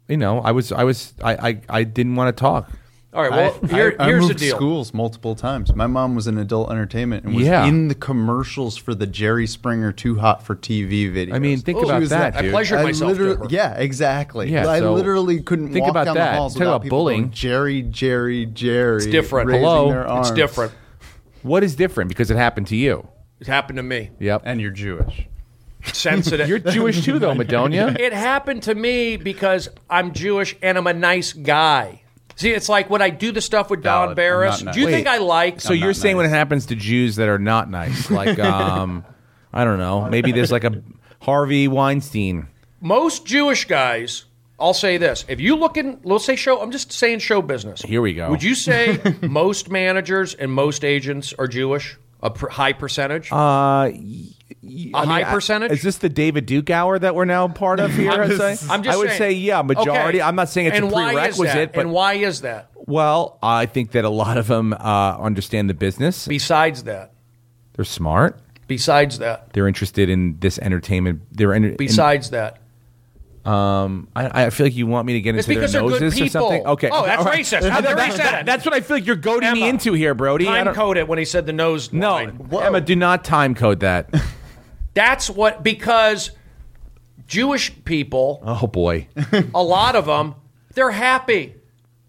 You know, I was I was I I, I didn't want to talk. All right. Well, I- here, I, here's moved the deal. schools multiple times. My mom was in adult entertainment and was Yeah. in the commercials for the Jerry Springer Too Hot for TV videos. I mean, think Oh, about was that, that- I dude. pleasured myself to literally- her. Yeah, exactly. Yeah, I so literally couldn't think walk about down that. the halls Talk without about people bullying. going, Jerry, Jerry, Jerry. It's different. raising Hello. their It's arms. different. What is different because it happened to you? It happened to (laughs) me. Yep. And you're Jewish. Sensitive. You're Jewish too, (laughs) though, Madonia. It happened to me because I'm Jewish and I'm a nice guy. See, it's like when I do the stuff with Don Valid. Barris. I'm not Do you nice. think I like? So you're saying when it happens to Jews that are not nice, (laughs) like um, I don't know, maybe there's like a Harvey Weinstein. most Jewish guys, I'll say this: if you look in, let's say show, I'm just saying show business. Here we go. Would you say most managers and most agents are Jewish? A pr- high percentage. Uh, a high percentage. Is this the David Duke hour that we're now part of here? I'd say? (laughs) I'm just I would saying- say yeah, majority. Okay. I'm not saying it's and a why is prerequisite, that? but and why is that? well, I think that a lot of them uh, understand the business. Besides that, They're smart. besides that, They're interested in this entertainment. They're enter- in- um, besides that. I, I feel like you want me to get It's into because their they're good noses or people. something. Okay. Oh, that's All right. racist. How dare you say that? That's what I feel like you're goading me Emma, into here, Brody. I Time don't- code it when he said the nose. No, line. Emma, do not time (laughs) code that. That's what because Jewish people, oh boy. a lot of them, they're happy.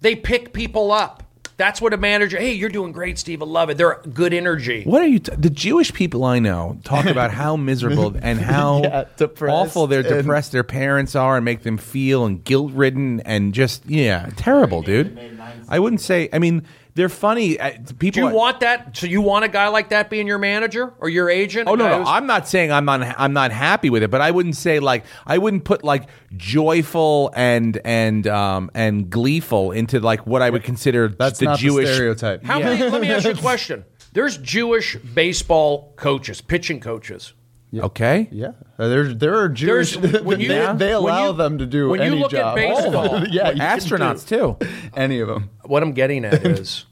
They pick people up. That's what a manager. Hey, you're doing great, Steve. I love it. They're good energy. What are you? T- the Jewish people I know (laughs) talk about how miserable and how Yeah, depressed awful their and- depressed their parents are and make them feel and guilt ridden and just yeah terrible, dude. I wouldn't say. I mean, they're funny. uh, Do People. you want that? So you want a guy like that being your manager or your agent? Oh A no, guy no, who's- I'm not saying I'm on. I'm not happy with it, but I wouldn't say like I wouldn't put like joyful and and um and gleeful into like what I would consider That's the not Jewish the stereotype. How many? Let me ask (laughs) you a question. There's Jewish baseball coaches, pitching coaches. Okay. Yeah, Uh, there there are Jewish. There's (laughs) when you they, when they allow you- them to do when you any look job. at baseball. (laughs) yeah, you can Astronauts too. (laughs) do any of them. what I'm getting at is,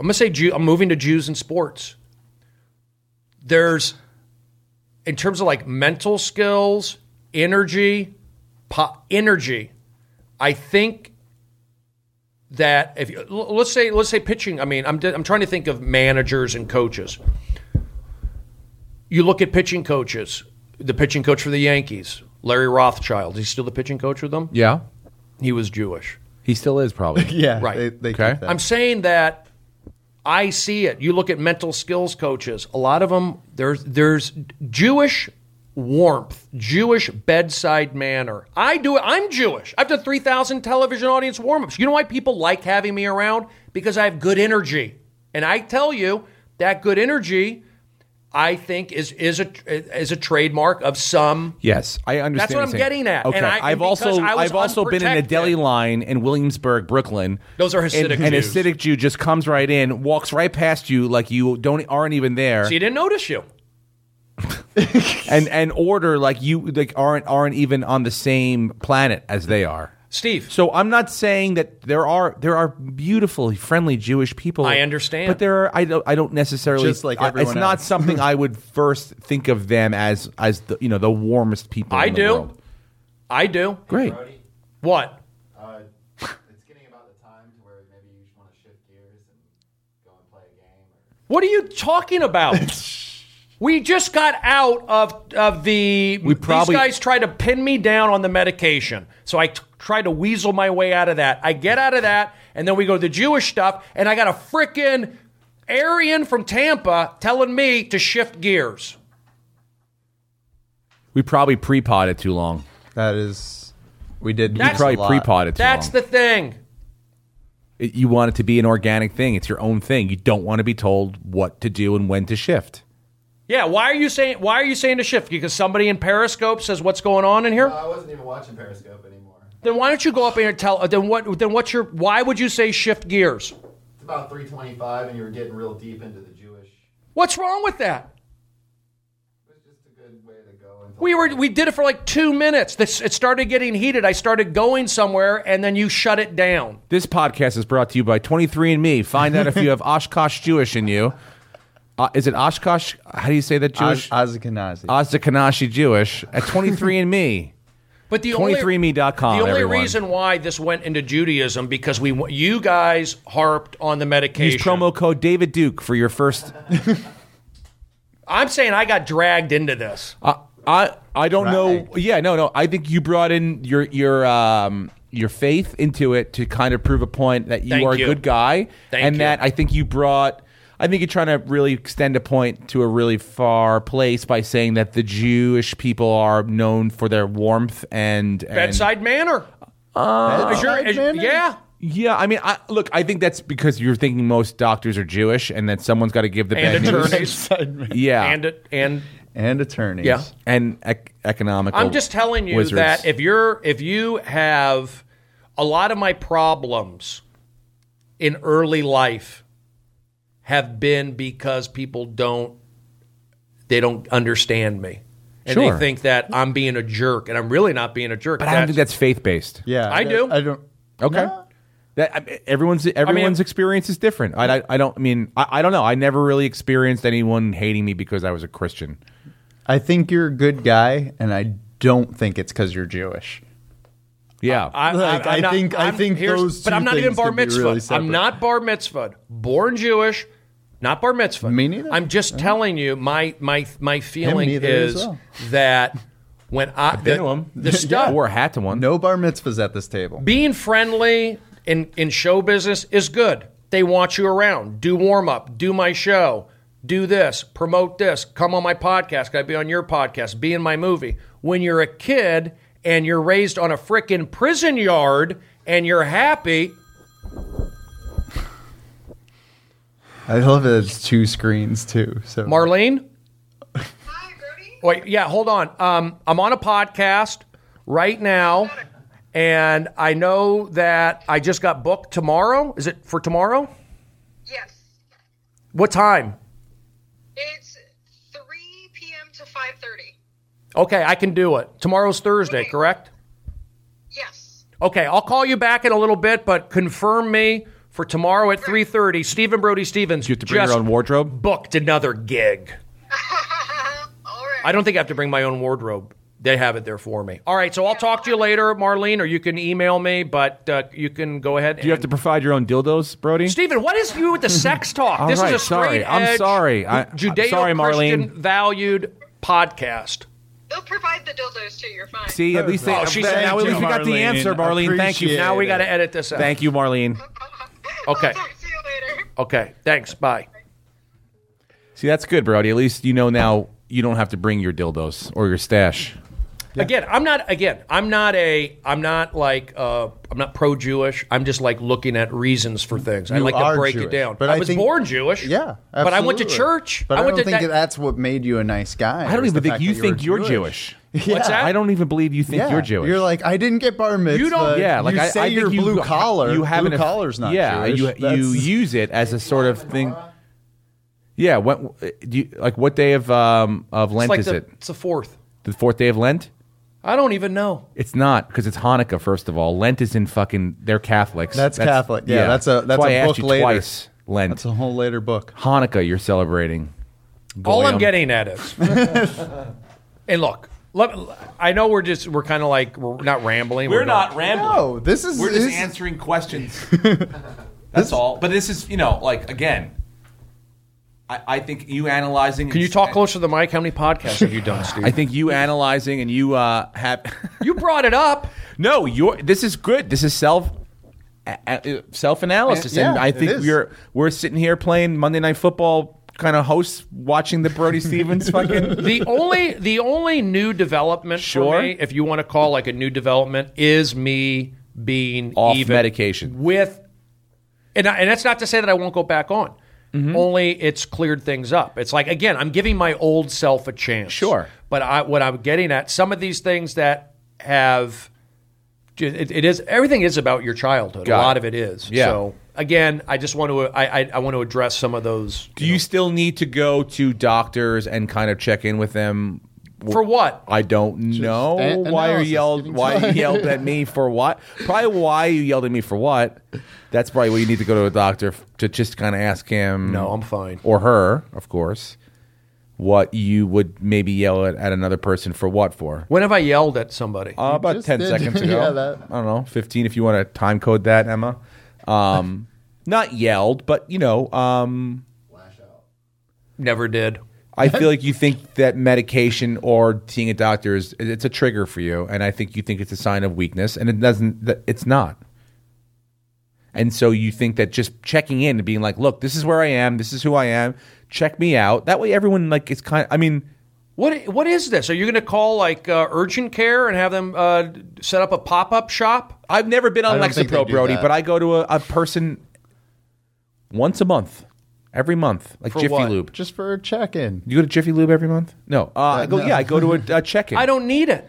I'm gonna say Jew, I'm moving to Jews in sports. There's, in terms of like mental skills, energy, po- energy. I think that if you, l- let's say let's say pitching. I mean, I'm di- I'm trying to think of managers and coaches. You look at pitching coaches. The pitching coach for the Yankees, Larry Rothschild. He's still the pitching coach with them. Yeah. He was Jewish. He still is probably. Yeah, Right. They, they Okay. keep that. I'm saying that I see it. You look at mental skills coaches. A lot of them there's there's Jewish warmth, Jewish bedside manner. I do it. I'm Jewish. I've done 3,000 television audience warm-ups. You know why people like having me around? Because I have good energy. And I tell you, that good energy I think is is a is a trademark of some Yes, I understand. That's what you're I'm saying. getting at, and Okay, I- and have also because I was I've also been in a unprotected. deli line in Williamsburg, Brooklyn. Those are Hasidic and, and Jews. Hasidic Jew just comes right in, walks right past you like you don't aren't even there, She didn't notice you. and and order like you like aren't aren't even on the same planet as they are. Steve. So I'm not saying that there are there are beautiful, friendly Jewish people. I understand. but there are I don't I don't necessarily Just like I- It's everyone not else. something I would first think of them as as the you know the warmest people. I in the do. world. I do. Great. Brody, What? uh, it's getting about the time to where maybe you just want to shift gears and go and play a game. Or What are you talking (laughs) about? we just got out of of the. We probably- these guys tried to pin me down on the medication, so I t- tried to weasel my way out of that. I get out of that, and then we go to the Jewish stuff, and I got a frickin' Arian from Tampa telling me to shift gears. We probably pre-pod it too long. That is, we did. That's- Probably a lot. pre-pod it too That's the long. thing. It- you want it to be an organic thing. It's your own thing. You don't want to be told what to do and when to shift. Yeah, why are you saying why are you saying to shift? Because somebody in Periscope says what's going on in here? I wasn't even watching Periscope anymore. Then why don't you go up here and tell? Then what? Then what's your? Why would you say shift gears? It's about 325, and you were getting real deep into the Jewish. What's wrong with that? It was just a good way to go. Until We were we did it for like two minutes. This it started getting heated. I started going somewhere, and then you shut it down. This podcast is brought to you by 23andMe. Find out (laughs) if you have Oshkosh Jewish in you. Uh, is it Oshkosh? How do you say that Oz- Jewish? Ozekinazi. Ozdekanashi Jewish (laughs) at 23andMe. But the only 23andMe.com. the only everyone. reason why this went into Judaism because we you guys harped on the medication. Use promo code David Duke for your first. I'm saying I got dragged into this. I I, I don't know. Right. Yeah, no, no. I think you brought in your your um your faith into it to kind of prove a point that you Thank are you. a good guy, Thank and you. that I think you brought. I think you're trying to really extend a point to a really far place by saying that the Jewish people are known for their warmth and, and Bedside manner. Uh, Is your- is- yeah. Yeah, I mean, I, look, I think that's because you're thinking most doctors are Jewish, and that someone's got to give the And bad news. attorneys. (laughs) Yeah, And it- and and attorneys. Yeah. and ec- economical. I'm just telling you wizards. that if you're if you have a lot of my problems in early life have been because people don't they don't understand me. And Sure. they think that I'm being a jerk and I'm really not being a jerk. but I don't think that's faith based. Yeah, I do. I don't. Okay. That I- everyone's everyone's experience is different. I, I, I don't I mean I, I don't know. I never really experienced anyone hating me because I was a Christian. I think you're a good guy, and I don't think it's because you're Jewish. Yeah, I, Like, I'm I not- think- I I'm- think here's- those But two I'm not even things bar could be mitzvah. really I'm separate. not bar mitzvah. Born Jewish, not bar mitzvah. Me neither. I'm just telling you my my my feeling neither is as well. that when I the, (laughs) (laughs) the I stuff wore a hat to one. No bar mitzvahs at this table. being friendly in in show business is good. They want you around. Do warm up. Do my show. Do this. Promote this. Come on my podcast. Can I be on your podcast? Be in my movie. When you're a kid and you're raised on a frickin' prison yard and you're happy, I love it. It's two screens too. So Marlene. Hi, Brody. Wait, yeah, hold on. Um, I'm on a podcast right now, and I know that I just got booked tomorrow. Is it for tomorrow? Yes. What time? It's 3 p.m. to 5:30. Okay, I can do it. Tomorrow's Thursday, correct? Yes. Okay, I'll call you back in a little bit, but confirm me for tomorrow at 3.30. Stephen Brody Stevens you have to bring just your own wardrobe. booked another gig. (laughs) All right. I don't think I have to bring my own wardrobe. They have it there for me. All right, so I'll talk to you later, Marlene, or you can email me, but uh, you can go ahead Do you have to provide your own dildos, Brody? Steven, what is you with the (laughs) sex talk? All this right, is a straight sorry. I'm edge, sorry. I- I'm Judeo-Christian sorry, Marlene. valued podcast. They'll provide the dildos too. You're fine. (laughs) See, at least they, Oh, she said now at thank least we you, got the Marlene. answer, Marlene. Thank you. Appreciate Now we it. got to edit this out. Thank you, Marlene. Okay. I'll talk to Oh, you later. Okay, thanks. Bye. See, that's good, Brody. At least you know now you don't have to bring your dildos or your stash. Again, I'm not. Again, I'm not a. I'm not like. Uh, I'm not pro-Jewish. I'm just like looking at reasons for things. I You like to are break it Jewish, down. but I, I was think- born Jewish. yeah, but I went to absolutely. church. But I, went don't to think that- that's what made you a nice guy. I don't is the even think fact you that think were you're Jewish. What's that? I don't even believe you think Yeah. you're Jewish. You're like I didn't get bar mitzvah. You don't- yeah, like you I, say I think you're you- blue collar. You have blue an aff- collar's not yeah, Jewish. you you That's- (laughs) use it as a sort of thing. Yeah, what do you like? What day of um of It's Lent like is the, it? It's the fourth. The fourth day of Lent? I don't even know. It's not because it's Hanukkah. First of all, Lent is in fucking they're Catholics. That's Catholic. Yeah, that's a- that's why a I asked book you later. twice. Lent That's a whole later book. Hanukkah you're celebrating. All I'm Goyim. getting at (laughs) is, and look, let, I know we're just we're kind of like we're not rambling. We're, going- rambling. No, this is We're just this- answering questions. (laughs) That's all. But this is, you know, like again, I, I think you analyzing. Can you talk closer to the mic? How many podcasts have you done, Steve? (laughs) I think you analyzing and you uh, have. (laughs) you brought it up. no, you're. This is good. This is self. self analysis, and Yeah, I it think is. we're we're sitting here playing Monday Night Football kind of hosts, watching the Brody Stevens (laughs) fucking. The only the only new development Sure. for me, if you want to call like a new development, is me being Off even medication. with, and I, and that's not to say that I won't go back on. Mm-hmm. Only it's cleared things up. It's like again, I'm giving my old self a chance. Sure. but I, what I'm getting at, some of these things that have, it, it is everything is about your childhood. Got a it. lot of it is. Yeah. So again, I just want to I I, I want to address some of those. Do you still need to go to doctors and kind of check in with them? For what? I don't know. an- why are you analysis, yelled? giving Why you yelled at me for what? Probably why you yelled at me for what? That's probably where you need to go to a doctor f- to just kind of ask him. No, I'm fine. Or her, of course. What you would maybe yell at, at another person for what for? When have I yelled at somebody? Uh, about just ten did. (laughs) seconds ago. Yeah, that- I don't know, fifteen if you want to time code that, Emma. (laughs) Um, not yelled, but you know, um, Never did. I feel like you think that medication or seeing a doctor is it's a trigger for you, and I think you think it's a sign of weakness, and it doesn't. that- It's not. And so you think that just checking in and being like, "Look, this is where I am. This is who I am. Check me out." That way, everyone like it's kind. I mean, What what is this? Are you going to call like uh, urgent care and have them uh, set up a pop up shop? I've never been on I don't think they Lexapro, do Brody, that. but I go to a, a person once a month, every month, like For Jiffy what? Lube. Just for a check-in. You go to Jiffy Lube every month? No, uh, I go. no. Yeah, I go to (laughs) a, a check-in. I don't need it.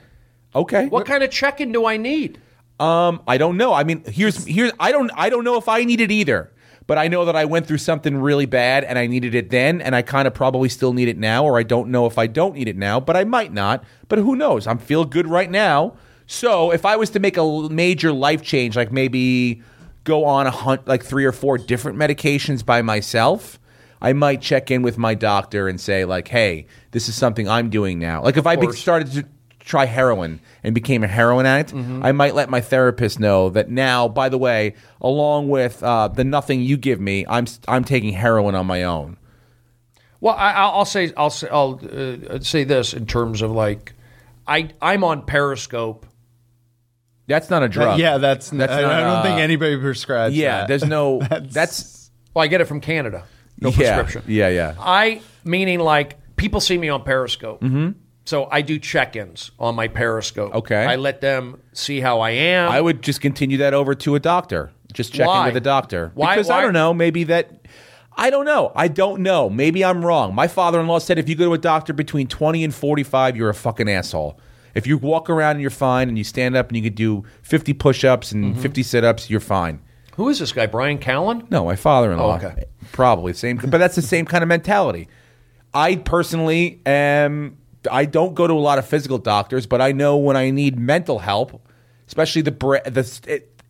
Okay. What kind of check in do I need? Um, I don't know. I mean, here's here's I don't I don't know if I need it either. But I know that I went through something really bad and I needed it then, and I kind of probably still need it now, or I don't know if I don't need it now, but I might not. But who knows? I'm feel good right now. So if I was to make a l- major life change, like maybe go on a hunt, like three or four different medications by myself, I might check in with my doctor and say like, "Hey, this is something I'm doing now." Like if I be- course. started to try heroin and became a heroin addict, I might let my therapist know that now. By the way, along with uh, the nothing you give me, I'm s- I'm taking heroin on my own. Well, I, I'll I'll say I'll say, I'll uh, say this in terms of like I I'm on Periscope. That's not a drug. Uh, yeah, that's. That's I, not, I don't uh, think anybody prescribes. yeah. that. There's no. that's That's- Well, I get it from Canada. No yeah, prescription. Yeah, yeah. I meaning like people see me on Periscope. Mm-hmm. So I do check-ins on my Periscope. Okay. I let them see how I am. I would just continue that over to a doctor. Just check in Why? with a doctor. Why- Because I why- don't know. Maybe that. I don't know. I don't know. Maybe I'm wrong. My father-in-law said if you go to a doctor between 20 and 45, you're a fucking asshole. If you walk around and you're fine, and you stand up and you could do 50 push-ups and Mm-hmm. 50 sit-ups, you're fine. Who is this guy? Brian Callen? No, my father-in-law. Oh, okay. Probably same, but that's the same kind of mentality. I personally am. I don't go to a lot of physical doctors, but I know when I need mental help, especially the bre- the st- it,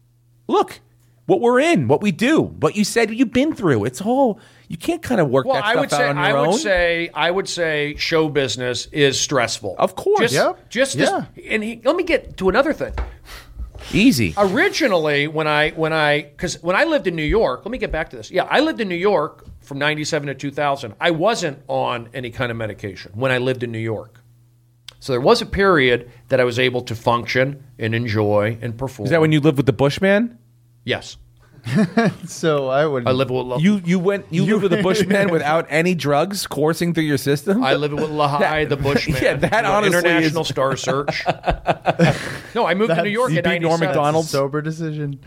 look what we're in, what we do, what you said you've been through. It's all you can't kind of work Well, that I stuff would out say on your I own. would say I would say show business is stressful. Of course. just, Yep. just this- and he, let me get to another thing. Easy. Originally, when I when I because when I lived in New York, let me get back to this. Yeah, I lived in New York from '97 to 2000. I wasn't on any kind of medication when I lived in New York. So there was a period that I was able to function and enjoy and perform. Is that when you lived with the Bushman? Yes, So I would. I live with La- You you went you, lived with (laughs) the Bushman without any drugs coursing through your system. I live with Lahai, the Bushman. Yeah, that the honestly is- (laughs) international star search. no, I moved to New York. You at beat Norm 97. MacDonald. sober decision.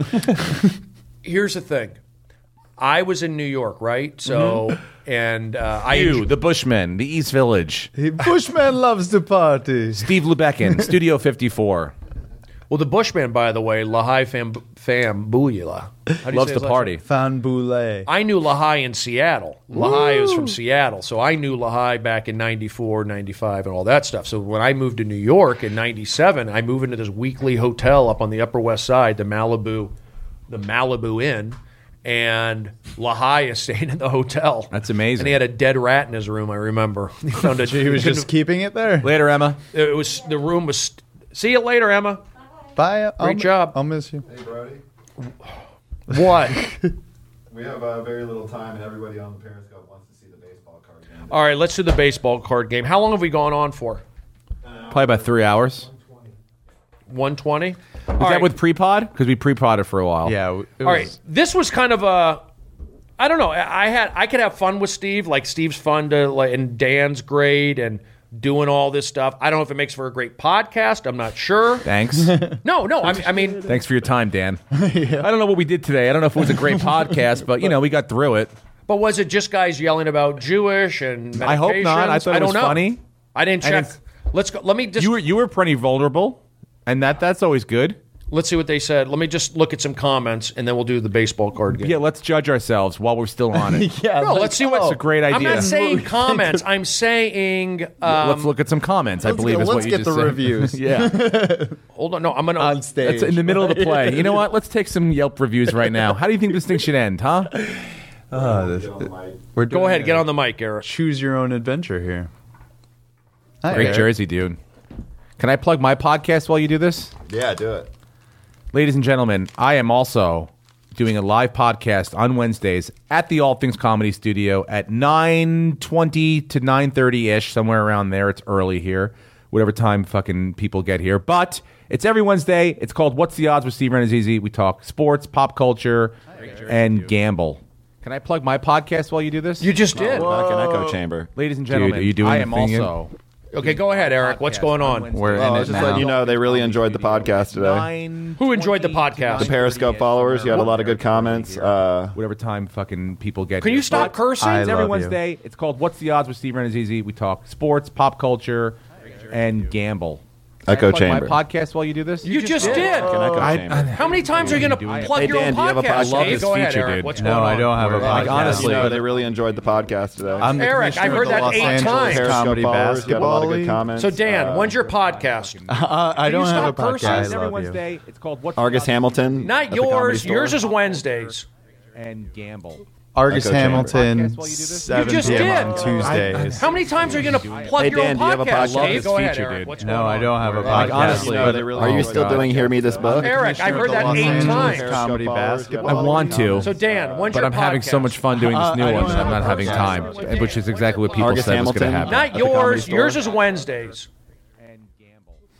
Here's the thing: I was in New York, right? So, Mm-hmm. and uh, I you, the Bushman, the East Village. The Bushman loves to party. Steve Lubekin, (laughs) Studio 54. well, the Bushman, by the way, Lahai Fam Fambula Loves to party. Fan Boulay. I knew Lahai in Seattle. Lahai is from Seattle, so I knew Lahai back in 94, 95, and all that stuff. So when I moved to New York in 97, I moved into this weekly hotel up on the Upper West Side, the Malibu, the Malibu Inn, and Lahai is (laughs) staying in the hotel. That's amazing. And he had a dead rat in his room, I remember. (laughs) He found a, He was just keeping it there. Later, Emma. it was the room was see you later, Emma. Bye. I'll, Great job. I'll miss you. Hey, Brody. (laughs) What? We have uh, very little time, and everybody on the Periscope wants to see the baseball card game. all right, let's do the baseball card game. How long have we gone on for? Probably about three hours. 120. All Is right. that with pre-pod? Because we pre-podded for a while. Yeah. w- It was, All right. This was kind of a I don't know. I I had I could have fun with Steve. Like Steve's fun to like and Dan's great and doing all this stuff. I don't know if it makes for a great podcast. I'm not sure. Thanks. (laughs) No, no. I mean, I mean Thanks for your time, (laughs) Dan. I don't know what we did today. I don't know if it was a (laughs) great podcast, but you know, we got through it. but was it just guys yelling about Jewish and I hope not. I medications? thought it don't was know. funny. I didn't And check. it's- Let's go. Let me just You were you were pretty vulnerable, and that that's always good. let's see what they said. Let me just look at some comments and then we'll do the baseball card game. Yeah, let's judge ourselves while we're still on (laughs) it. Yeah. oh, No, like- let's see what. That's a great I'm idea. not (laughs) saying comments. I'm saying. Um, let's look at some comments. I let's believe get- is what let's you get just the said. reviews. (laughs) yeah, hold on. No, I'm gonna. on stage. that's in the middle (laughs) of the play. You know what? Let's take some Yelp reviews right now. How do you think this thing should end, (laughs) huh? We're go doing ahead. a Get on the mic, Eric. Choose your own adventure here. Hi, Great Eric. jersey, dude. Can I plug my podcast while you do this? Yeah, do it. Ladies and gentlemen, I am also doing a live podcast on Wednesdays at the All Things Comedy Studio at 9:20 to 9:30ish, somewhere around there. It's early here, whatever time fucking people get here. But it's every Wednesday. It's called What's the Odds with Steve Renazizi. We talk sports, pop culture, and gamble. Can I plug my podcast while you do this? You just did. Back in Oh. echo chamber. Ladies and gentlemen, are you doing I am the thing yet? also Okay, go ahead, Eric. What's podcast going on? Wednesdays. We're in I it was just now. letting you know they really enjoyed the podcast today. Nine Who enjoyed the 20 to podcast? The 9:30 Periscope -ish, followers, you had a somewhere lot of good around there. comments. Uh, whatever time fucking people get. Can here. you stop But cursing? I It's every love Wednesday. It's called "What's the Odds" with Steve Renazizi. We talk sports, pop culture, and gamble. Can I Echo plug chamber. My podcast while you do this. you just did. an echo I- chamber. I- How many times are you going to plug Hey, your own Dan, do you have a podcast? podcast? Love Hey, this go ahead, feature, Eric. dude. What's No, going on? I don't have a like, podcast. honestly, No, they really enjoyed the podcast today. I'm the Eric, commissioner I've heard of the that Los eight Angeles times. Periscope Comedy followers, you had a lot of basketball good league. (laughs) comments. So Dan, Uh, when's your podcast? Uh, I don't have a stop cursing? podcast. It's I every love Wednesday. It's called "What's the Odds Argus with Hamilton? at Not the Comedy yours. Store. Yours is Wednesdays. Steve Renazizi and gamble. you. Argus Echo chamber. Hamilton, Podcast while you do this? 7 You just p.m. did. on Tuesdays. How many times are you going to plug Hey, your own Dan, do you have a podcast? podcast? I love Hey, this go ahead, feater, Eric. dude. What's no, going I on? don't have a Like, podcast. honestly, but they really are you still enjoyed doing it. Hear Me This Book? Eric, I've heard Commissioner that of the eight Los Angeles times. Comedy Comedy basketball. basketball. I want to. So Dan, when's But your I'm having so podcast? much fun doing this Uh, new I one, don't and I'm have not a having podcast. time, What's which is exactly what people Argus said was going Hamilton? to happen. Not the Comedy yours. Store. Yours is Wednesdays.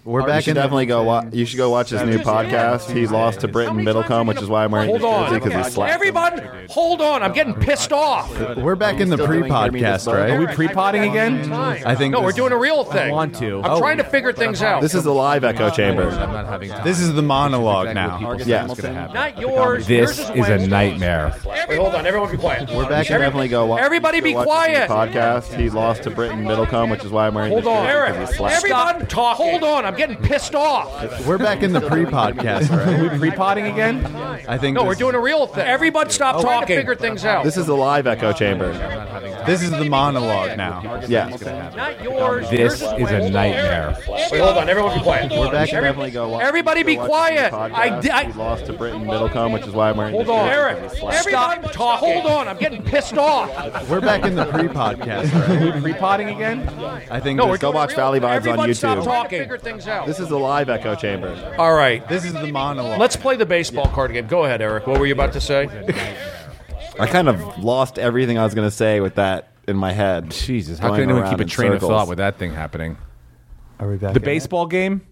We're You back should in definitely go. Wa- you should go watch his new Just did. podcast. He lost to How Britton many times are Middlecombe, you which gonna- is why I'm wearing Hold this on. jersey because he slapped. Everybody, hold on. I'm getting pissed off. We're back in the still doing Hear Me pre-podcast, This Book? right? we pre-potting again? I think no. We're this- doing a real thing. want to. I'm Oh. trying to figure things out. This is the live echo I'm chamber. not having time. This is the monologue now. Argus Yeah. Hamilton. not yours. This yours is a Wednesdays. nightmare. Wait, hold on. Everyone, be quiet. We're back. Every- Definitely go. Watch, Everybody, you should be watch his quiet. new Podcast. He lost to Britton Middlecombe, which is why I'm wearing Hold this on, jersey Eric. because he slapped. Everyone, talk. Hold on. I'm getting pissed off. We're back in the pre-podcast, we (laughs) right? pre-potting again? I think No, we're this- doing a real thing. Everybody, stop trying to talking. figure things out. This is the live echo chamber. This is the monologue now. Yeah. not yours. This yours is a Wednesdays. nightmare. Wait, hold on. Everyone, be quiet. We're back. Every- Definitely go. Watch, Everybody, go be watch his quiet. new I, podcast. di- he I lost to Britton Middlecombe, which is why I'm wearing Hold this on, jersey Eric. because he slapped. Everybody, talk. Hold on. I'm getting pissed off. We're back in the pre-podcast, right? We pre-potting again? I think No, this- we're Go doing a watch real- Valley Vibes on Everybody Stop YouTube. talking. Figure things out. This is the live echo chamber. All right. this is the monologue. Let's play the baseball card game. Go ahead, Eric. What were you about to say? I kind of lost everything I was going to say with that in my head. Jesus, how Going can anyone around keep a in train of circles. thought with that thing happening? Are we back? The baseball game,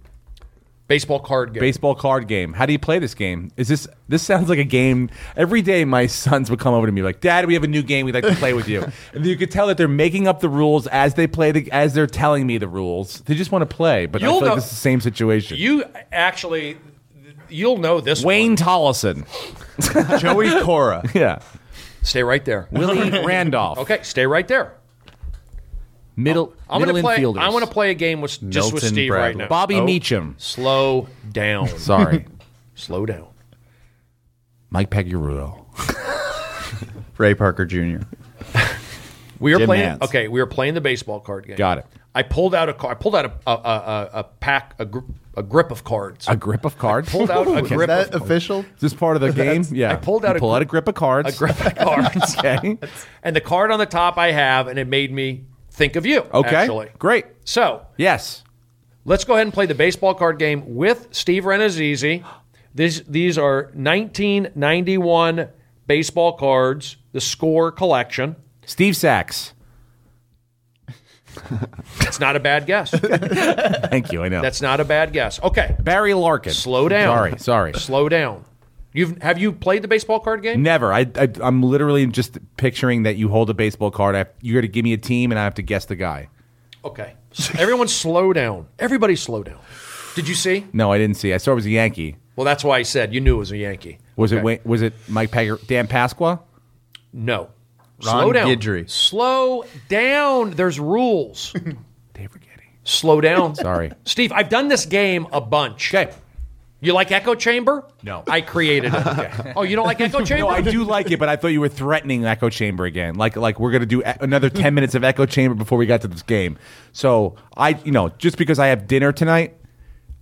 Baseball card game. baseball card game. How do you play this game? Is this this sounds like a game? Every day, my (laughs) sons would come over to me like, "Dad, we have a new game. We'd like to play with (laughs) you." and you could tell that they're making up the rules as they play, the, as they're telling me the rules. They just want to play, but I You'll feel like know- this is the same situation. You actually, you'll know this. Wayne one. Tollison, (laughs) Joey Cora. (laughs) yeah, stay right there. (laughs) Willie Randolph, Okay, stay right there. middle I'm middle gonna play. infielders. I want to play a game with just with Milton Steve right Bradley. now. Bobby Meacham. Slow down. Oh. (laughs) Sorry, Slow down. Mike Paggiarullo. Ray Parker Jr. We are Jim playing. Nance. Okay, we are playing the baseball card game. Got it. I pulled out a car. I pulled out a a, a, a pack a, gr- a grip of cards. A grip of cards. pulled out a Is grip. that of, official? (laughs) Uh, Is this part of (laughs) the game? Yeah. I pulled out You a pull gr- out (laughs) a grip of cards. a (laughs) grip of cards. (laughs) Okay. and the card on the top I have, and it made me think of you. Okay. actually. Great. So Yes. Let's go ahead and play the baseball card game with Steve Renazizi. These these are 1991 baseball cards, the score collection. Steve Sachs. It's not a bad (laughs) guess. Thank you. I know. That's not a bad guess. Okay, Barry Larkin. slow down. Sorry, sorry. Slow down. You've have you played the baseball card game? Never. I, I I'm literally just picturing that you hold a baseball card. I, you're to give me a team, and I have to guess the guy. Okay. Everyone, slow down. Everybody, slow down. Did you see? No, I didn't see. I saw it was a Yankee. Well, that's why I said you knew it was a Yankee. Was Okay. it it was it Mike Packer, Dan Pasqua? No. Ron slow down. Guidry. Slow down. There's rules. (laughs) Dave Rigetti. slow down. Sorry. Steve, I've done this game a bunch. Okay. You like Echo Chamber? No. I created it. (laughs) Oh, you don't like Echo Chamber? (laughs) No, I do like it, but I thought you were threatening echo chamber again. Like like we're gonna do a- another ten minutes of echo chamber before we got to this game. So I you know just because I have dinner tonight,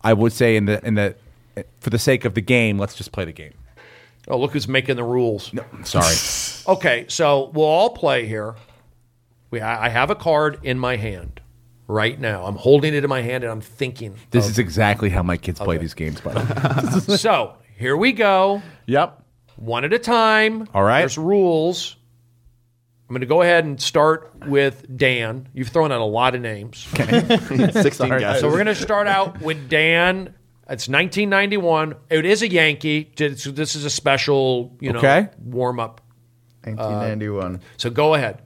I would say in the in the for the sake of the game, let's just play the game. Oh, look who's making the rules. (laughs) Sorry. Okay, so we'll all play here. We, I I have a card in my hand right now. I'm holding it in my hand and I'm thinking. This is exactly how my kids play these games. By the way. so here we go. (laughs) yep. one at a time. All right. There's rules. I'm going to go ahead and start with Dan. You've thrown out a lot of names. 16 guesses. So we're going to start out with Dan. It's 1991. It is a Yankee. So this is a special, you know, Okay. warm up. 1991. So go ahead.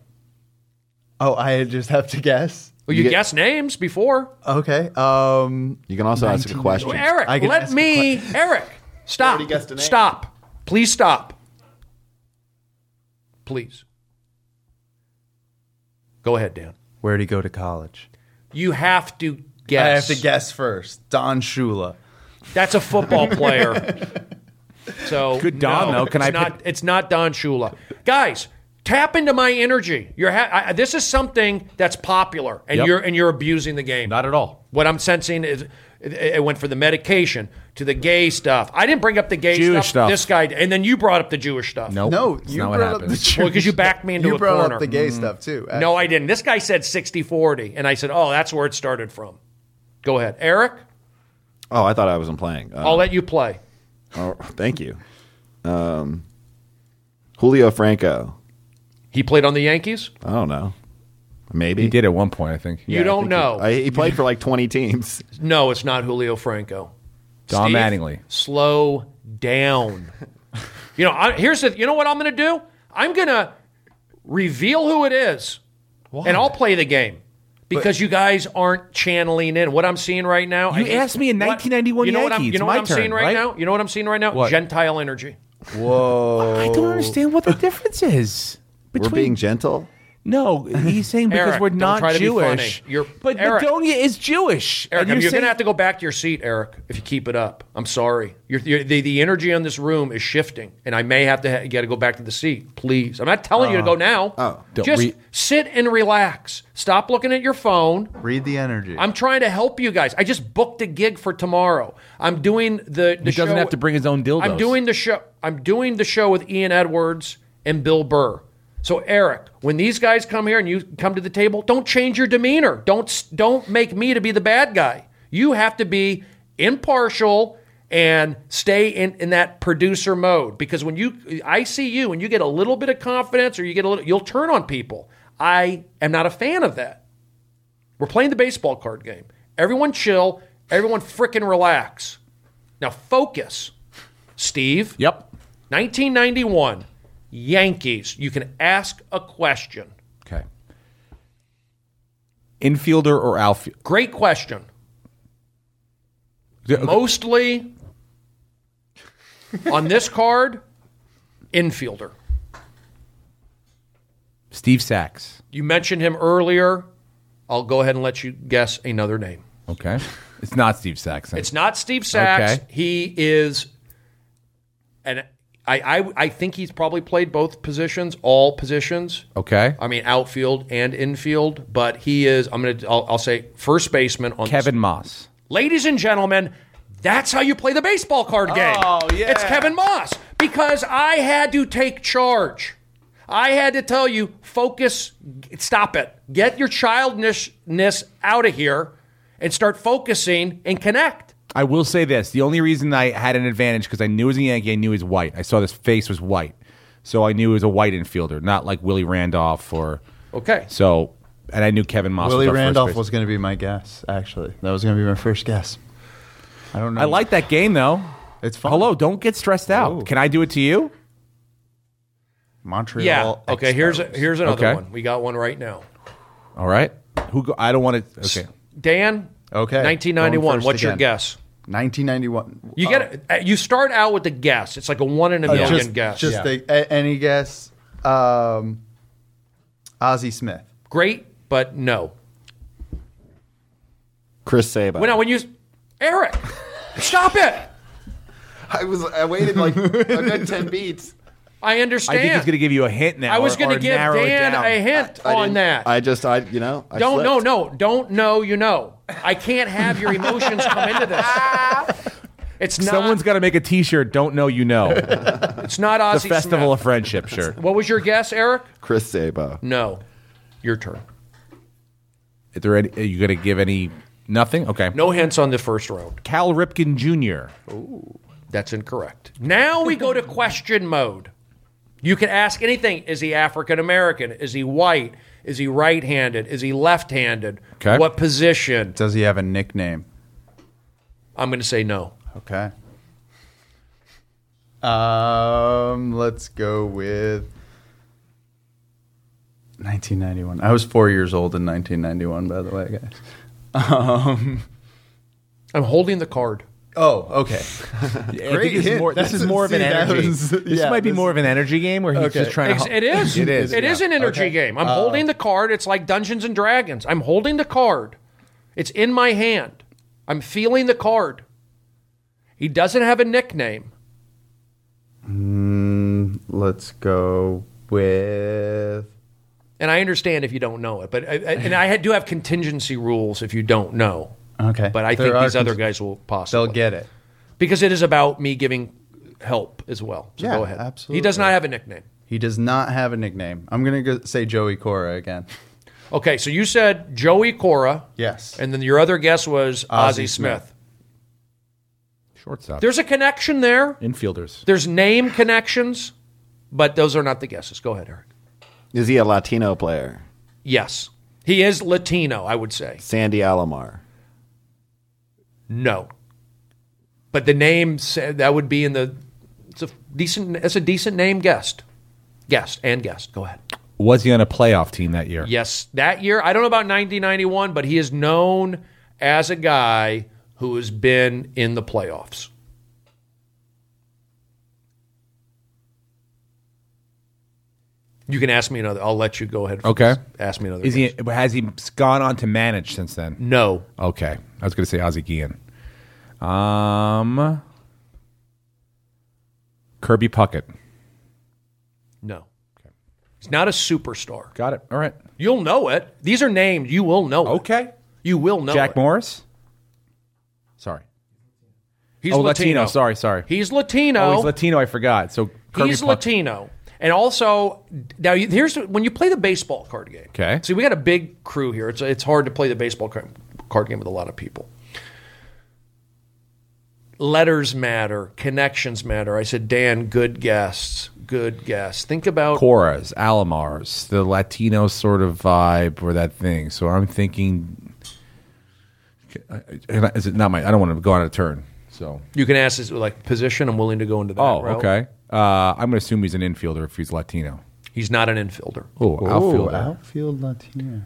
oh, I just have to guess. Well, you, get- guessed names before. Okay. Um, you can also ask a question. Eric, I can let ask a me. Eric, stop. already guessed a name. Stop. Please stop. Please. Go ahead, Dan. where'd he go to college? You have to guess. I have to guess first. Don Shula. That's a football (laughs) player. So Good Don, no, though. Can it's I Not, it's not Don Shula, guys. Tap into my energy. You're ha- I, I- this is something that's popular, and Yep. you're and you're abusing the game. Not at all. What I'm sensing is it, it went from the medication to the gay stuff. I didn't bring up the gay Jewish stuff. This guy, and then you brought up the Jewish stuff. Nope. No, That's you not what brought up happens. the Jewish Well, 'cause you backed me into you a brought corner. up the gay stuff too. No, actually. I didn't. This guy said 60 40, and I said, oh, that's where it started from. Go ahead. Eric, Oh, I thought I wasn't playing. Uh, Uh-huh. I'll let you play. oh, thank you. Um, Julio Franco. He played on the Yankees. I don't know. Maybe. He did at one point, I think. You don't know. I, he played for like 20 teams. No, it's not Julio Franco. Don Steve, Mattingly. Slow down. you know, I, here's the. You know what I'm going to do? I'm going to reveal who it is, and I'll play the game because you guys aren't channeling in what I'm seeing right now. You I- asked me in what- 1991 You know what I'm, Yankee. you It's know what my I'm seeing turn, right, right? now? You know what I'm seeing right now? What? Gentile energy. Whoa. I don't understand what the (laughs) difference is. We're being gentle. No, he's saying because Eric, we're don't not try to be Jewish. funny. You're- but Eric. Macedonia is Jewish. Eric, and I mean, you're saying- going to have to go back to your seat, Eric, if you keep it up. I'm sorry. You're, you're, the, the energy in this room is shifting, and I may have to ha- got to go back to the seat. Please, I'm not telling you to go now. Oh. Uh-huh. Don't just re- sit and relax. Stop looking at your phone. Read the energy. I'm trying to help you guys. I just booked a gig for tomorrow. I'm doing the. the He doesn't show- have to bring his own dildos. I'm doing the show. I'm doing the show with Ian Edwards and Bill Burr. So Eric, when these guys come here and you come to the table, don't change your demeanor. Don't s- don't make me to be the bad guy. You have to be impartial and stay in, in that producer mode because when you I see you and you get a little bit of confidence or you get a little you'll turn on people. I am not a fan of that. We're playing the baseball card game. Everyone chill. Everyone frickin' relax. Now focus. Steve. Yep. 1991. Yankees. You can ask a question. Okay. Infielder or outfield? Great question. Mostly on this card, infielder. Steve Sachs. You mentioned him earlier. I'll go ahead and let you guess another name. Okay. (laughs) It's not Steve Sachs. then. It's not Steve Sachs. Okay. He is, and I, I I think he's probably played both positions, all positions. okay. I mean, outfield and infield. But he is. I'm gonna. I'll, I'll say first baseman on Kevin Moss. Ladies and gentlemen, that's how you play the baseball card game. Oh, yeah. It's Kevin Moss because I had to take charge. I had to tell you, focus, g- stop it. Get your childishness out of here and start focusing and connect. I will say this: the only reason I had an advantage because I knew he was a Yankee, I knew he's white. I saw this face was white, so I knew he was a white infielder, not like Willie Randolph or. Okay. So and I knew Kevin Moss. was Willie our first Randolph base- was going to be my guess. Actually, that was going to be my first guess. I don't know. I like that game though. It's fun. Hello, don't get stressed out. Ooh. Can I do it to you? Montreal. Yeah. Okay. Here's a, Expos. here's another Okay. one. We got one right now. All right. Who? Go, I don't want to. Okay. Dan. Okay. 1991. Going first What's your again. guess? 1991. You get uh, you start out with the guess. It's like a one in a Uh, million just, guess. Just a- a- any guess. Um, Ozzie Smith. Great, but no. Chris Saba. When, now, when you Eric, stop it. I was I waited like (laughs) a good ten beats. I understand. I think he's going to give you a hint now. I was or- gonna or give narrow it Dan down. a hint I on didn't- that. I just I you know I don't no slipped. no don't know you know. I can't have your emotions come into this. It's not. Someone's got to make a T-shirt. Don't know you (laughs) know. the it's not Ozzy Festival Smith. of Friendship shirt. What was your guess, Eric? Chris Saba. No. Your turn. Is there any, are you going to give any? Nothing. Okay. No hints on the first round. Cal Ripken Jr. That's incorrect. Now we go to question mode. You can ask anything. Is he African American? Is he white? Is he right handed? Is he left handed? Okay. What position? Does he have a nickname? I'm going to say no. Okay. Um, let's go with 1991. I was four years old in 1991, by the way, guys. Um, I'm holding the card. oh, okay. I think this hint. Is more, this That's is a- more of an see, that energy. was- this yeah, might be this- more of an energy game where he's Okay. just trying Ex- to. It is. It is. It yeah. Uh, an energy Okay. game. I'm holding the card. It's like Dungeons and Dragons. I'm holding the card. It's in my hand. I'm feeling the card. He doesn't have a nickname. Mm, Let's go with. And I understand if you don't know it, but I, I- and I do have contingency rules if you don't know. Okay. But I There think are these other cons- guys will possibly They'll get it. because it is about me giving help as well. So Yeah, go ahead. He absolutely. does not have a nickname. He does not have a nickname. I'm going to go say Joey Cora again. Okay, so you said Joey Cora, Yes. and then your other guess was Ozzie Ozzie Smith. Smith. Shortstop. There's a connection there. infielders. There's name connections, but those are not the guesses. Go ahead, Eric. Is he a Latino player? Yes. He is Latino, I would say. Sandy Alomar. No. But the name sa- that would be in the it's a decent it's a decent name guest. Guest and guest. Go ahead. Was he on a playoff team that year? Yes, that year, I don't know about 1991, but he is known as a guy who has been in the playoffs. You can ask me another. I'll let you go ahead. for Okay. this. Ask me another. Is he? question. Has he gone on to manage since then? No. Okay, I was going to say Ozzie Guillen. Um, Kirby Puckett. No. He's not a superstar. Got it. All right. You'll know it. These are names. You will know it. Okay. You will know Jack it. Morris. Sorry. He's oh, Latino. Latino. Sorry, sorry. He's Latino. Oh, he's Latino. I forgot. So Kirby he's Puckett. Latino. And also, now you- here's when you play the baseball card game. Okay. See, we got a big crew here. It's, it's hard to play the baseball card, card game with a lot of people. Letters matter, connections matter. I said, Dan, good guess, good guess. Think about Coras, Alomars, the Latino sort of vibe or that thing. So I'm thinking, is it not my? I don't want to go on a turn. So you can ask this like position. I'm willing to go into that. oh, route. okay. Uh, I'm going to assume he's an infielder if he's Latino. He's not an infielder. Oh, Ooh, outfielder. outfield Latino.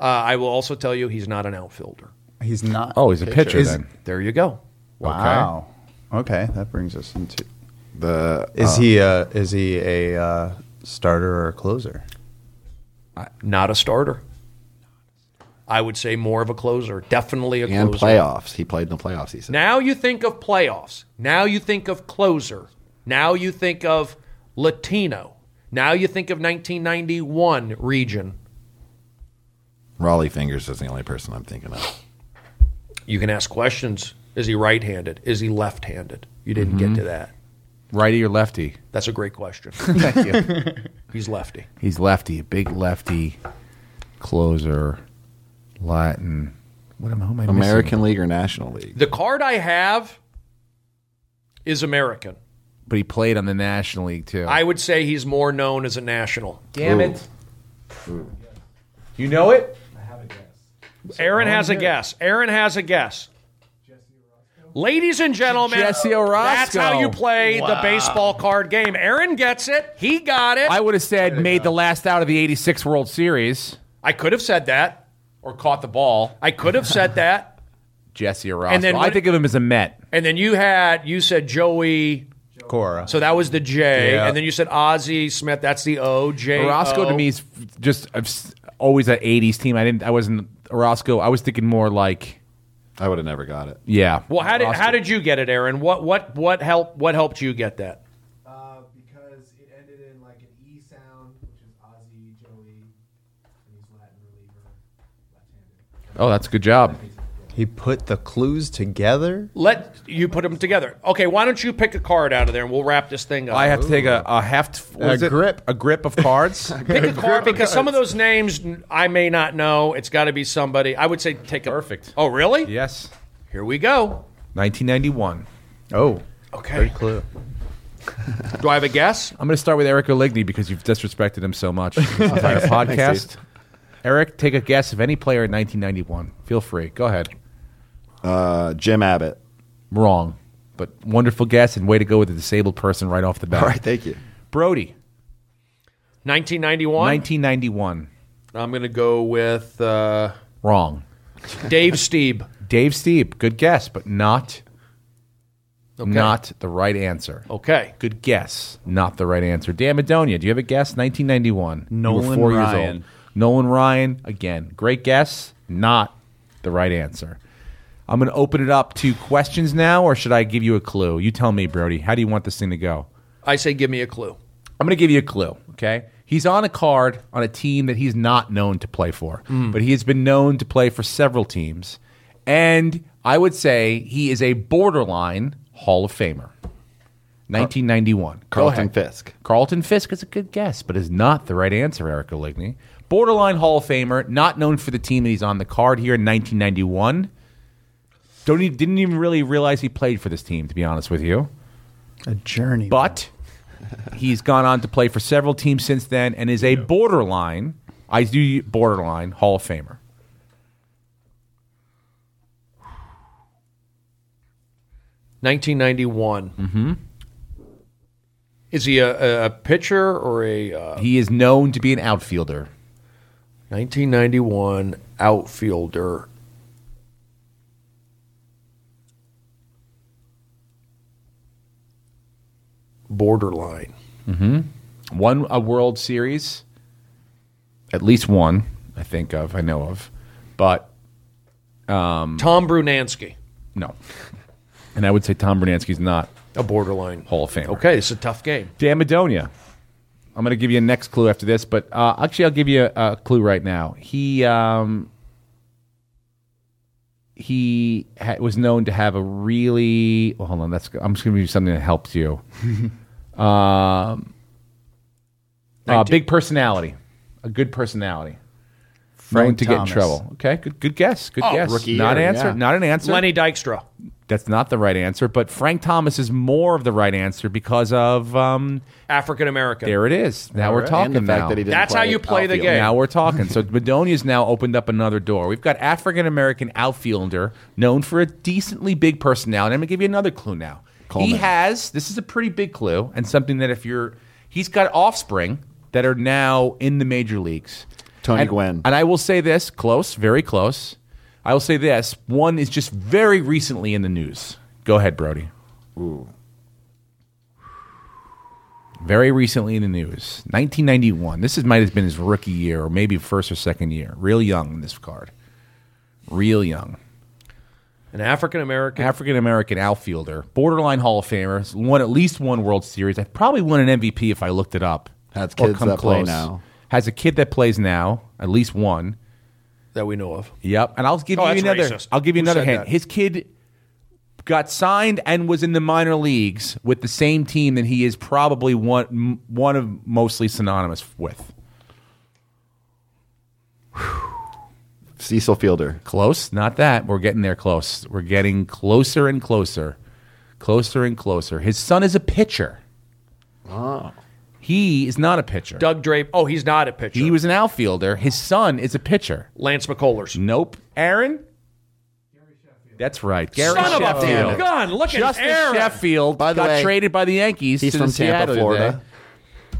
Uh, I will also tell you, he's not an outfielder. He's not. Oh, he's a pitcher, Is- then. There you go. Wow. Okay, that brings us into. The Is he Um, a is he a uh, starter or a closer? Not a starter. I would say more of a closer. Definitely a and closer. playoffs. He played in the playoffs. He said. Now you think of playoffs. Now you think of closer. Now you think of Latino. Now you think of 1991 region. Raleigh Fingers is the only person I'm thinking of. You can ask questions. Is he right handed? Is he left handed? You didn't get Mm-hmm. to that. Righty or lefty? That's a great question. (laughs) Thank you. (laughs) He's lefty. He's lefty, a big lefty closer, Latin. What am, who am I missing? American League or National League? The card I have is American. But he played on the National League too. I would say he's more known as a national. damn it. You know it? Aaron has a guess. Aaron has a guess. Ladies and gentlemen, Jesse Orozco. that's how you play the baseball card game. Aaron gets it. He got it. I I, would have said made the last out of the 86 World Series could have said that. or caught the ball. I could have (laughs) said that. Jesse Orozco. And then I what- think of him as a Met. And then you had, you said Joey. Cora. So that was the J. Yeah. And then you said Ozzy Smith. That's the O. J. Orozco to me is just I've s- always an 80s team. I didn't. I wasn't Orozco. I was thinking more like I would have never got it. yeah. Well, how did Orozco. how did you get it, Aaron? What what what helped what helped you get that? Uh, because it ended in like an E sound, which is Ozzy, Joey, and he's Latin reliever, left-handed. Oh, that's a good job. He put the clues together. Let you put them together. Okay, why don't you pick a card out of there and we'll wrap this thing up. I have to take a, a half what A is it? grip. a grip (laughs) of cards. pick a card because some of those names n- I may not know. It's got to be somebody. I would say take a Perfect. Oh, really? yes, Here we go. 1991. Oh, Okay. clue. Do I have a guess? I'm going to start with Eric Oligny because you've disrespected him so much. this entire podcast. Eric, take a guess of any player in 1991. Feel free. Go ahead. Uh, Jim Abbott. Wrong, but wonderful guess and way to go with a disabled person right off the bat. (laughs) All right, thank you. Brody, 1991. 1991. I'm going to go with uh, Wrong. Dave Steeb. Dave Steep, good guess, but not not the right answer. Okay. Good guess, not the right answer. Dan Madonia, do you have a guess? 1991. You were Nolan four Years old. Ryan. Nolan Ryan, again, great guess, not the right answer. I'm going to open it up to questions now, or should I give you a clue? You tell me, Brody. How do you want this thing to go? I say give me a clue. I'm going to give you a clue, okay? He's on a card on a team that he's not known to play for, but he has been known to play for several teams. And I would say he is a borderline Hall of Famer. 1991. Go Carlton ahead. Fisk. Carlton Fisk is a good guess, but is not the right answer, Eric Oligny. Borderline Hall of Famer, not known for the team that he's on the card here in 1991. Don't even, didn't even really realize he played for this team, to be honest with you A journey. but he's gone on to play for several teams since then and is a borderline, I do borderline Hall of Famer. Nineteen Mm-hmm. Is he a, a- a pitcher or a uh, He is known to be an outfielder. 1991 outfielder? Borderline. Won a World Series, at least one, I think of, I know of, but Hmm. Tom Brunansky, no. And I would say Tom Brunansky's not a borderline. Hall of Famer. Okay, it's a tough game. Dan Madonia. I'm going to give you a next clue after this, but uh, actually, I'll give you a, a clue right now. He um, he ha- was known to have a really. Well, hold on, that's. I'm just going to give you something that helps you. um, uh, big personality, a good personality. known Frank to Thomas. get in trouble. Okay, good good guess. Good guess. rookie not year, answer. yeah. Not an answer. Lenny Dykstra. That's not the right answer. But Frank Thomas is more of the right answer because of um, African American. there it is. Now we're talking and the fact now. that he didn't That's how you play the outfield. game. Now we're (laughs) talking. So Madonia's now opened up another door. We've got African American outfielder known for a decently big personality. I'm gonna give you another clue now. He Coleman. has this is a pretty big clue and something that if you're he's got offspring that are now in the major leagues. Tony and, Gwynn. And I will say this, close, very close. I will say this. One is just very recently in the news. Go ahead, Brody. very recently in the news 1991 this is, might have been his rookie year or maybe first or second year real young in this card real young An African American. african american outfielder borderline hall of famer won at least one world series i probably won an mvp if i looked it up Has Or kids that play now. has a kid that plays now at least one that we know of. Yep, and I'll give Oh, that's you another. racist. I'll give you Who another said hint. that? His kid got signed and was in the minor leagues with the same team that he is probably one m- one of mostly synonymous with. Cecil Fielder. Close, not that. We're getting there. Close. We're getting closer and closer, closer and closer. His son is a pitcher. Oh. He is not a pitcher. Doug Drape. Oh, he's not a pitcher. He was an outfielder. His son is a pitcher. Lance McCullers. Nope. Aaron? That's right. Gary Son Sheffield. of a damn gun! Look Justin at Aaron. Sheffield By the got way, traded by the Yankees. He's to from the Seattle Tampa, Florida. today.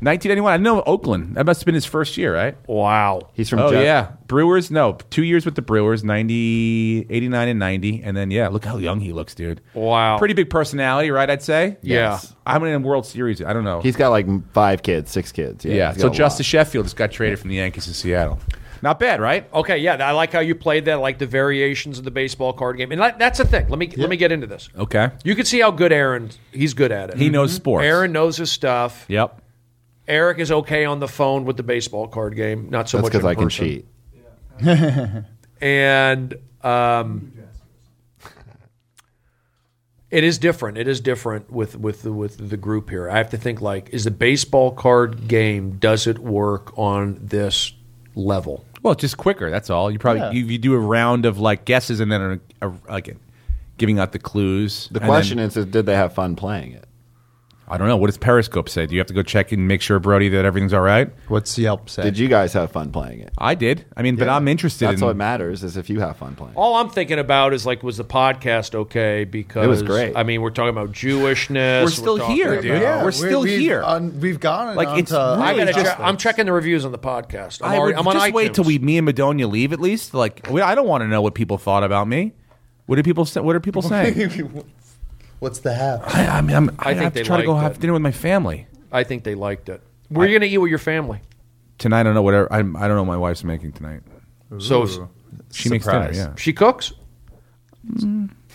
1991. I know Oakland. That must have been his first year, right? Wow. He's from oh, Jet- yeah. Brewers, no. Two years with the Brewers, 90, 89 and 90. And then, yeah, look how young he looks, dude. Wow. Pretty big personality, right, I'd say? Yeah. How many in World Series? I don't know. He's got like five kids, six kids. Yeah. yeah. he's So got a lot. Justice Sheffield just got traded from the Yankees to Seattle. Not bad, right? Okay, yeah, I like how you played that. I like the variations of the baseball card game, and that, that's the thing. Let me let me get into this. Okay. You can see how good Aaron. He's good at it. He knows sports. Mm-hmm. Aaron knows his stuff. Yep. Eric is okay on the phone with the baseball card game. Not so much That's in because I can person. cheat. and um, it is different. It is different with with the, with the group here. I have to think like, is the baseball card game does it work on this level? Well, just quicker. That's all. You probably you, you do a round of like guesses and then a, a, like giving out the clues. The question is, is, did they have fun playing it? I don't know. What does Periscope say? Do you have to go check and make sure Brody that everything's all right? What's Yelp say? Did you guys have fun playing it? I did. I mean, but I'm interested. That's in, what matters is if you have fun playing. it. All I'm thinking about is like, was the podcast okay? Because great. I mean, we're talking about Jewishness. We're still talking here, about- dude. Yeah, we're still we've, here. on- we've gone Like, like it's it's. really I gotta just- check, I'm checking the reviews on the podcast. I'm, I already, would I'm on just iTunes. wait till we me and Madonia leave at least. Like we, I don't want to know what people thought about me. What do people say? What (laughs) are people saying? What's the half? I, I mean, I'm, I, think have to they try to go liked have it. dinner with my family I think they liked it. Where are you gonna eat with your family? tonight. I don't know whatever. I'm, I don't know what my wife's making tonight. So She makes dinner. Surprise. Yeah, she cooks.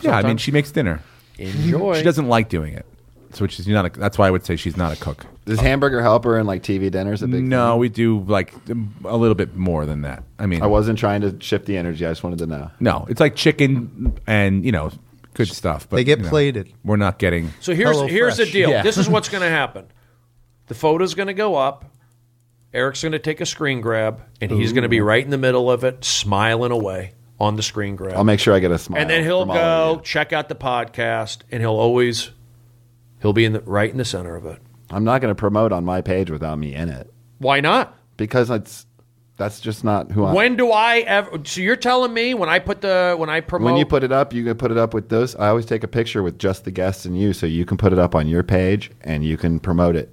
yeah. I mean, she makes dinner. Enjoy. She doesn't like doing it, so she's not. A, that's why I would say she's not a cook. Is hamburger helper and like TV dinners a big? No, we do like a little bit more than that. I mean, thing? I wasn't trying to shift the energy. I just wanted to know. no, it's like chicken and you know, good stuff. But They get you know, plated. We're not getting. So here's Hello here's Fresh. the deal. Yeah. (laughs) This is what's going to happen. The photo's going to go up. Eric's going to take a screen grab, and he's going to be right in the middle of it, smiling away on the screen grab. I'll make sure I get a smile. and then he'll from all of go you. check out the podcast, and he'll always he'll be in the right in the center of it. I'm not going to promote on my page without me in it Why not? because it's that's just not who I. When do I ever? So you're telling me when I put the when I promote when you put it up, you can put it up with those. I always take a picture with just the guests and you, so you can put it up on your page and you can promote it.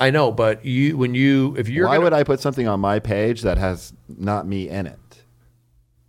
I know, but you when you if you're Why gonna- would I put something on my page that has not me in it?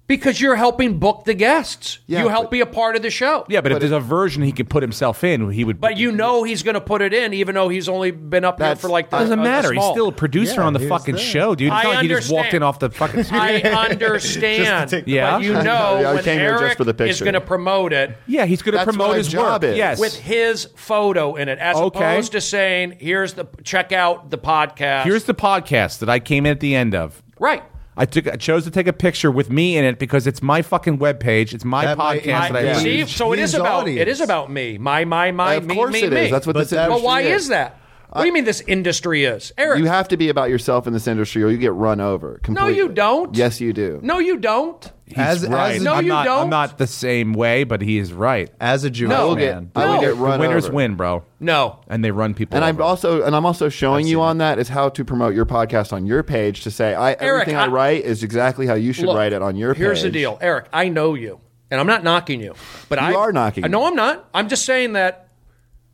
because you're helping book the guests. Yeah, you help but- be a part of the show. Yeah, but, if there's a version he could put himself in, he would. But you know he's going to put it in, even though he's only been up here That's- for like the, doesn't uh, the matter. He's small. still a producer Yeah, on the he was fucking there. show, dude. It's I not like he just walked understand. in off the fucking. (laughs) I understand. take the Yeah. but you know I when came here Eric just for the is picture. going to promote it yeah, he's going to That's promote what his my work. job is. Yes, with his photo in it, as Okay. opposed to saying, "Here's the check out the podcast." here's the podcast that I came in at the end of. right. I took I chose to take a picture with me in it because it's my fucking webpage. It's my That might- podcast that I I, Yeah. run. see, so it His is about it audience. is about me, my my my of me course me it me. is. That's what But this that- industry Well, why is. is that? What do you mean this industry is, Eric? You have to be about yourself in this industry, or you get run over. Completely. you don't. Yes, you do. no, you don't. As, right. as, No, a, I'm you not, don't. I'm not the same way, but he is right. as a Jewish No. I will get, man, I will No. get run the winners over. win, bro. No, And they run people. And I'm over. also and I'm also showing you on that is how to promote your podcast on your page to say I everything I, I- write is exactly how you should Look, write it on your Here's page. the deal, Eric. I know you, and I'm not knocking you, but You I are knocking No, me. I'm not. I'm just saying that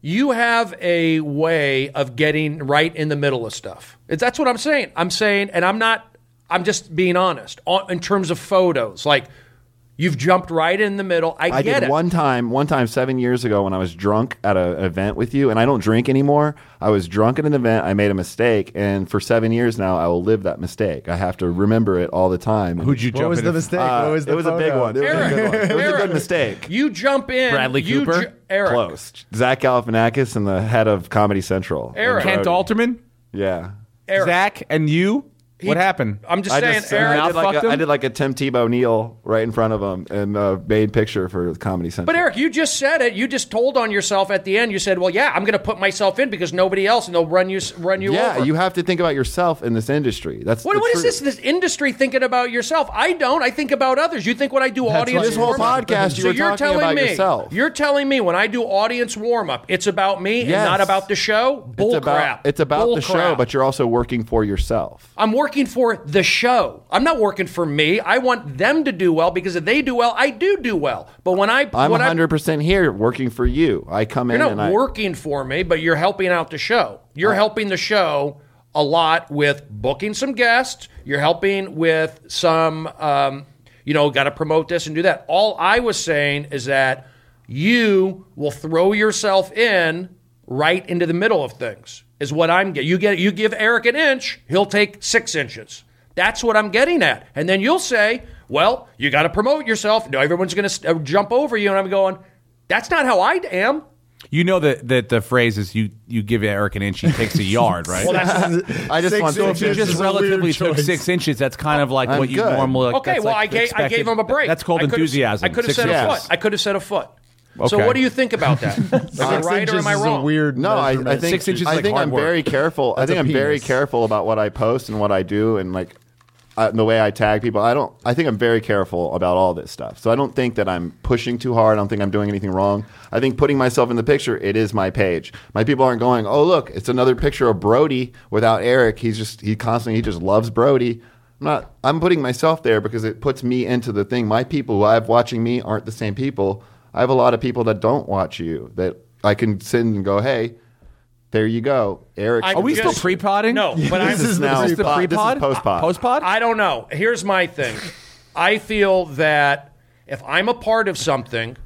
you have a way of getting right in the middle of stuff. It's, that's what I'm saying. I'm saying, and I'm not. I'm just being honest on, in terms of photos. Like you've jumped right in the middle. I, I get did it. one time, one time seven years ago when I was drunk at a- an event with you, and I don't drink anymore. I was drunk at an event. I made a mistake, and for seven years now, I will live that mistake. I have to remember it all the time. who'd you what jump was in the if- mistake? Uh, what was the it was a big photo? one. (laughs) Eric, (laughs) It was a good one. It was a Eric, good mistake. (laughs) You jump in. Bradley you Cooper? ju- Eric. Close. Zach Galifianakis and the head of Comedy Central. Eric. And Kent Brody. Alterman, Yeah. Eric. Zach, and you. what happened? I'm just I saying, just Aaron. I, Now did like fucked a, I him? did like a Tim Tebow kneel right in front of him and uh, made picture for the Comedy Central. But Eric, you just said it. You just told on yourself at the end. You said, "Well, yeah, I'm going to put myself in because nobody else, and they'll run you run you yeah, over." you have to think about yourself in this industry. That's what, the what is truth. this? This industry thinking about yourself? I don't. I think about others. You think when I do audience this whole warm up- podcast you so were you're talking telling about me, yourself. You're telling me when I do audience warm up, it's about me and Yes. not about the show. Bull it's about, crap. It's about Bull the show, crap. but you're also working for yourself. I'm working for the show. I'm not working for me. I want them to do well because if they do well, I do do well. But when I I'm when I, 100% here working for you. I come in you're and not I working for me, but you're helping out the show. You're helping the show a lot with booking some guests. You're helping with some, um, you know, got to promote this and do that. All I was saying is that you will throw yourself in right into the middle of things. Is what I'm getting. You get you give Eric an inch, he'll take six inches. That's what I'm getting at. And then you'll say, "Well, you got to promote yourself. No, everyone's going to jump over you." And I'm going, "That's not how I am." You know that that the phrase is you you give Eric an inch, he takes (laughs) a yard, right? I just want so if you pictures. just relatively took six inches, that's kind of like I'm what you good. normally. Okay, that's well, like I, gave, I expected. gave him a break. That's called I could've- enthusiasm. I could have Six said a inches. foot. I could have said a foot. So, Okay. what do you think about (laughs) that? am I Six right or am inches I is a wrong? weird No, I, I measurement. think Six inches is I like think hard I'm work. very careful. I That's think a I'm very penis. careful about what I post and what I do, and like uh, the way I tag people. I don't. I think I'm very careful about all this stuff. So I don't think that I'm pushing too hard. I don't think I'm doing anything wrong. I think putting myself in the picture, it is my page. My people aren't going. Oh, look, it's another picture of Brody without Eric. He's just he constantly he just loves Brody. I'm not. I'm putting myself there because it puts me into the thing. My people who I have watching me aren't the same people. I have a lot of people that don't watch you that I can send and go, hey, there you go, Eric. I Are we just- still pre-podding? No, but I'm, this is now Is this the pod- pre this is pod? post pod. Post pod? I don't know. Here's my thing. I feel that if I'm a part of something,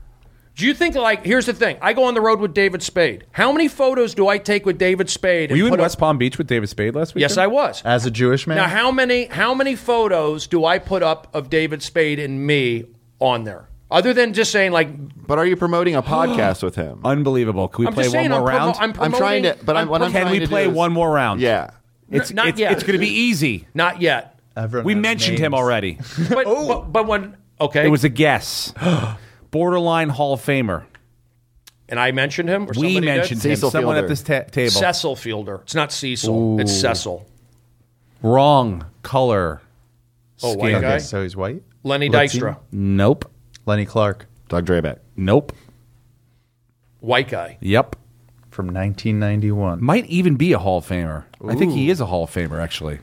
do you think like here's the thing? I go on the road with David Spade. How many photos do I take with David Spade? Were and you in put up- West Uh, Palm Beach with David Spade last week? Yes, I was. As a Jewish man, Now, how many how many photos do I put up of David Spade and me on there? Other than just saying like But are you (gasps) promoting a podcast with him? Unbelievable. Can we I'm play just saying one more I'm, promo- round? I'm I'm promoting. trying to, but I'm, what promoting- I'm Can trying we to do play is- one more round? Yeah, It's, not it's, yet. It's going to be easy. Not yet. Everyone We has mentioned him names. already. (laughs) But, but but when okay, Oh. It was a (gasps) guess. Borderline Hall of Famer. and I mentioned him. Or We somebody mentioned did? him. Cecil Someone Fielder. at this ta- table. Cecil Fielder. It's not Cecil. It's Cecil. Wrong color. Oh, white Skin. guy. okay, so he's white. Lenny Latino? Dykstra. Nope. Lenny Clark Doug Drabeck. Nope. White guy. Yep. from 1991. Might even be a Hall of Famer. I think he is a Hall of Famer, actually.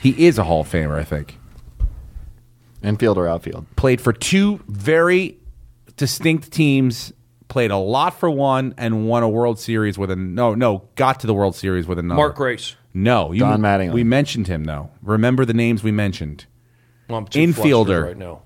He is a Hall of Famer, I think. Infield or outfield? Played for two very distinct teams. Played a lot for one and won a World Series with a no, no, got to the World Series with another. Mark Grace. No, you, Don Mattingly. We mentioned him though. Remember the names we mentioned. Well, I'm too flustered Infielder. right now.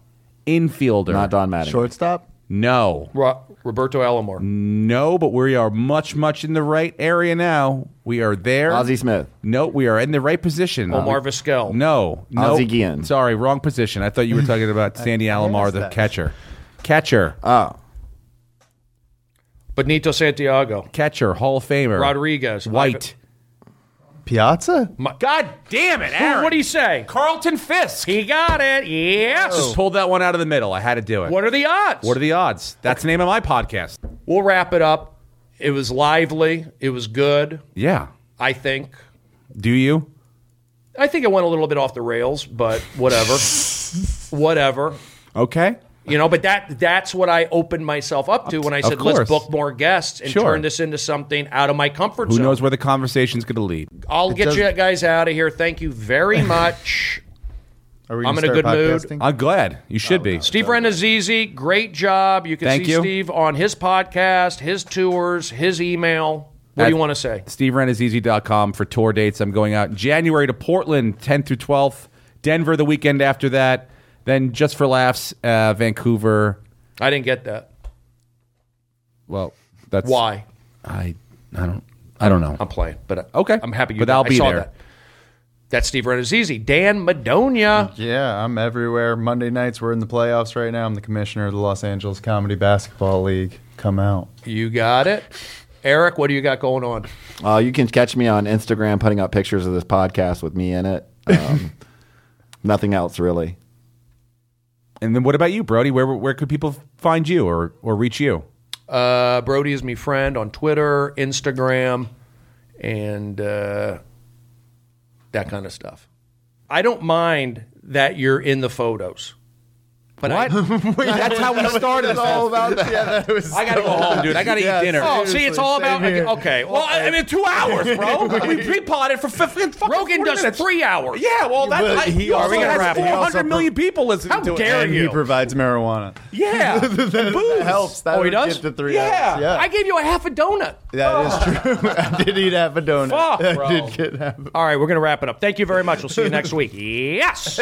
Infielder. Not Don Mattingly. Shortstop? No, Ro- Roberto Alomar. no, but we are much, much in the right area now. We are there. Ozzie Smith. No, we are in the right position. Omar Vizquel. No, no. Ozzie Guillen. Sorry, wrong position. I thought (laughs) you were talking about Sandy Alomar, the catcher. Catcher. Uh, Benito Santiago. catcher. Hall of Famer. Rodriguez. White. Piazza? My- God Damn it, damn. Aaron. What do you say? Carlton Fisk. He got it. Yes. Just pulled that one out of the middle. I had to do it. What are the odds? Oh. What are the odds? That's the name of my podcast. we'll wrap it up. It was lively. It was good. Yeah. I think. Do you? I think it went a little bit off the rails, but whatever. whatever. Okay. You know, but that that's what I opened myself up to when I said, course. let's book more guests and Sure. turn this into something out of my comfort Who zone. knows where the conversation's going to lead? I'll get does- you guys out of here. Thank you very (laughs) much. Are we I'm gonna in start a good mood. podcasting? I'm glad. You should be. Steve Renazizi, great job. You can Thank see you. Steve on his podcast, his tours, his email. What At- do you want to say? SteveRenazizi.com for tour dates. I'm going out in January to Portland, 10th through 12th, Denver the weekend after that, then just for laughs, uh, Vancouver. I didn't get that. Well, that's Why? I I don't I don't know. I'm playing, but uh, Okay. I'm happy you. But I'll I be saw there. That. That's Steve Renazizi. Dan Madonia. Yeah, I'm everywhere. Monday nights, we're in the playoffs right now. I'm the commissioner of the Los Angeles Comedy Basketball League. Come out. You got it. Eric, what do you got going on? Uh, you can catch me on Instagram putting up pictures of this podcast with me in it (laughs) Um, nothing else really. And then what about you, Brody? Where where could people find you or or reach you? Uh, Brody is me friend on Twitter, Instagram, and uh, that kind of stuff. I don't mind that you're in the photos, but (laughs) I, That's how we started this. All about I gotta go (laughs) home, dude. I gotta eat dinner. oh, see, it's all about okay. Well, Well, I I mean, two (laughs) hours, bro. we pre-potted for fifteen. fucking Rogan 40 does minutes. three hours. Yeah, well, that Well, I, he he, also already got has wrapped. He four also hundred million people listening How to dare it. And he you. provides marijuana. Yeah, and booze. (laughs) That helps. That Oh, he would does? get the three Yeah. hours. yeah. I gave you a half a donut. that is true. (laughs) I did eat half a donut. Fuck, I bro. did get half. (laughs) All right, we're gonna wrap it up. Thank you very much. We'll see you next week. Yes.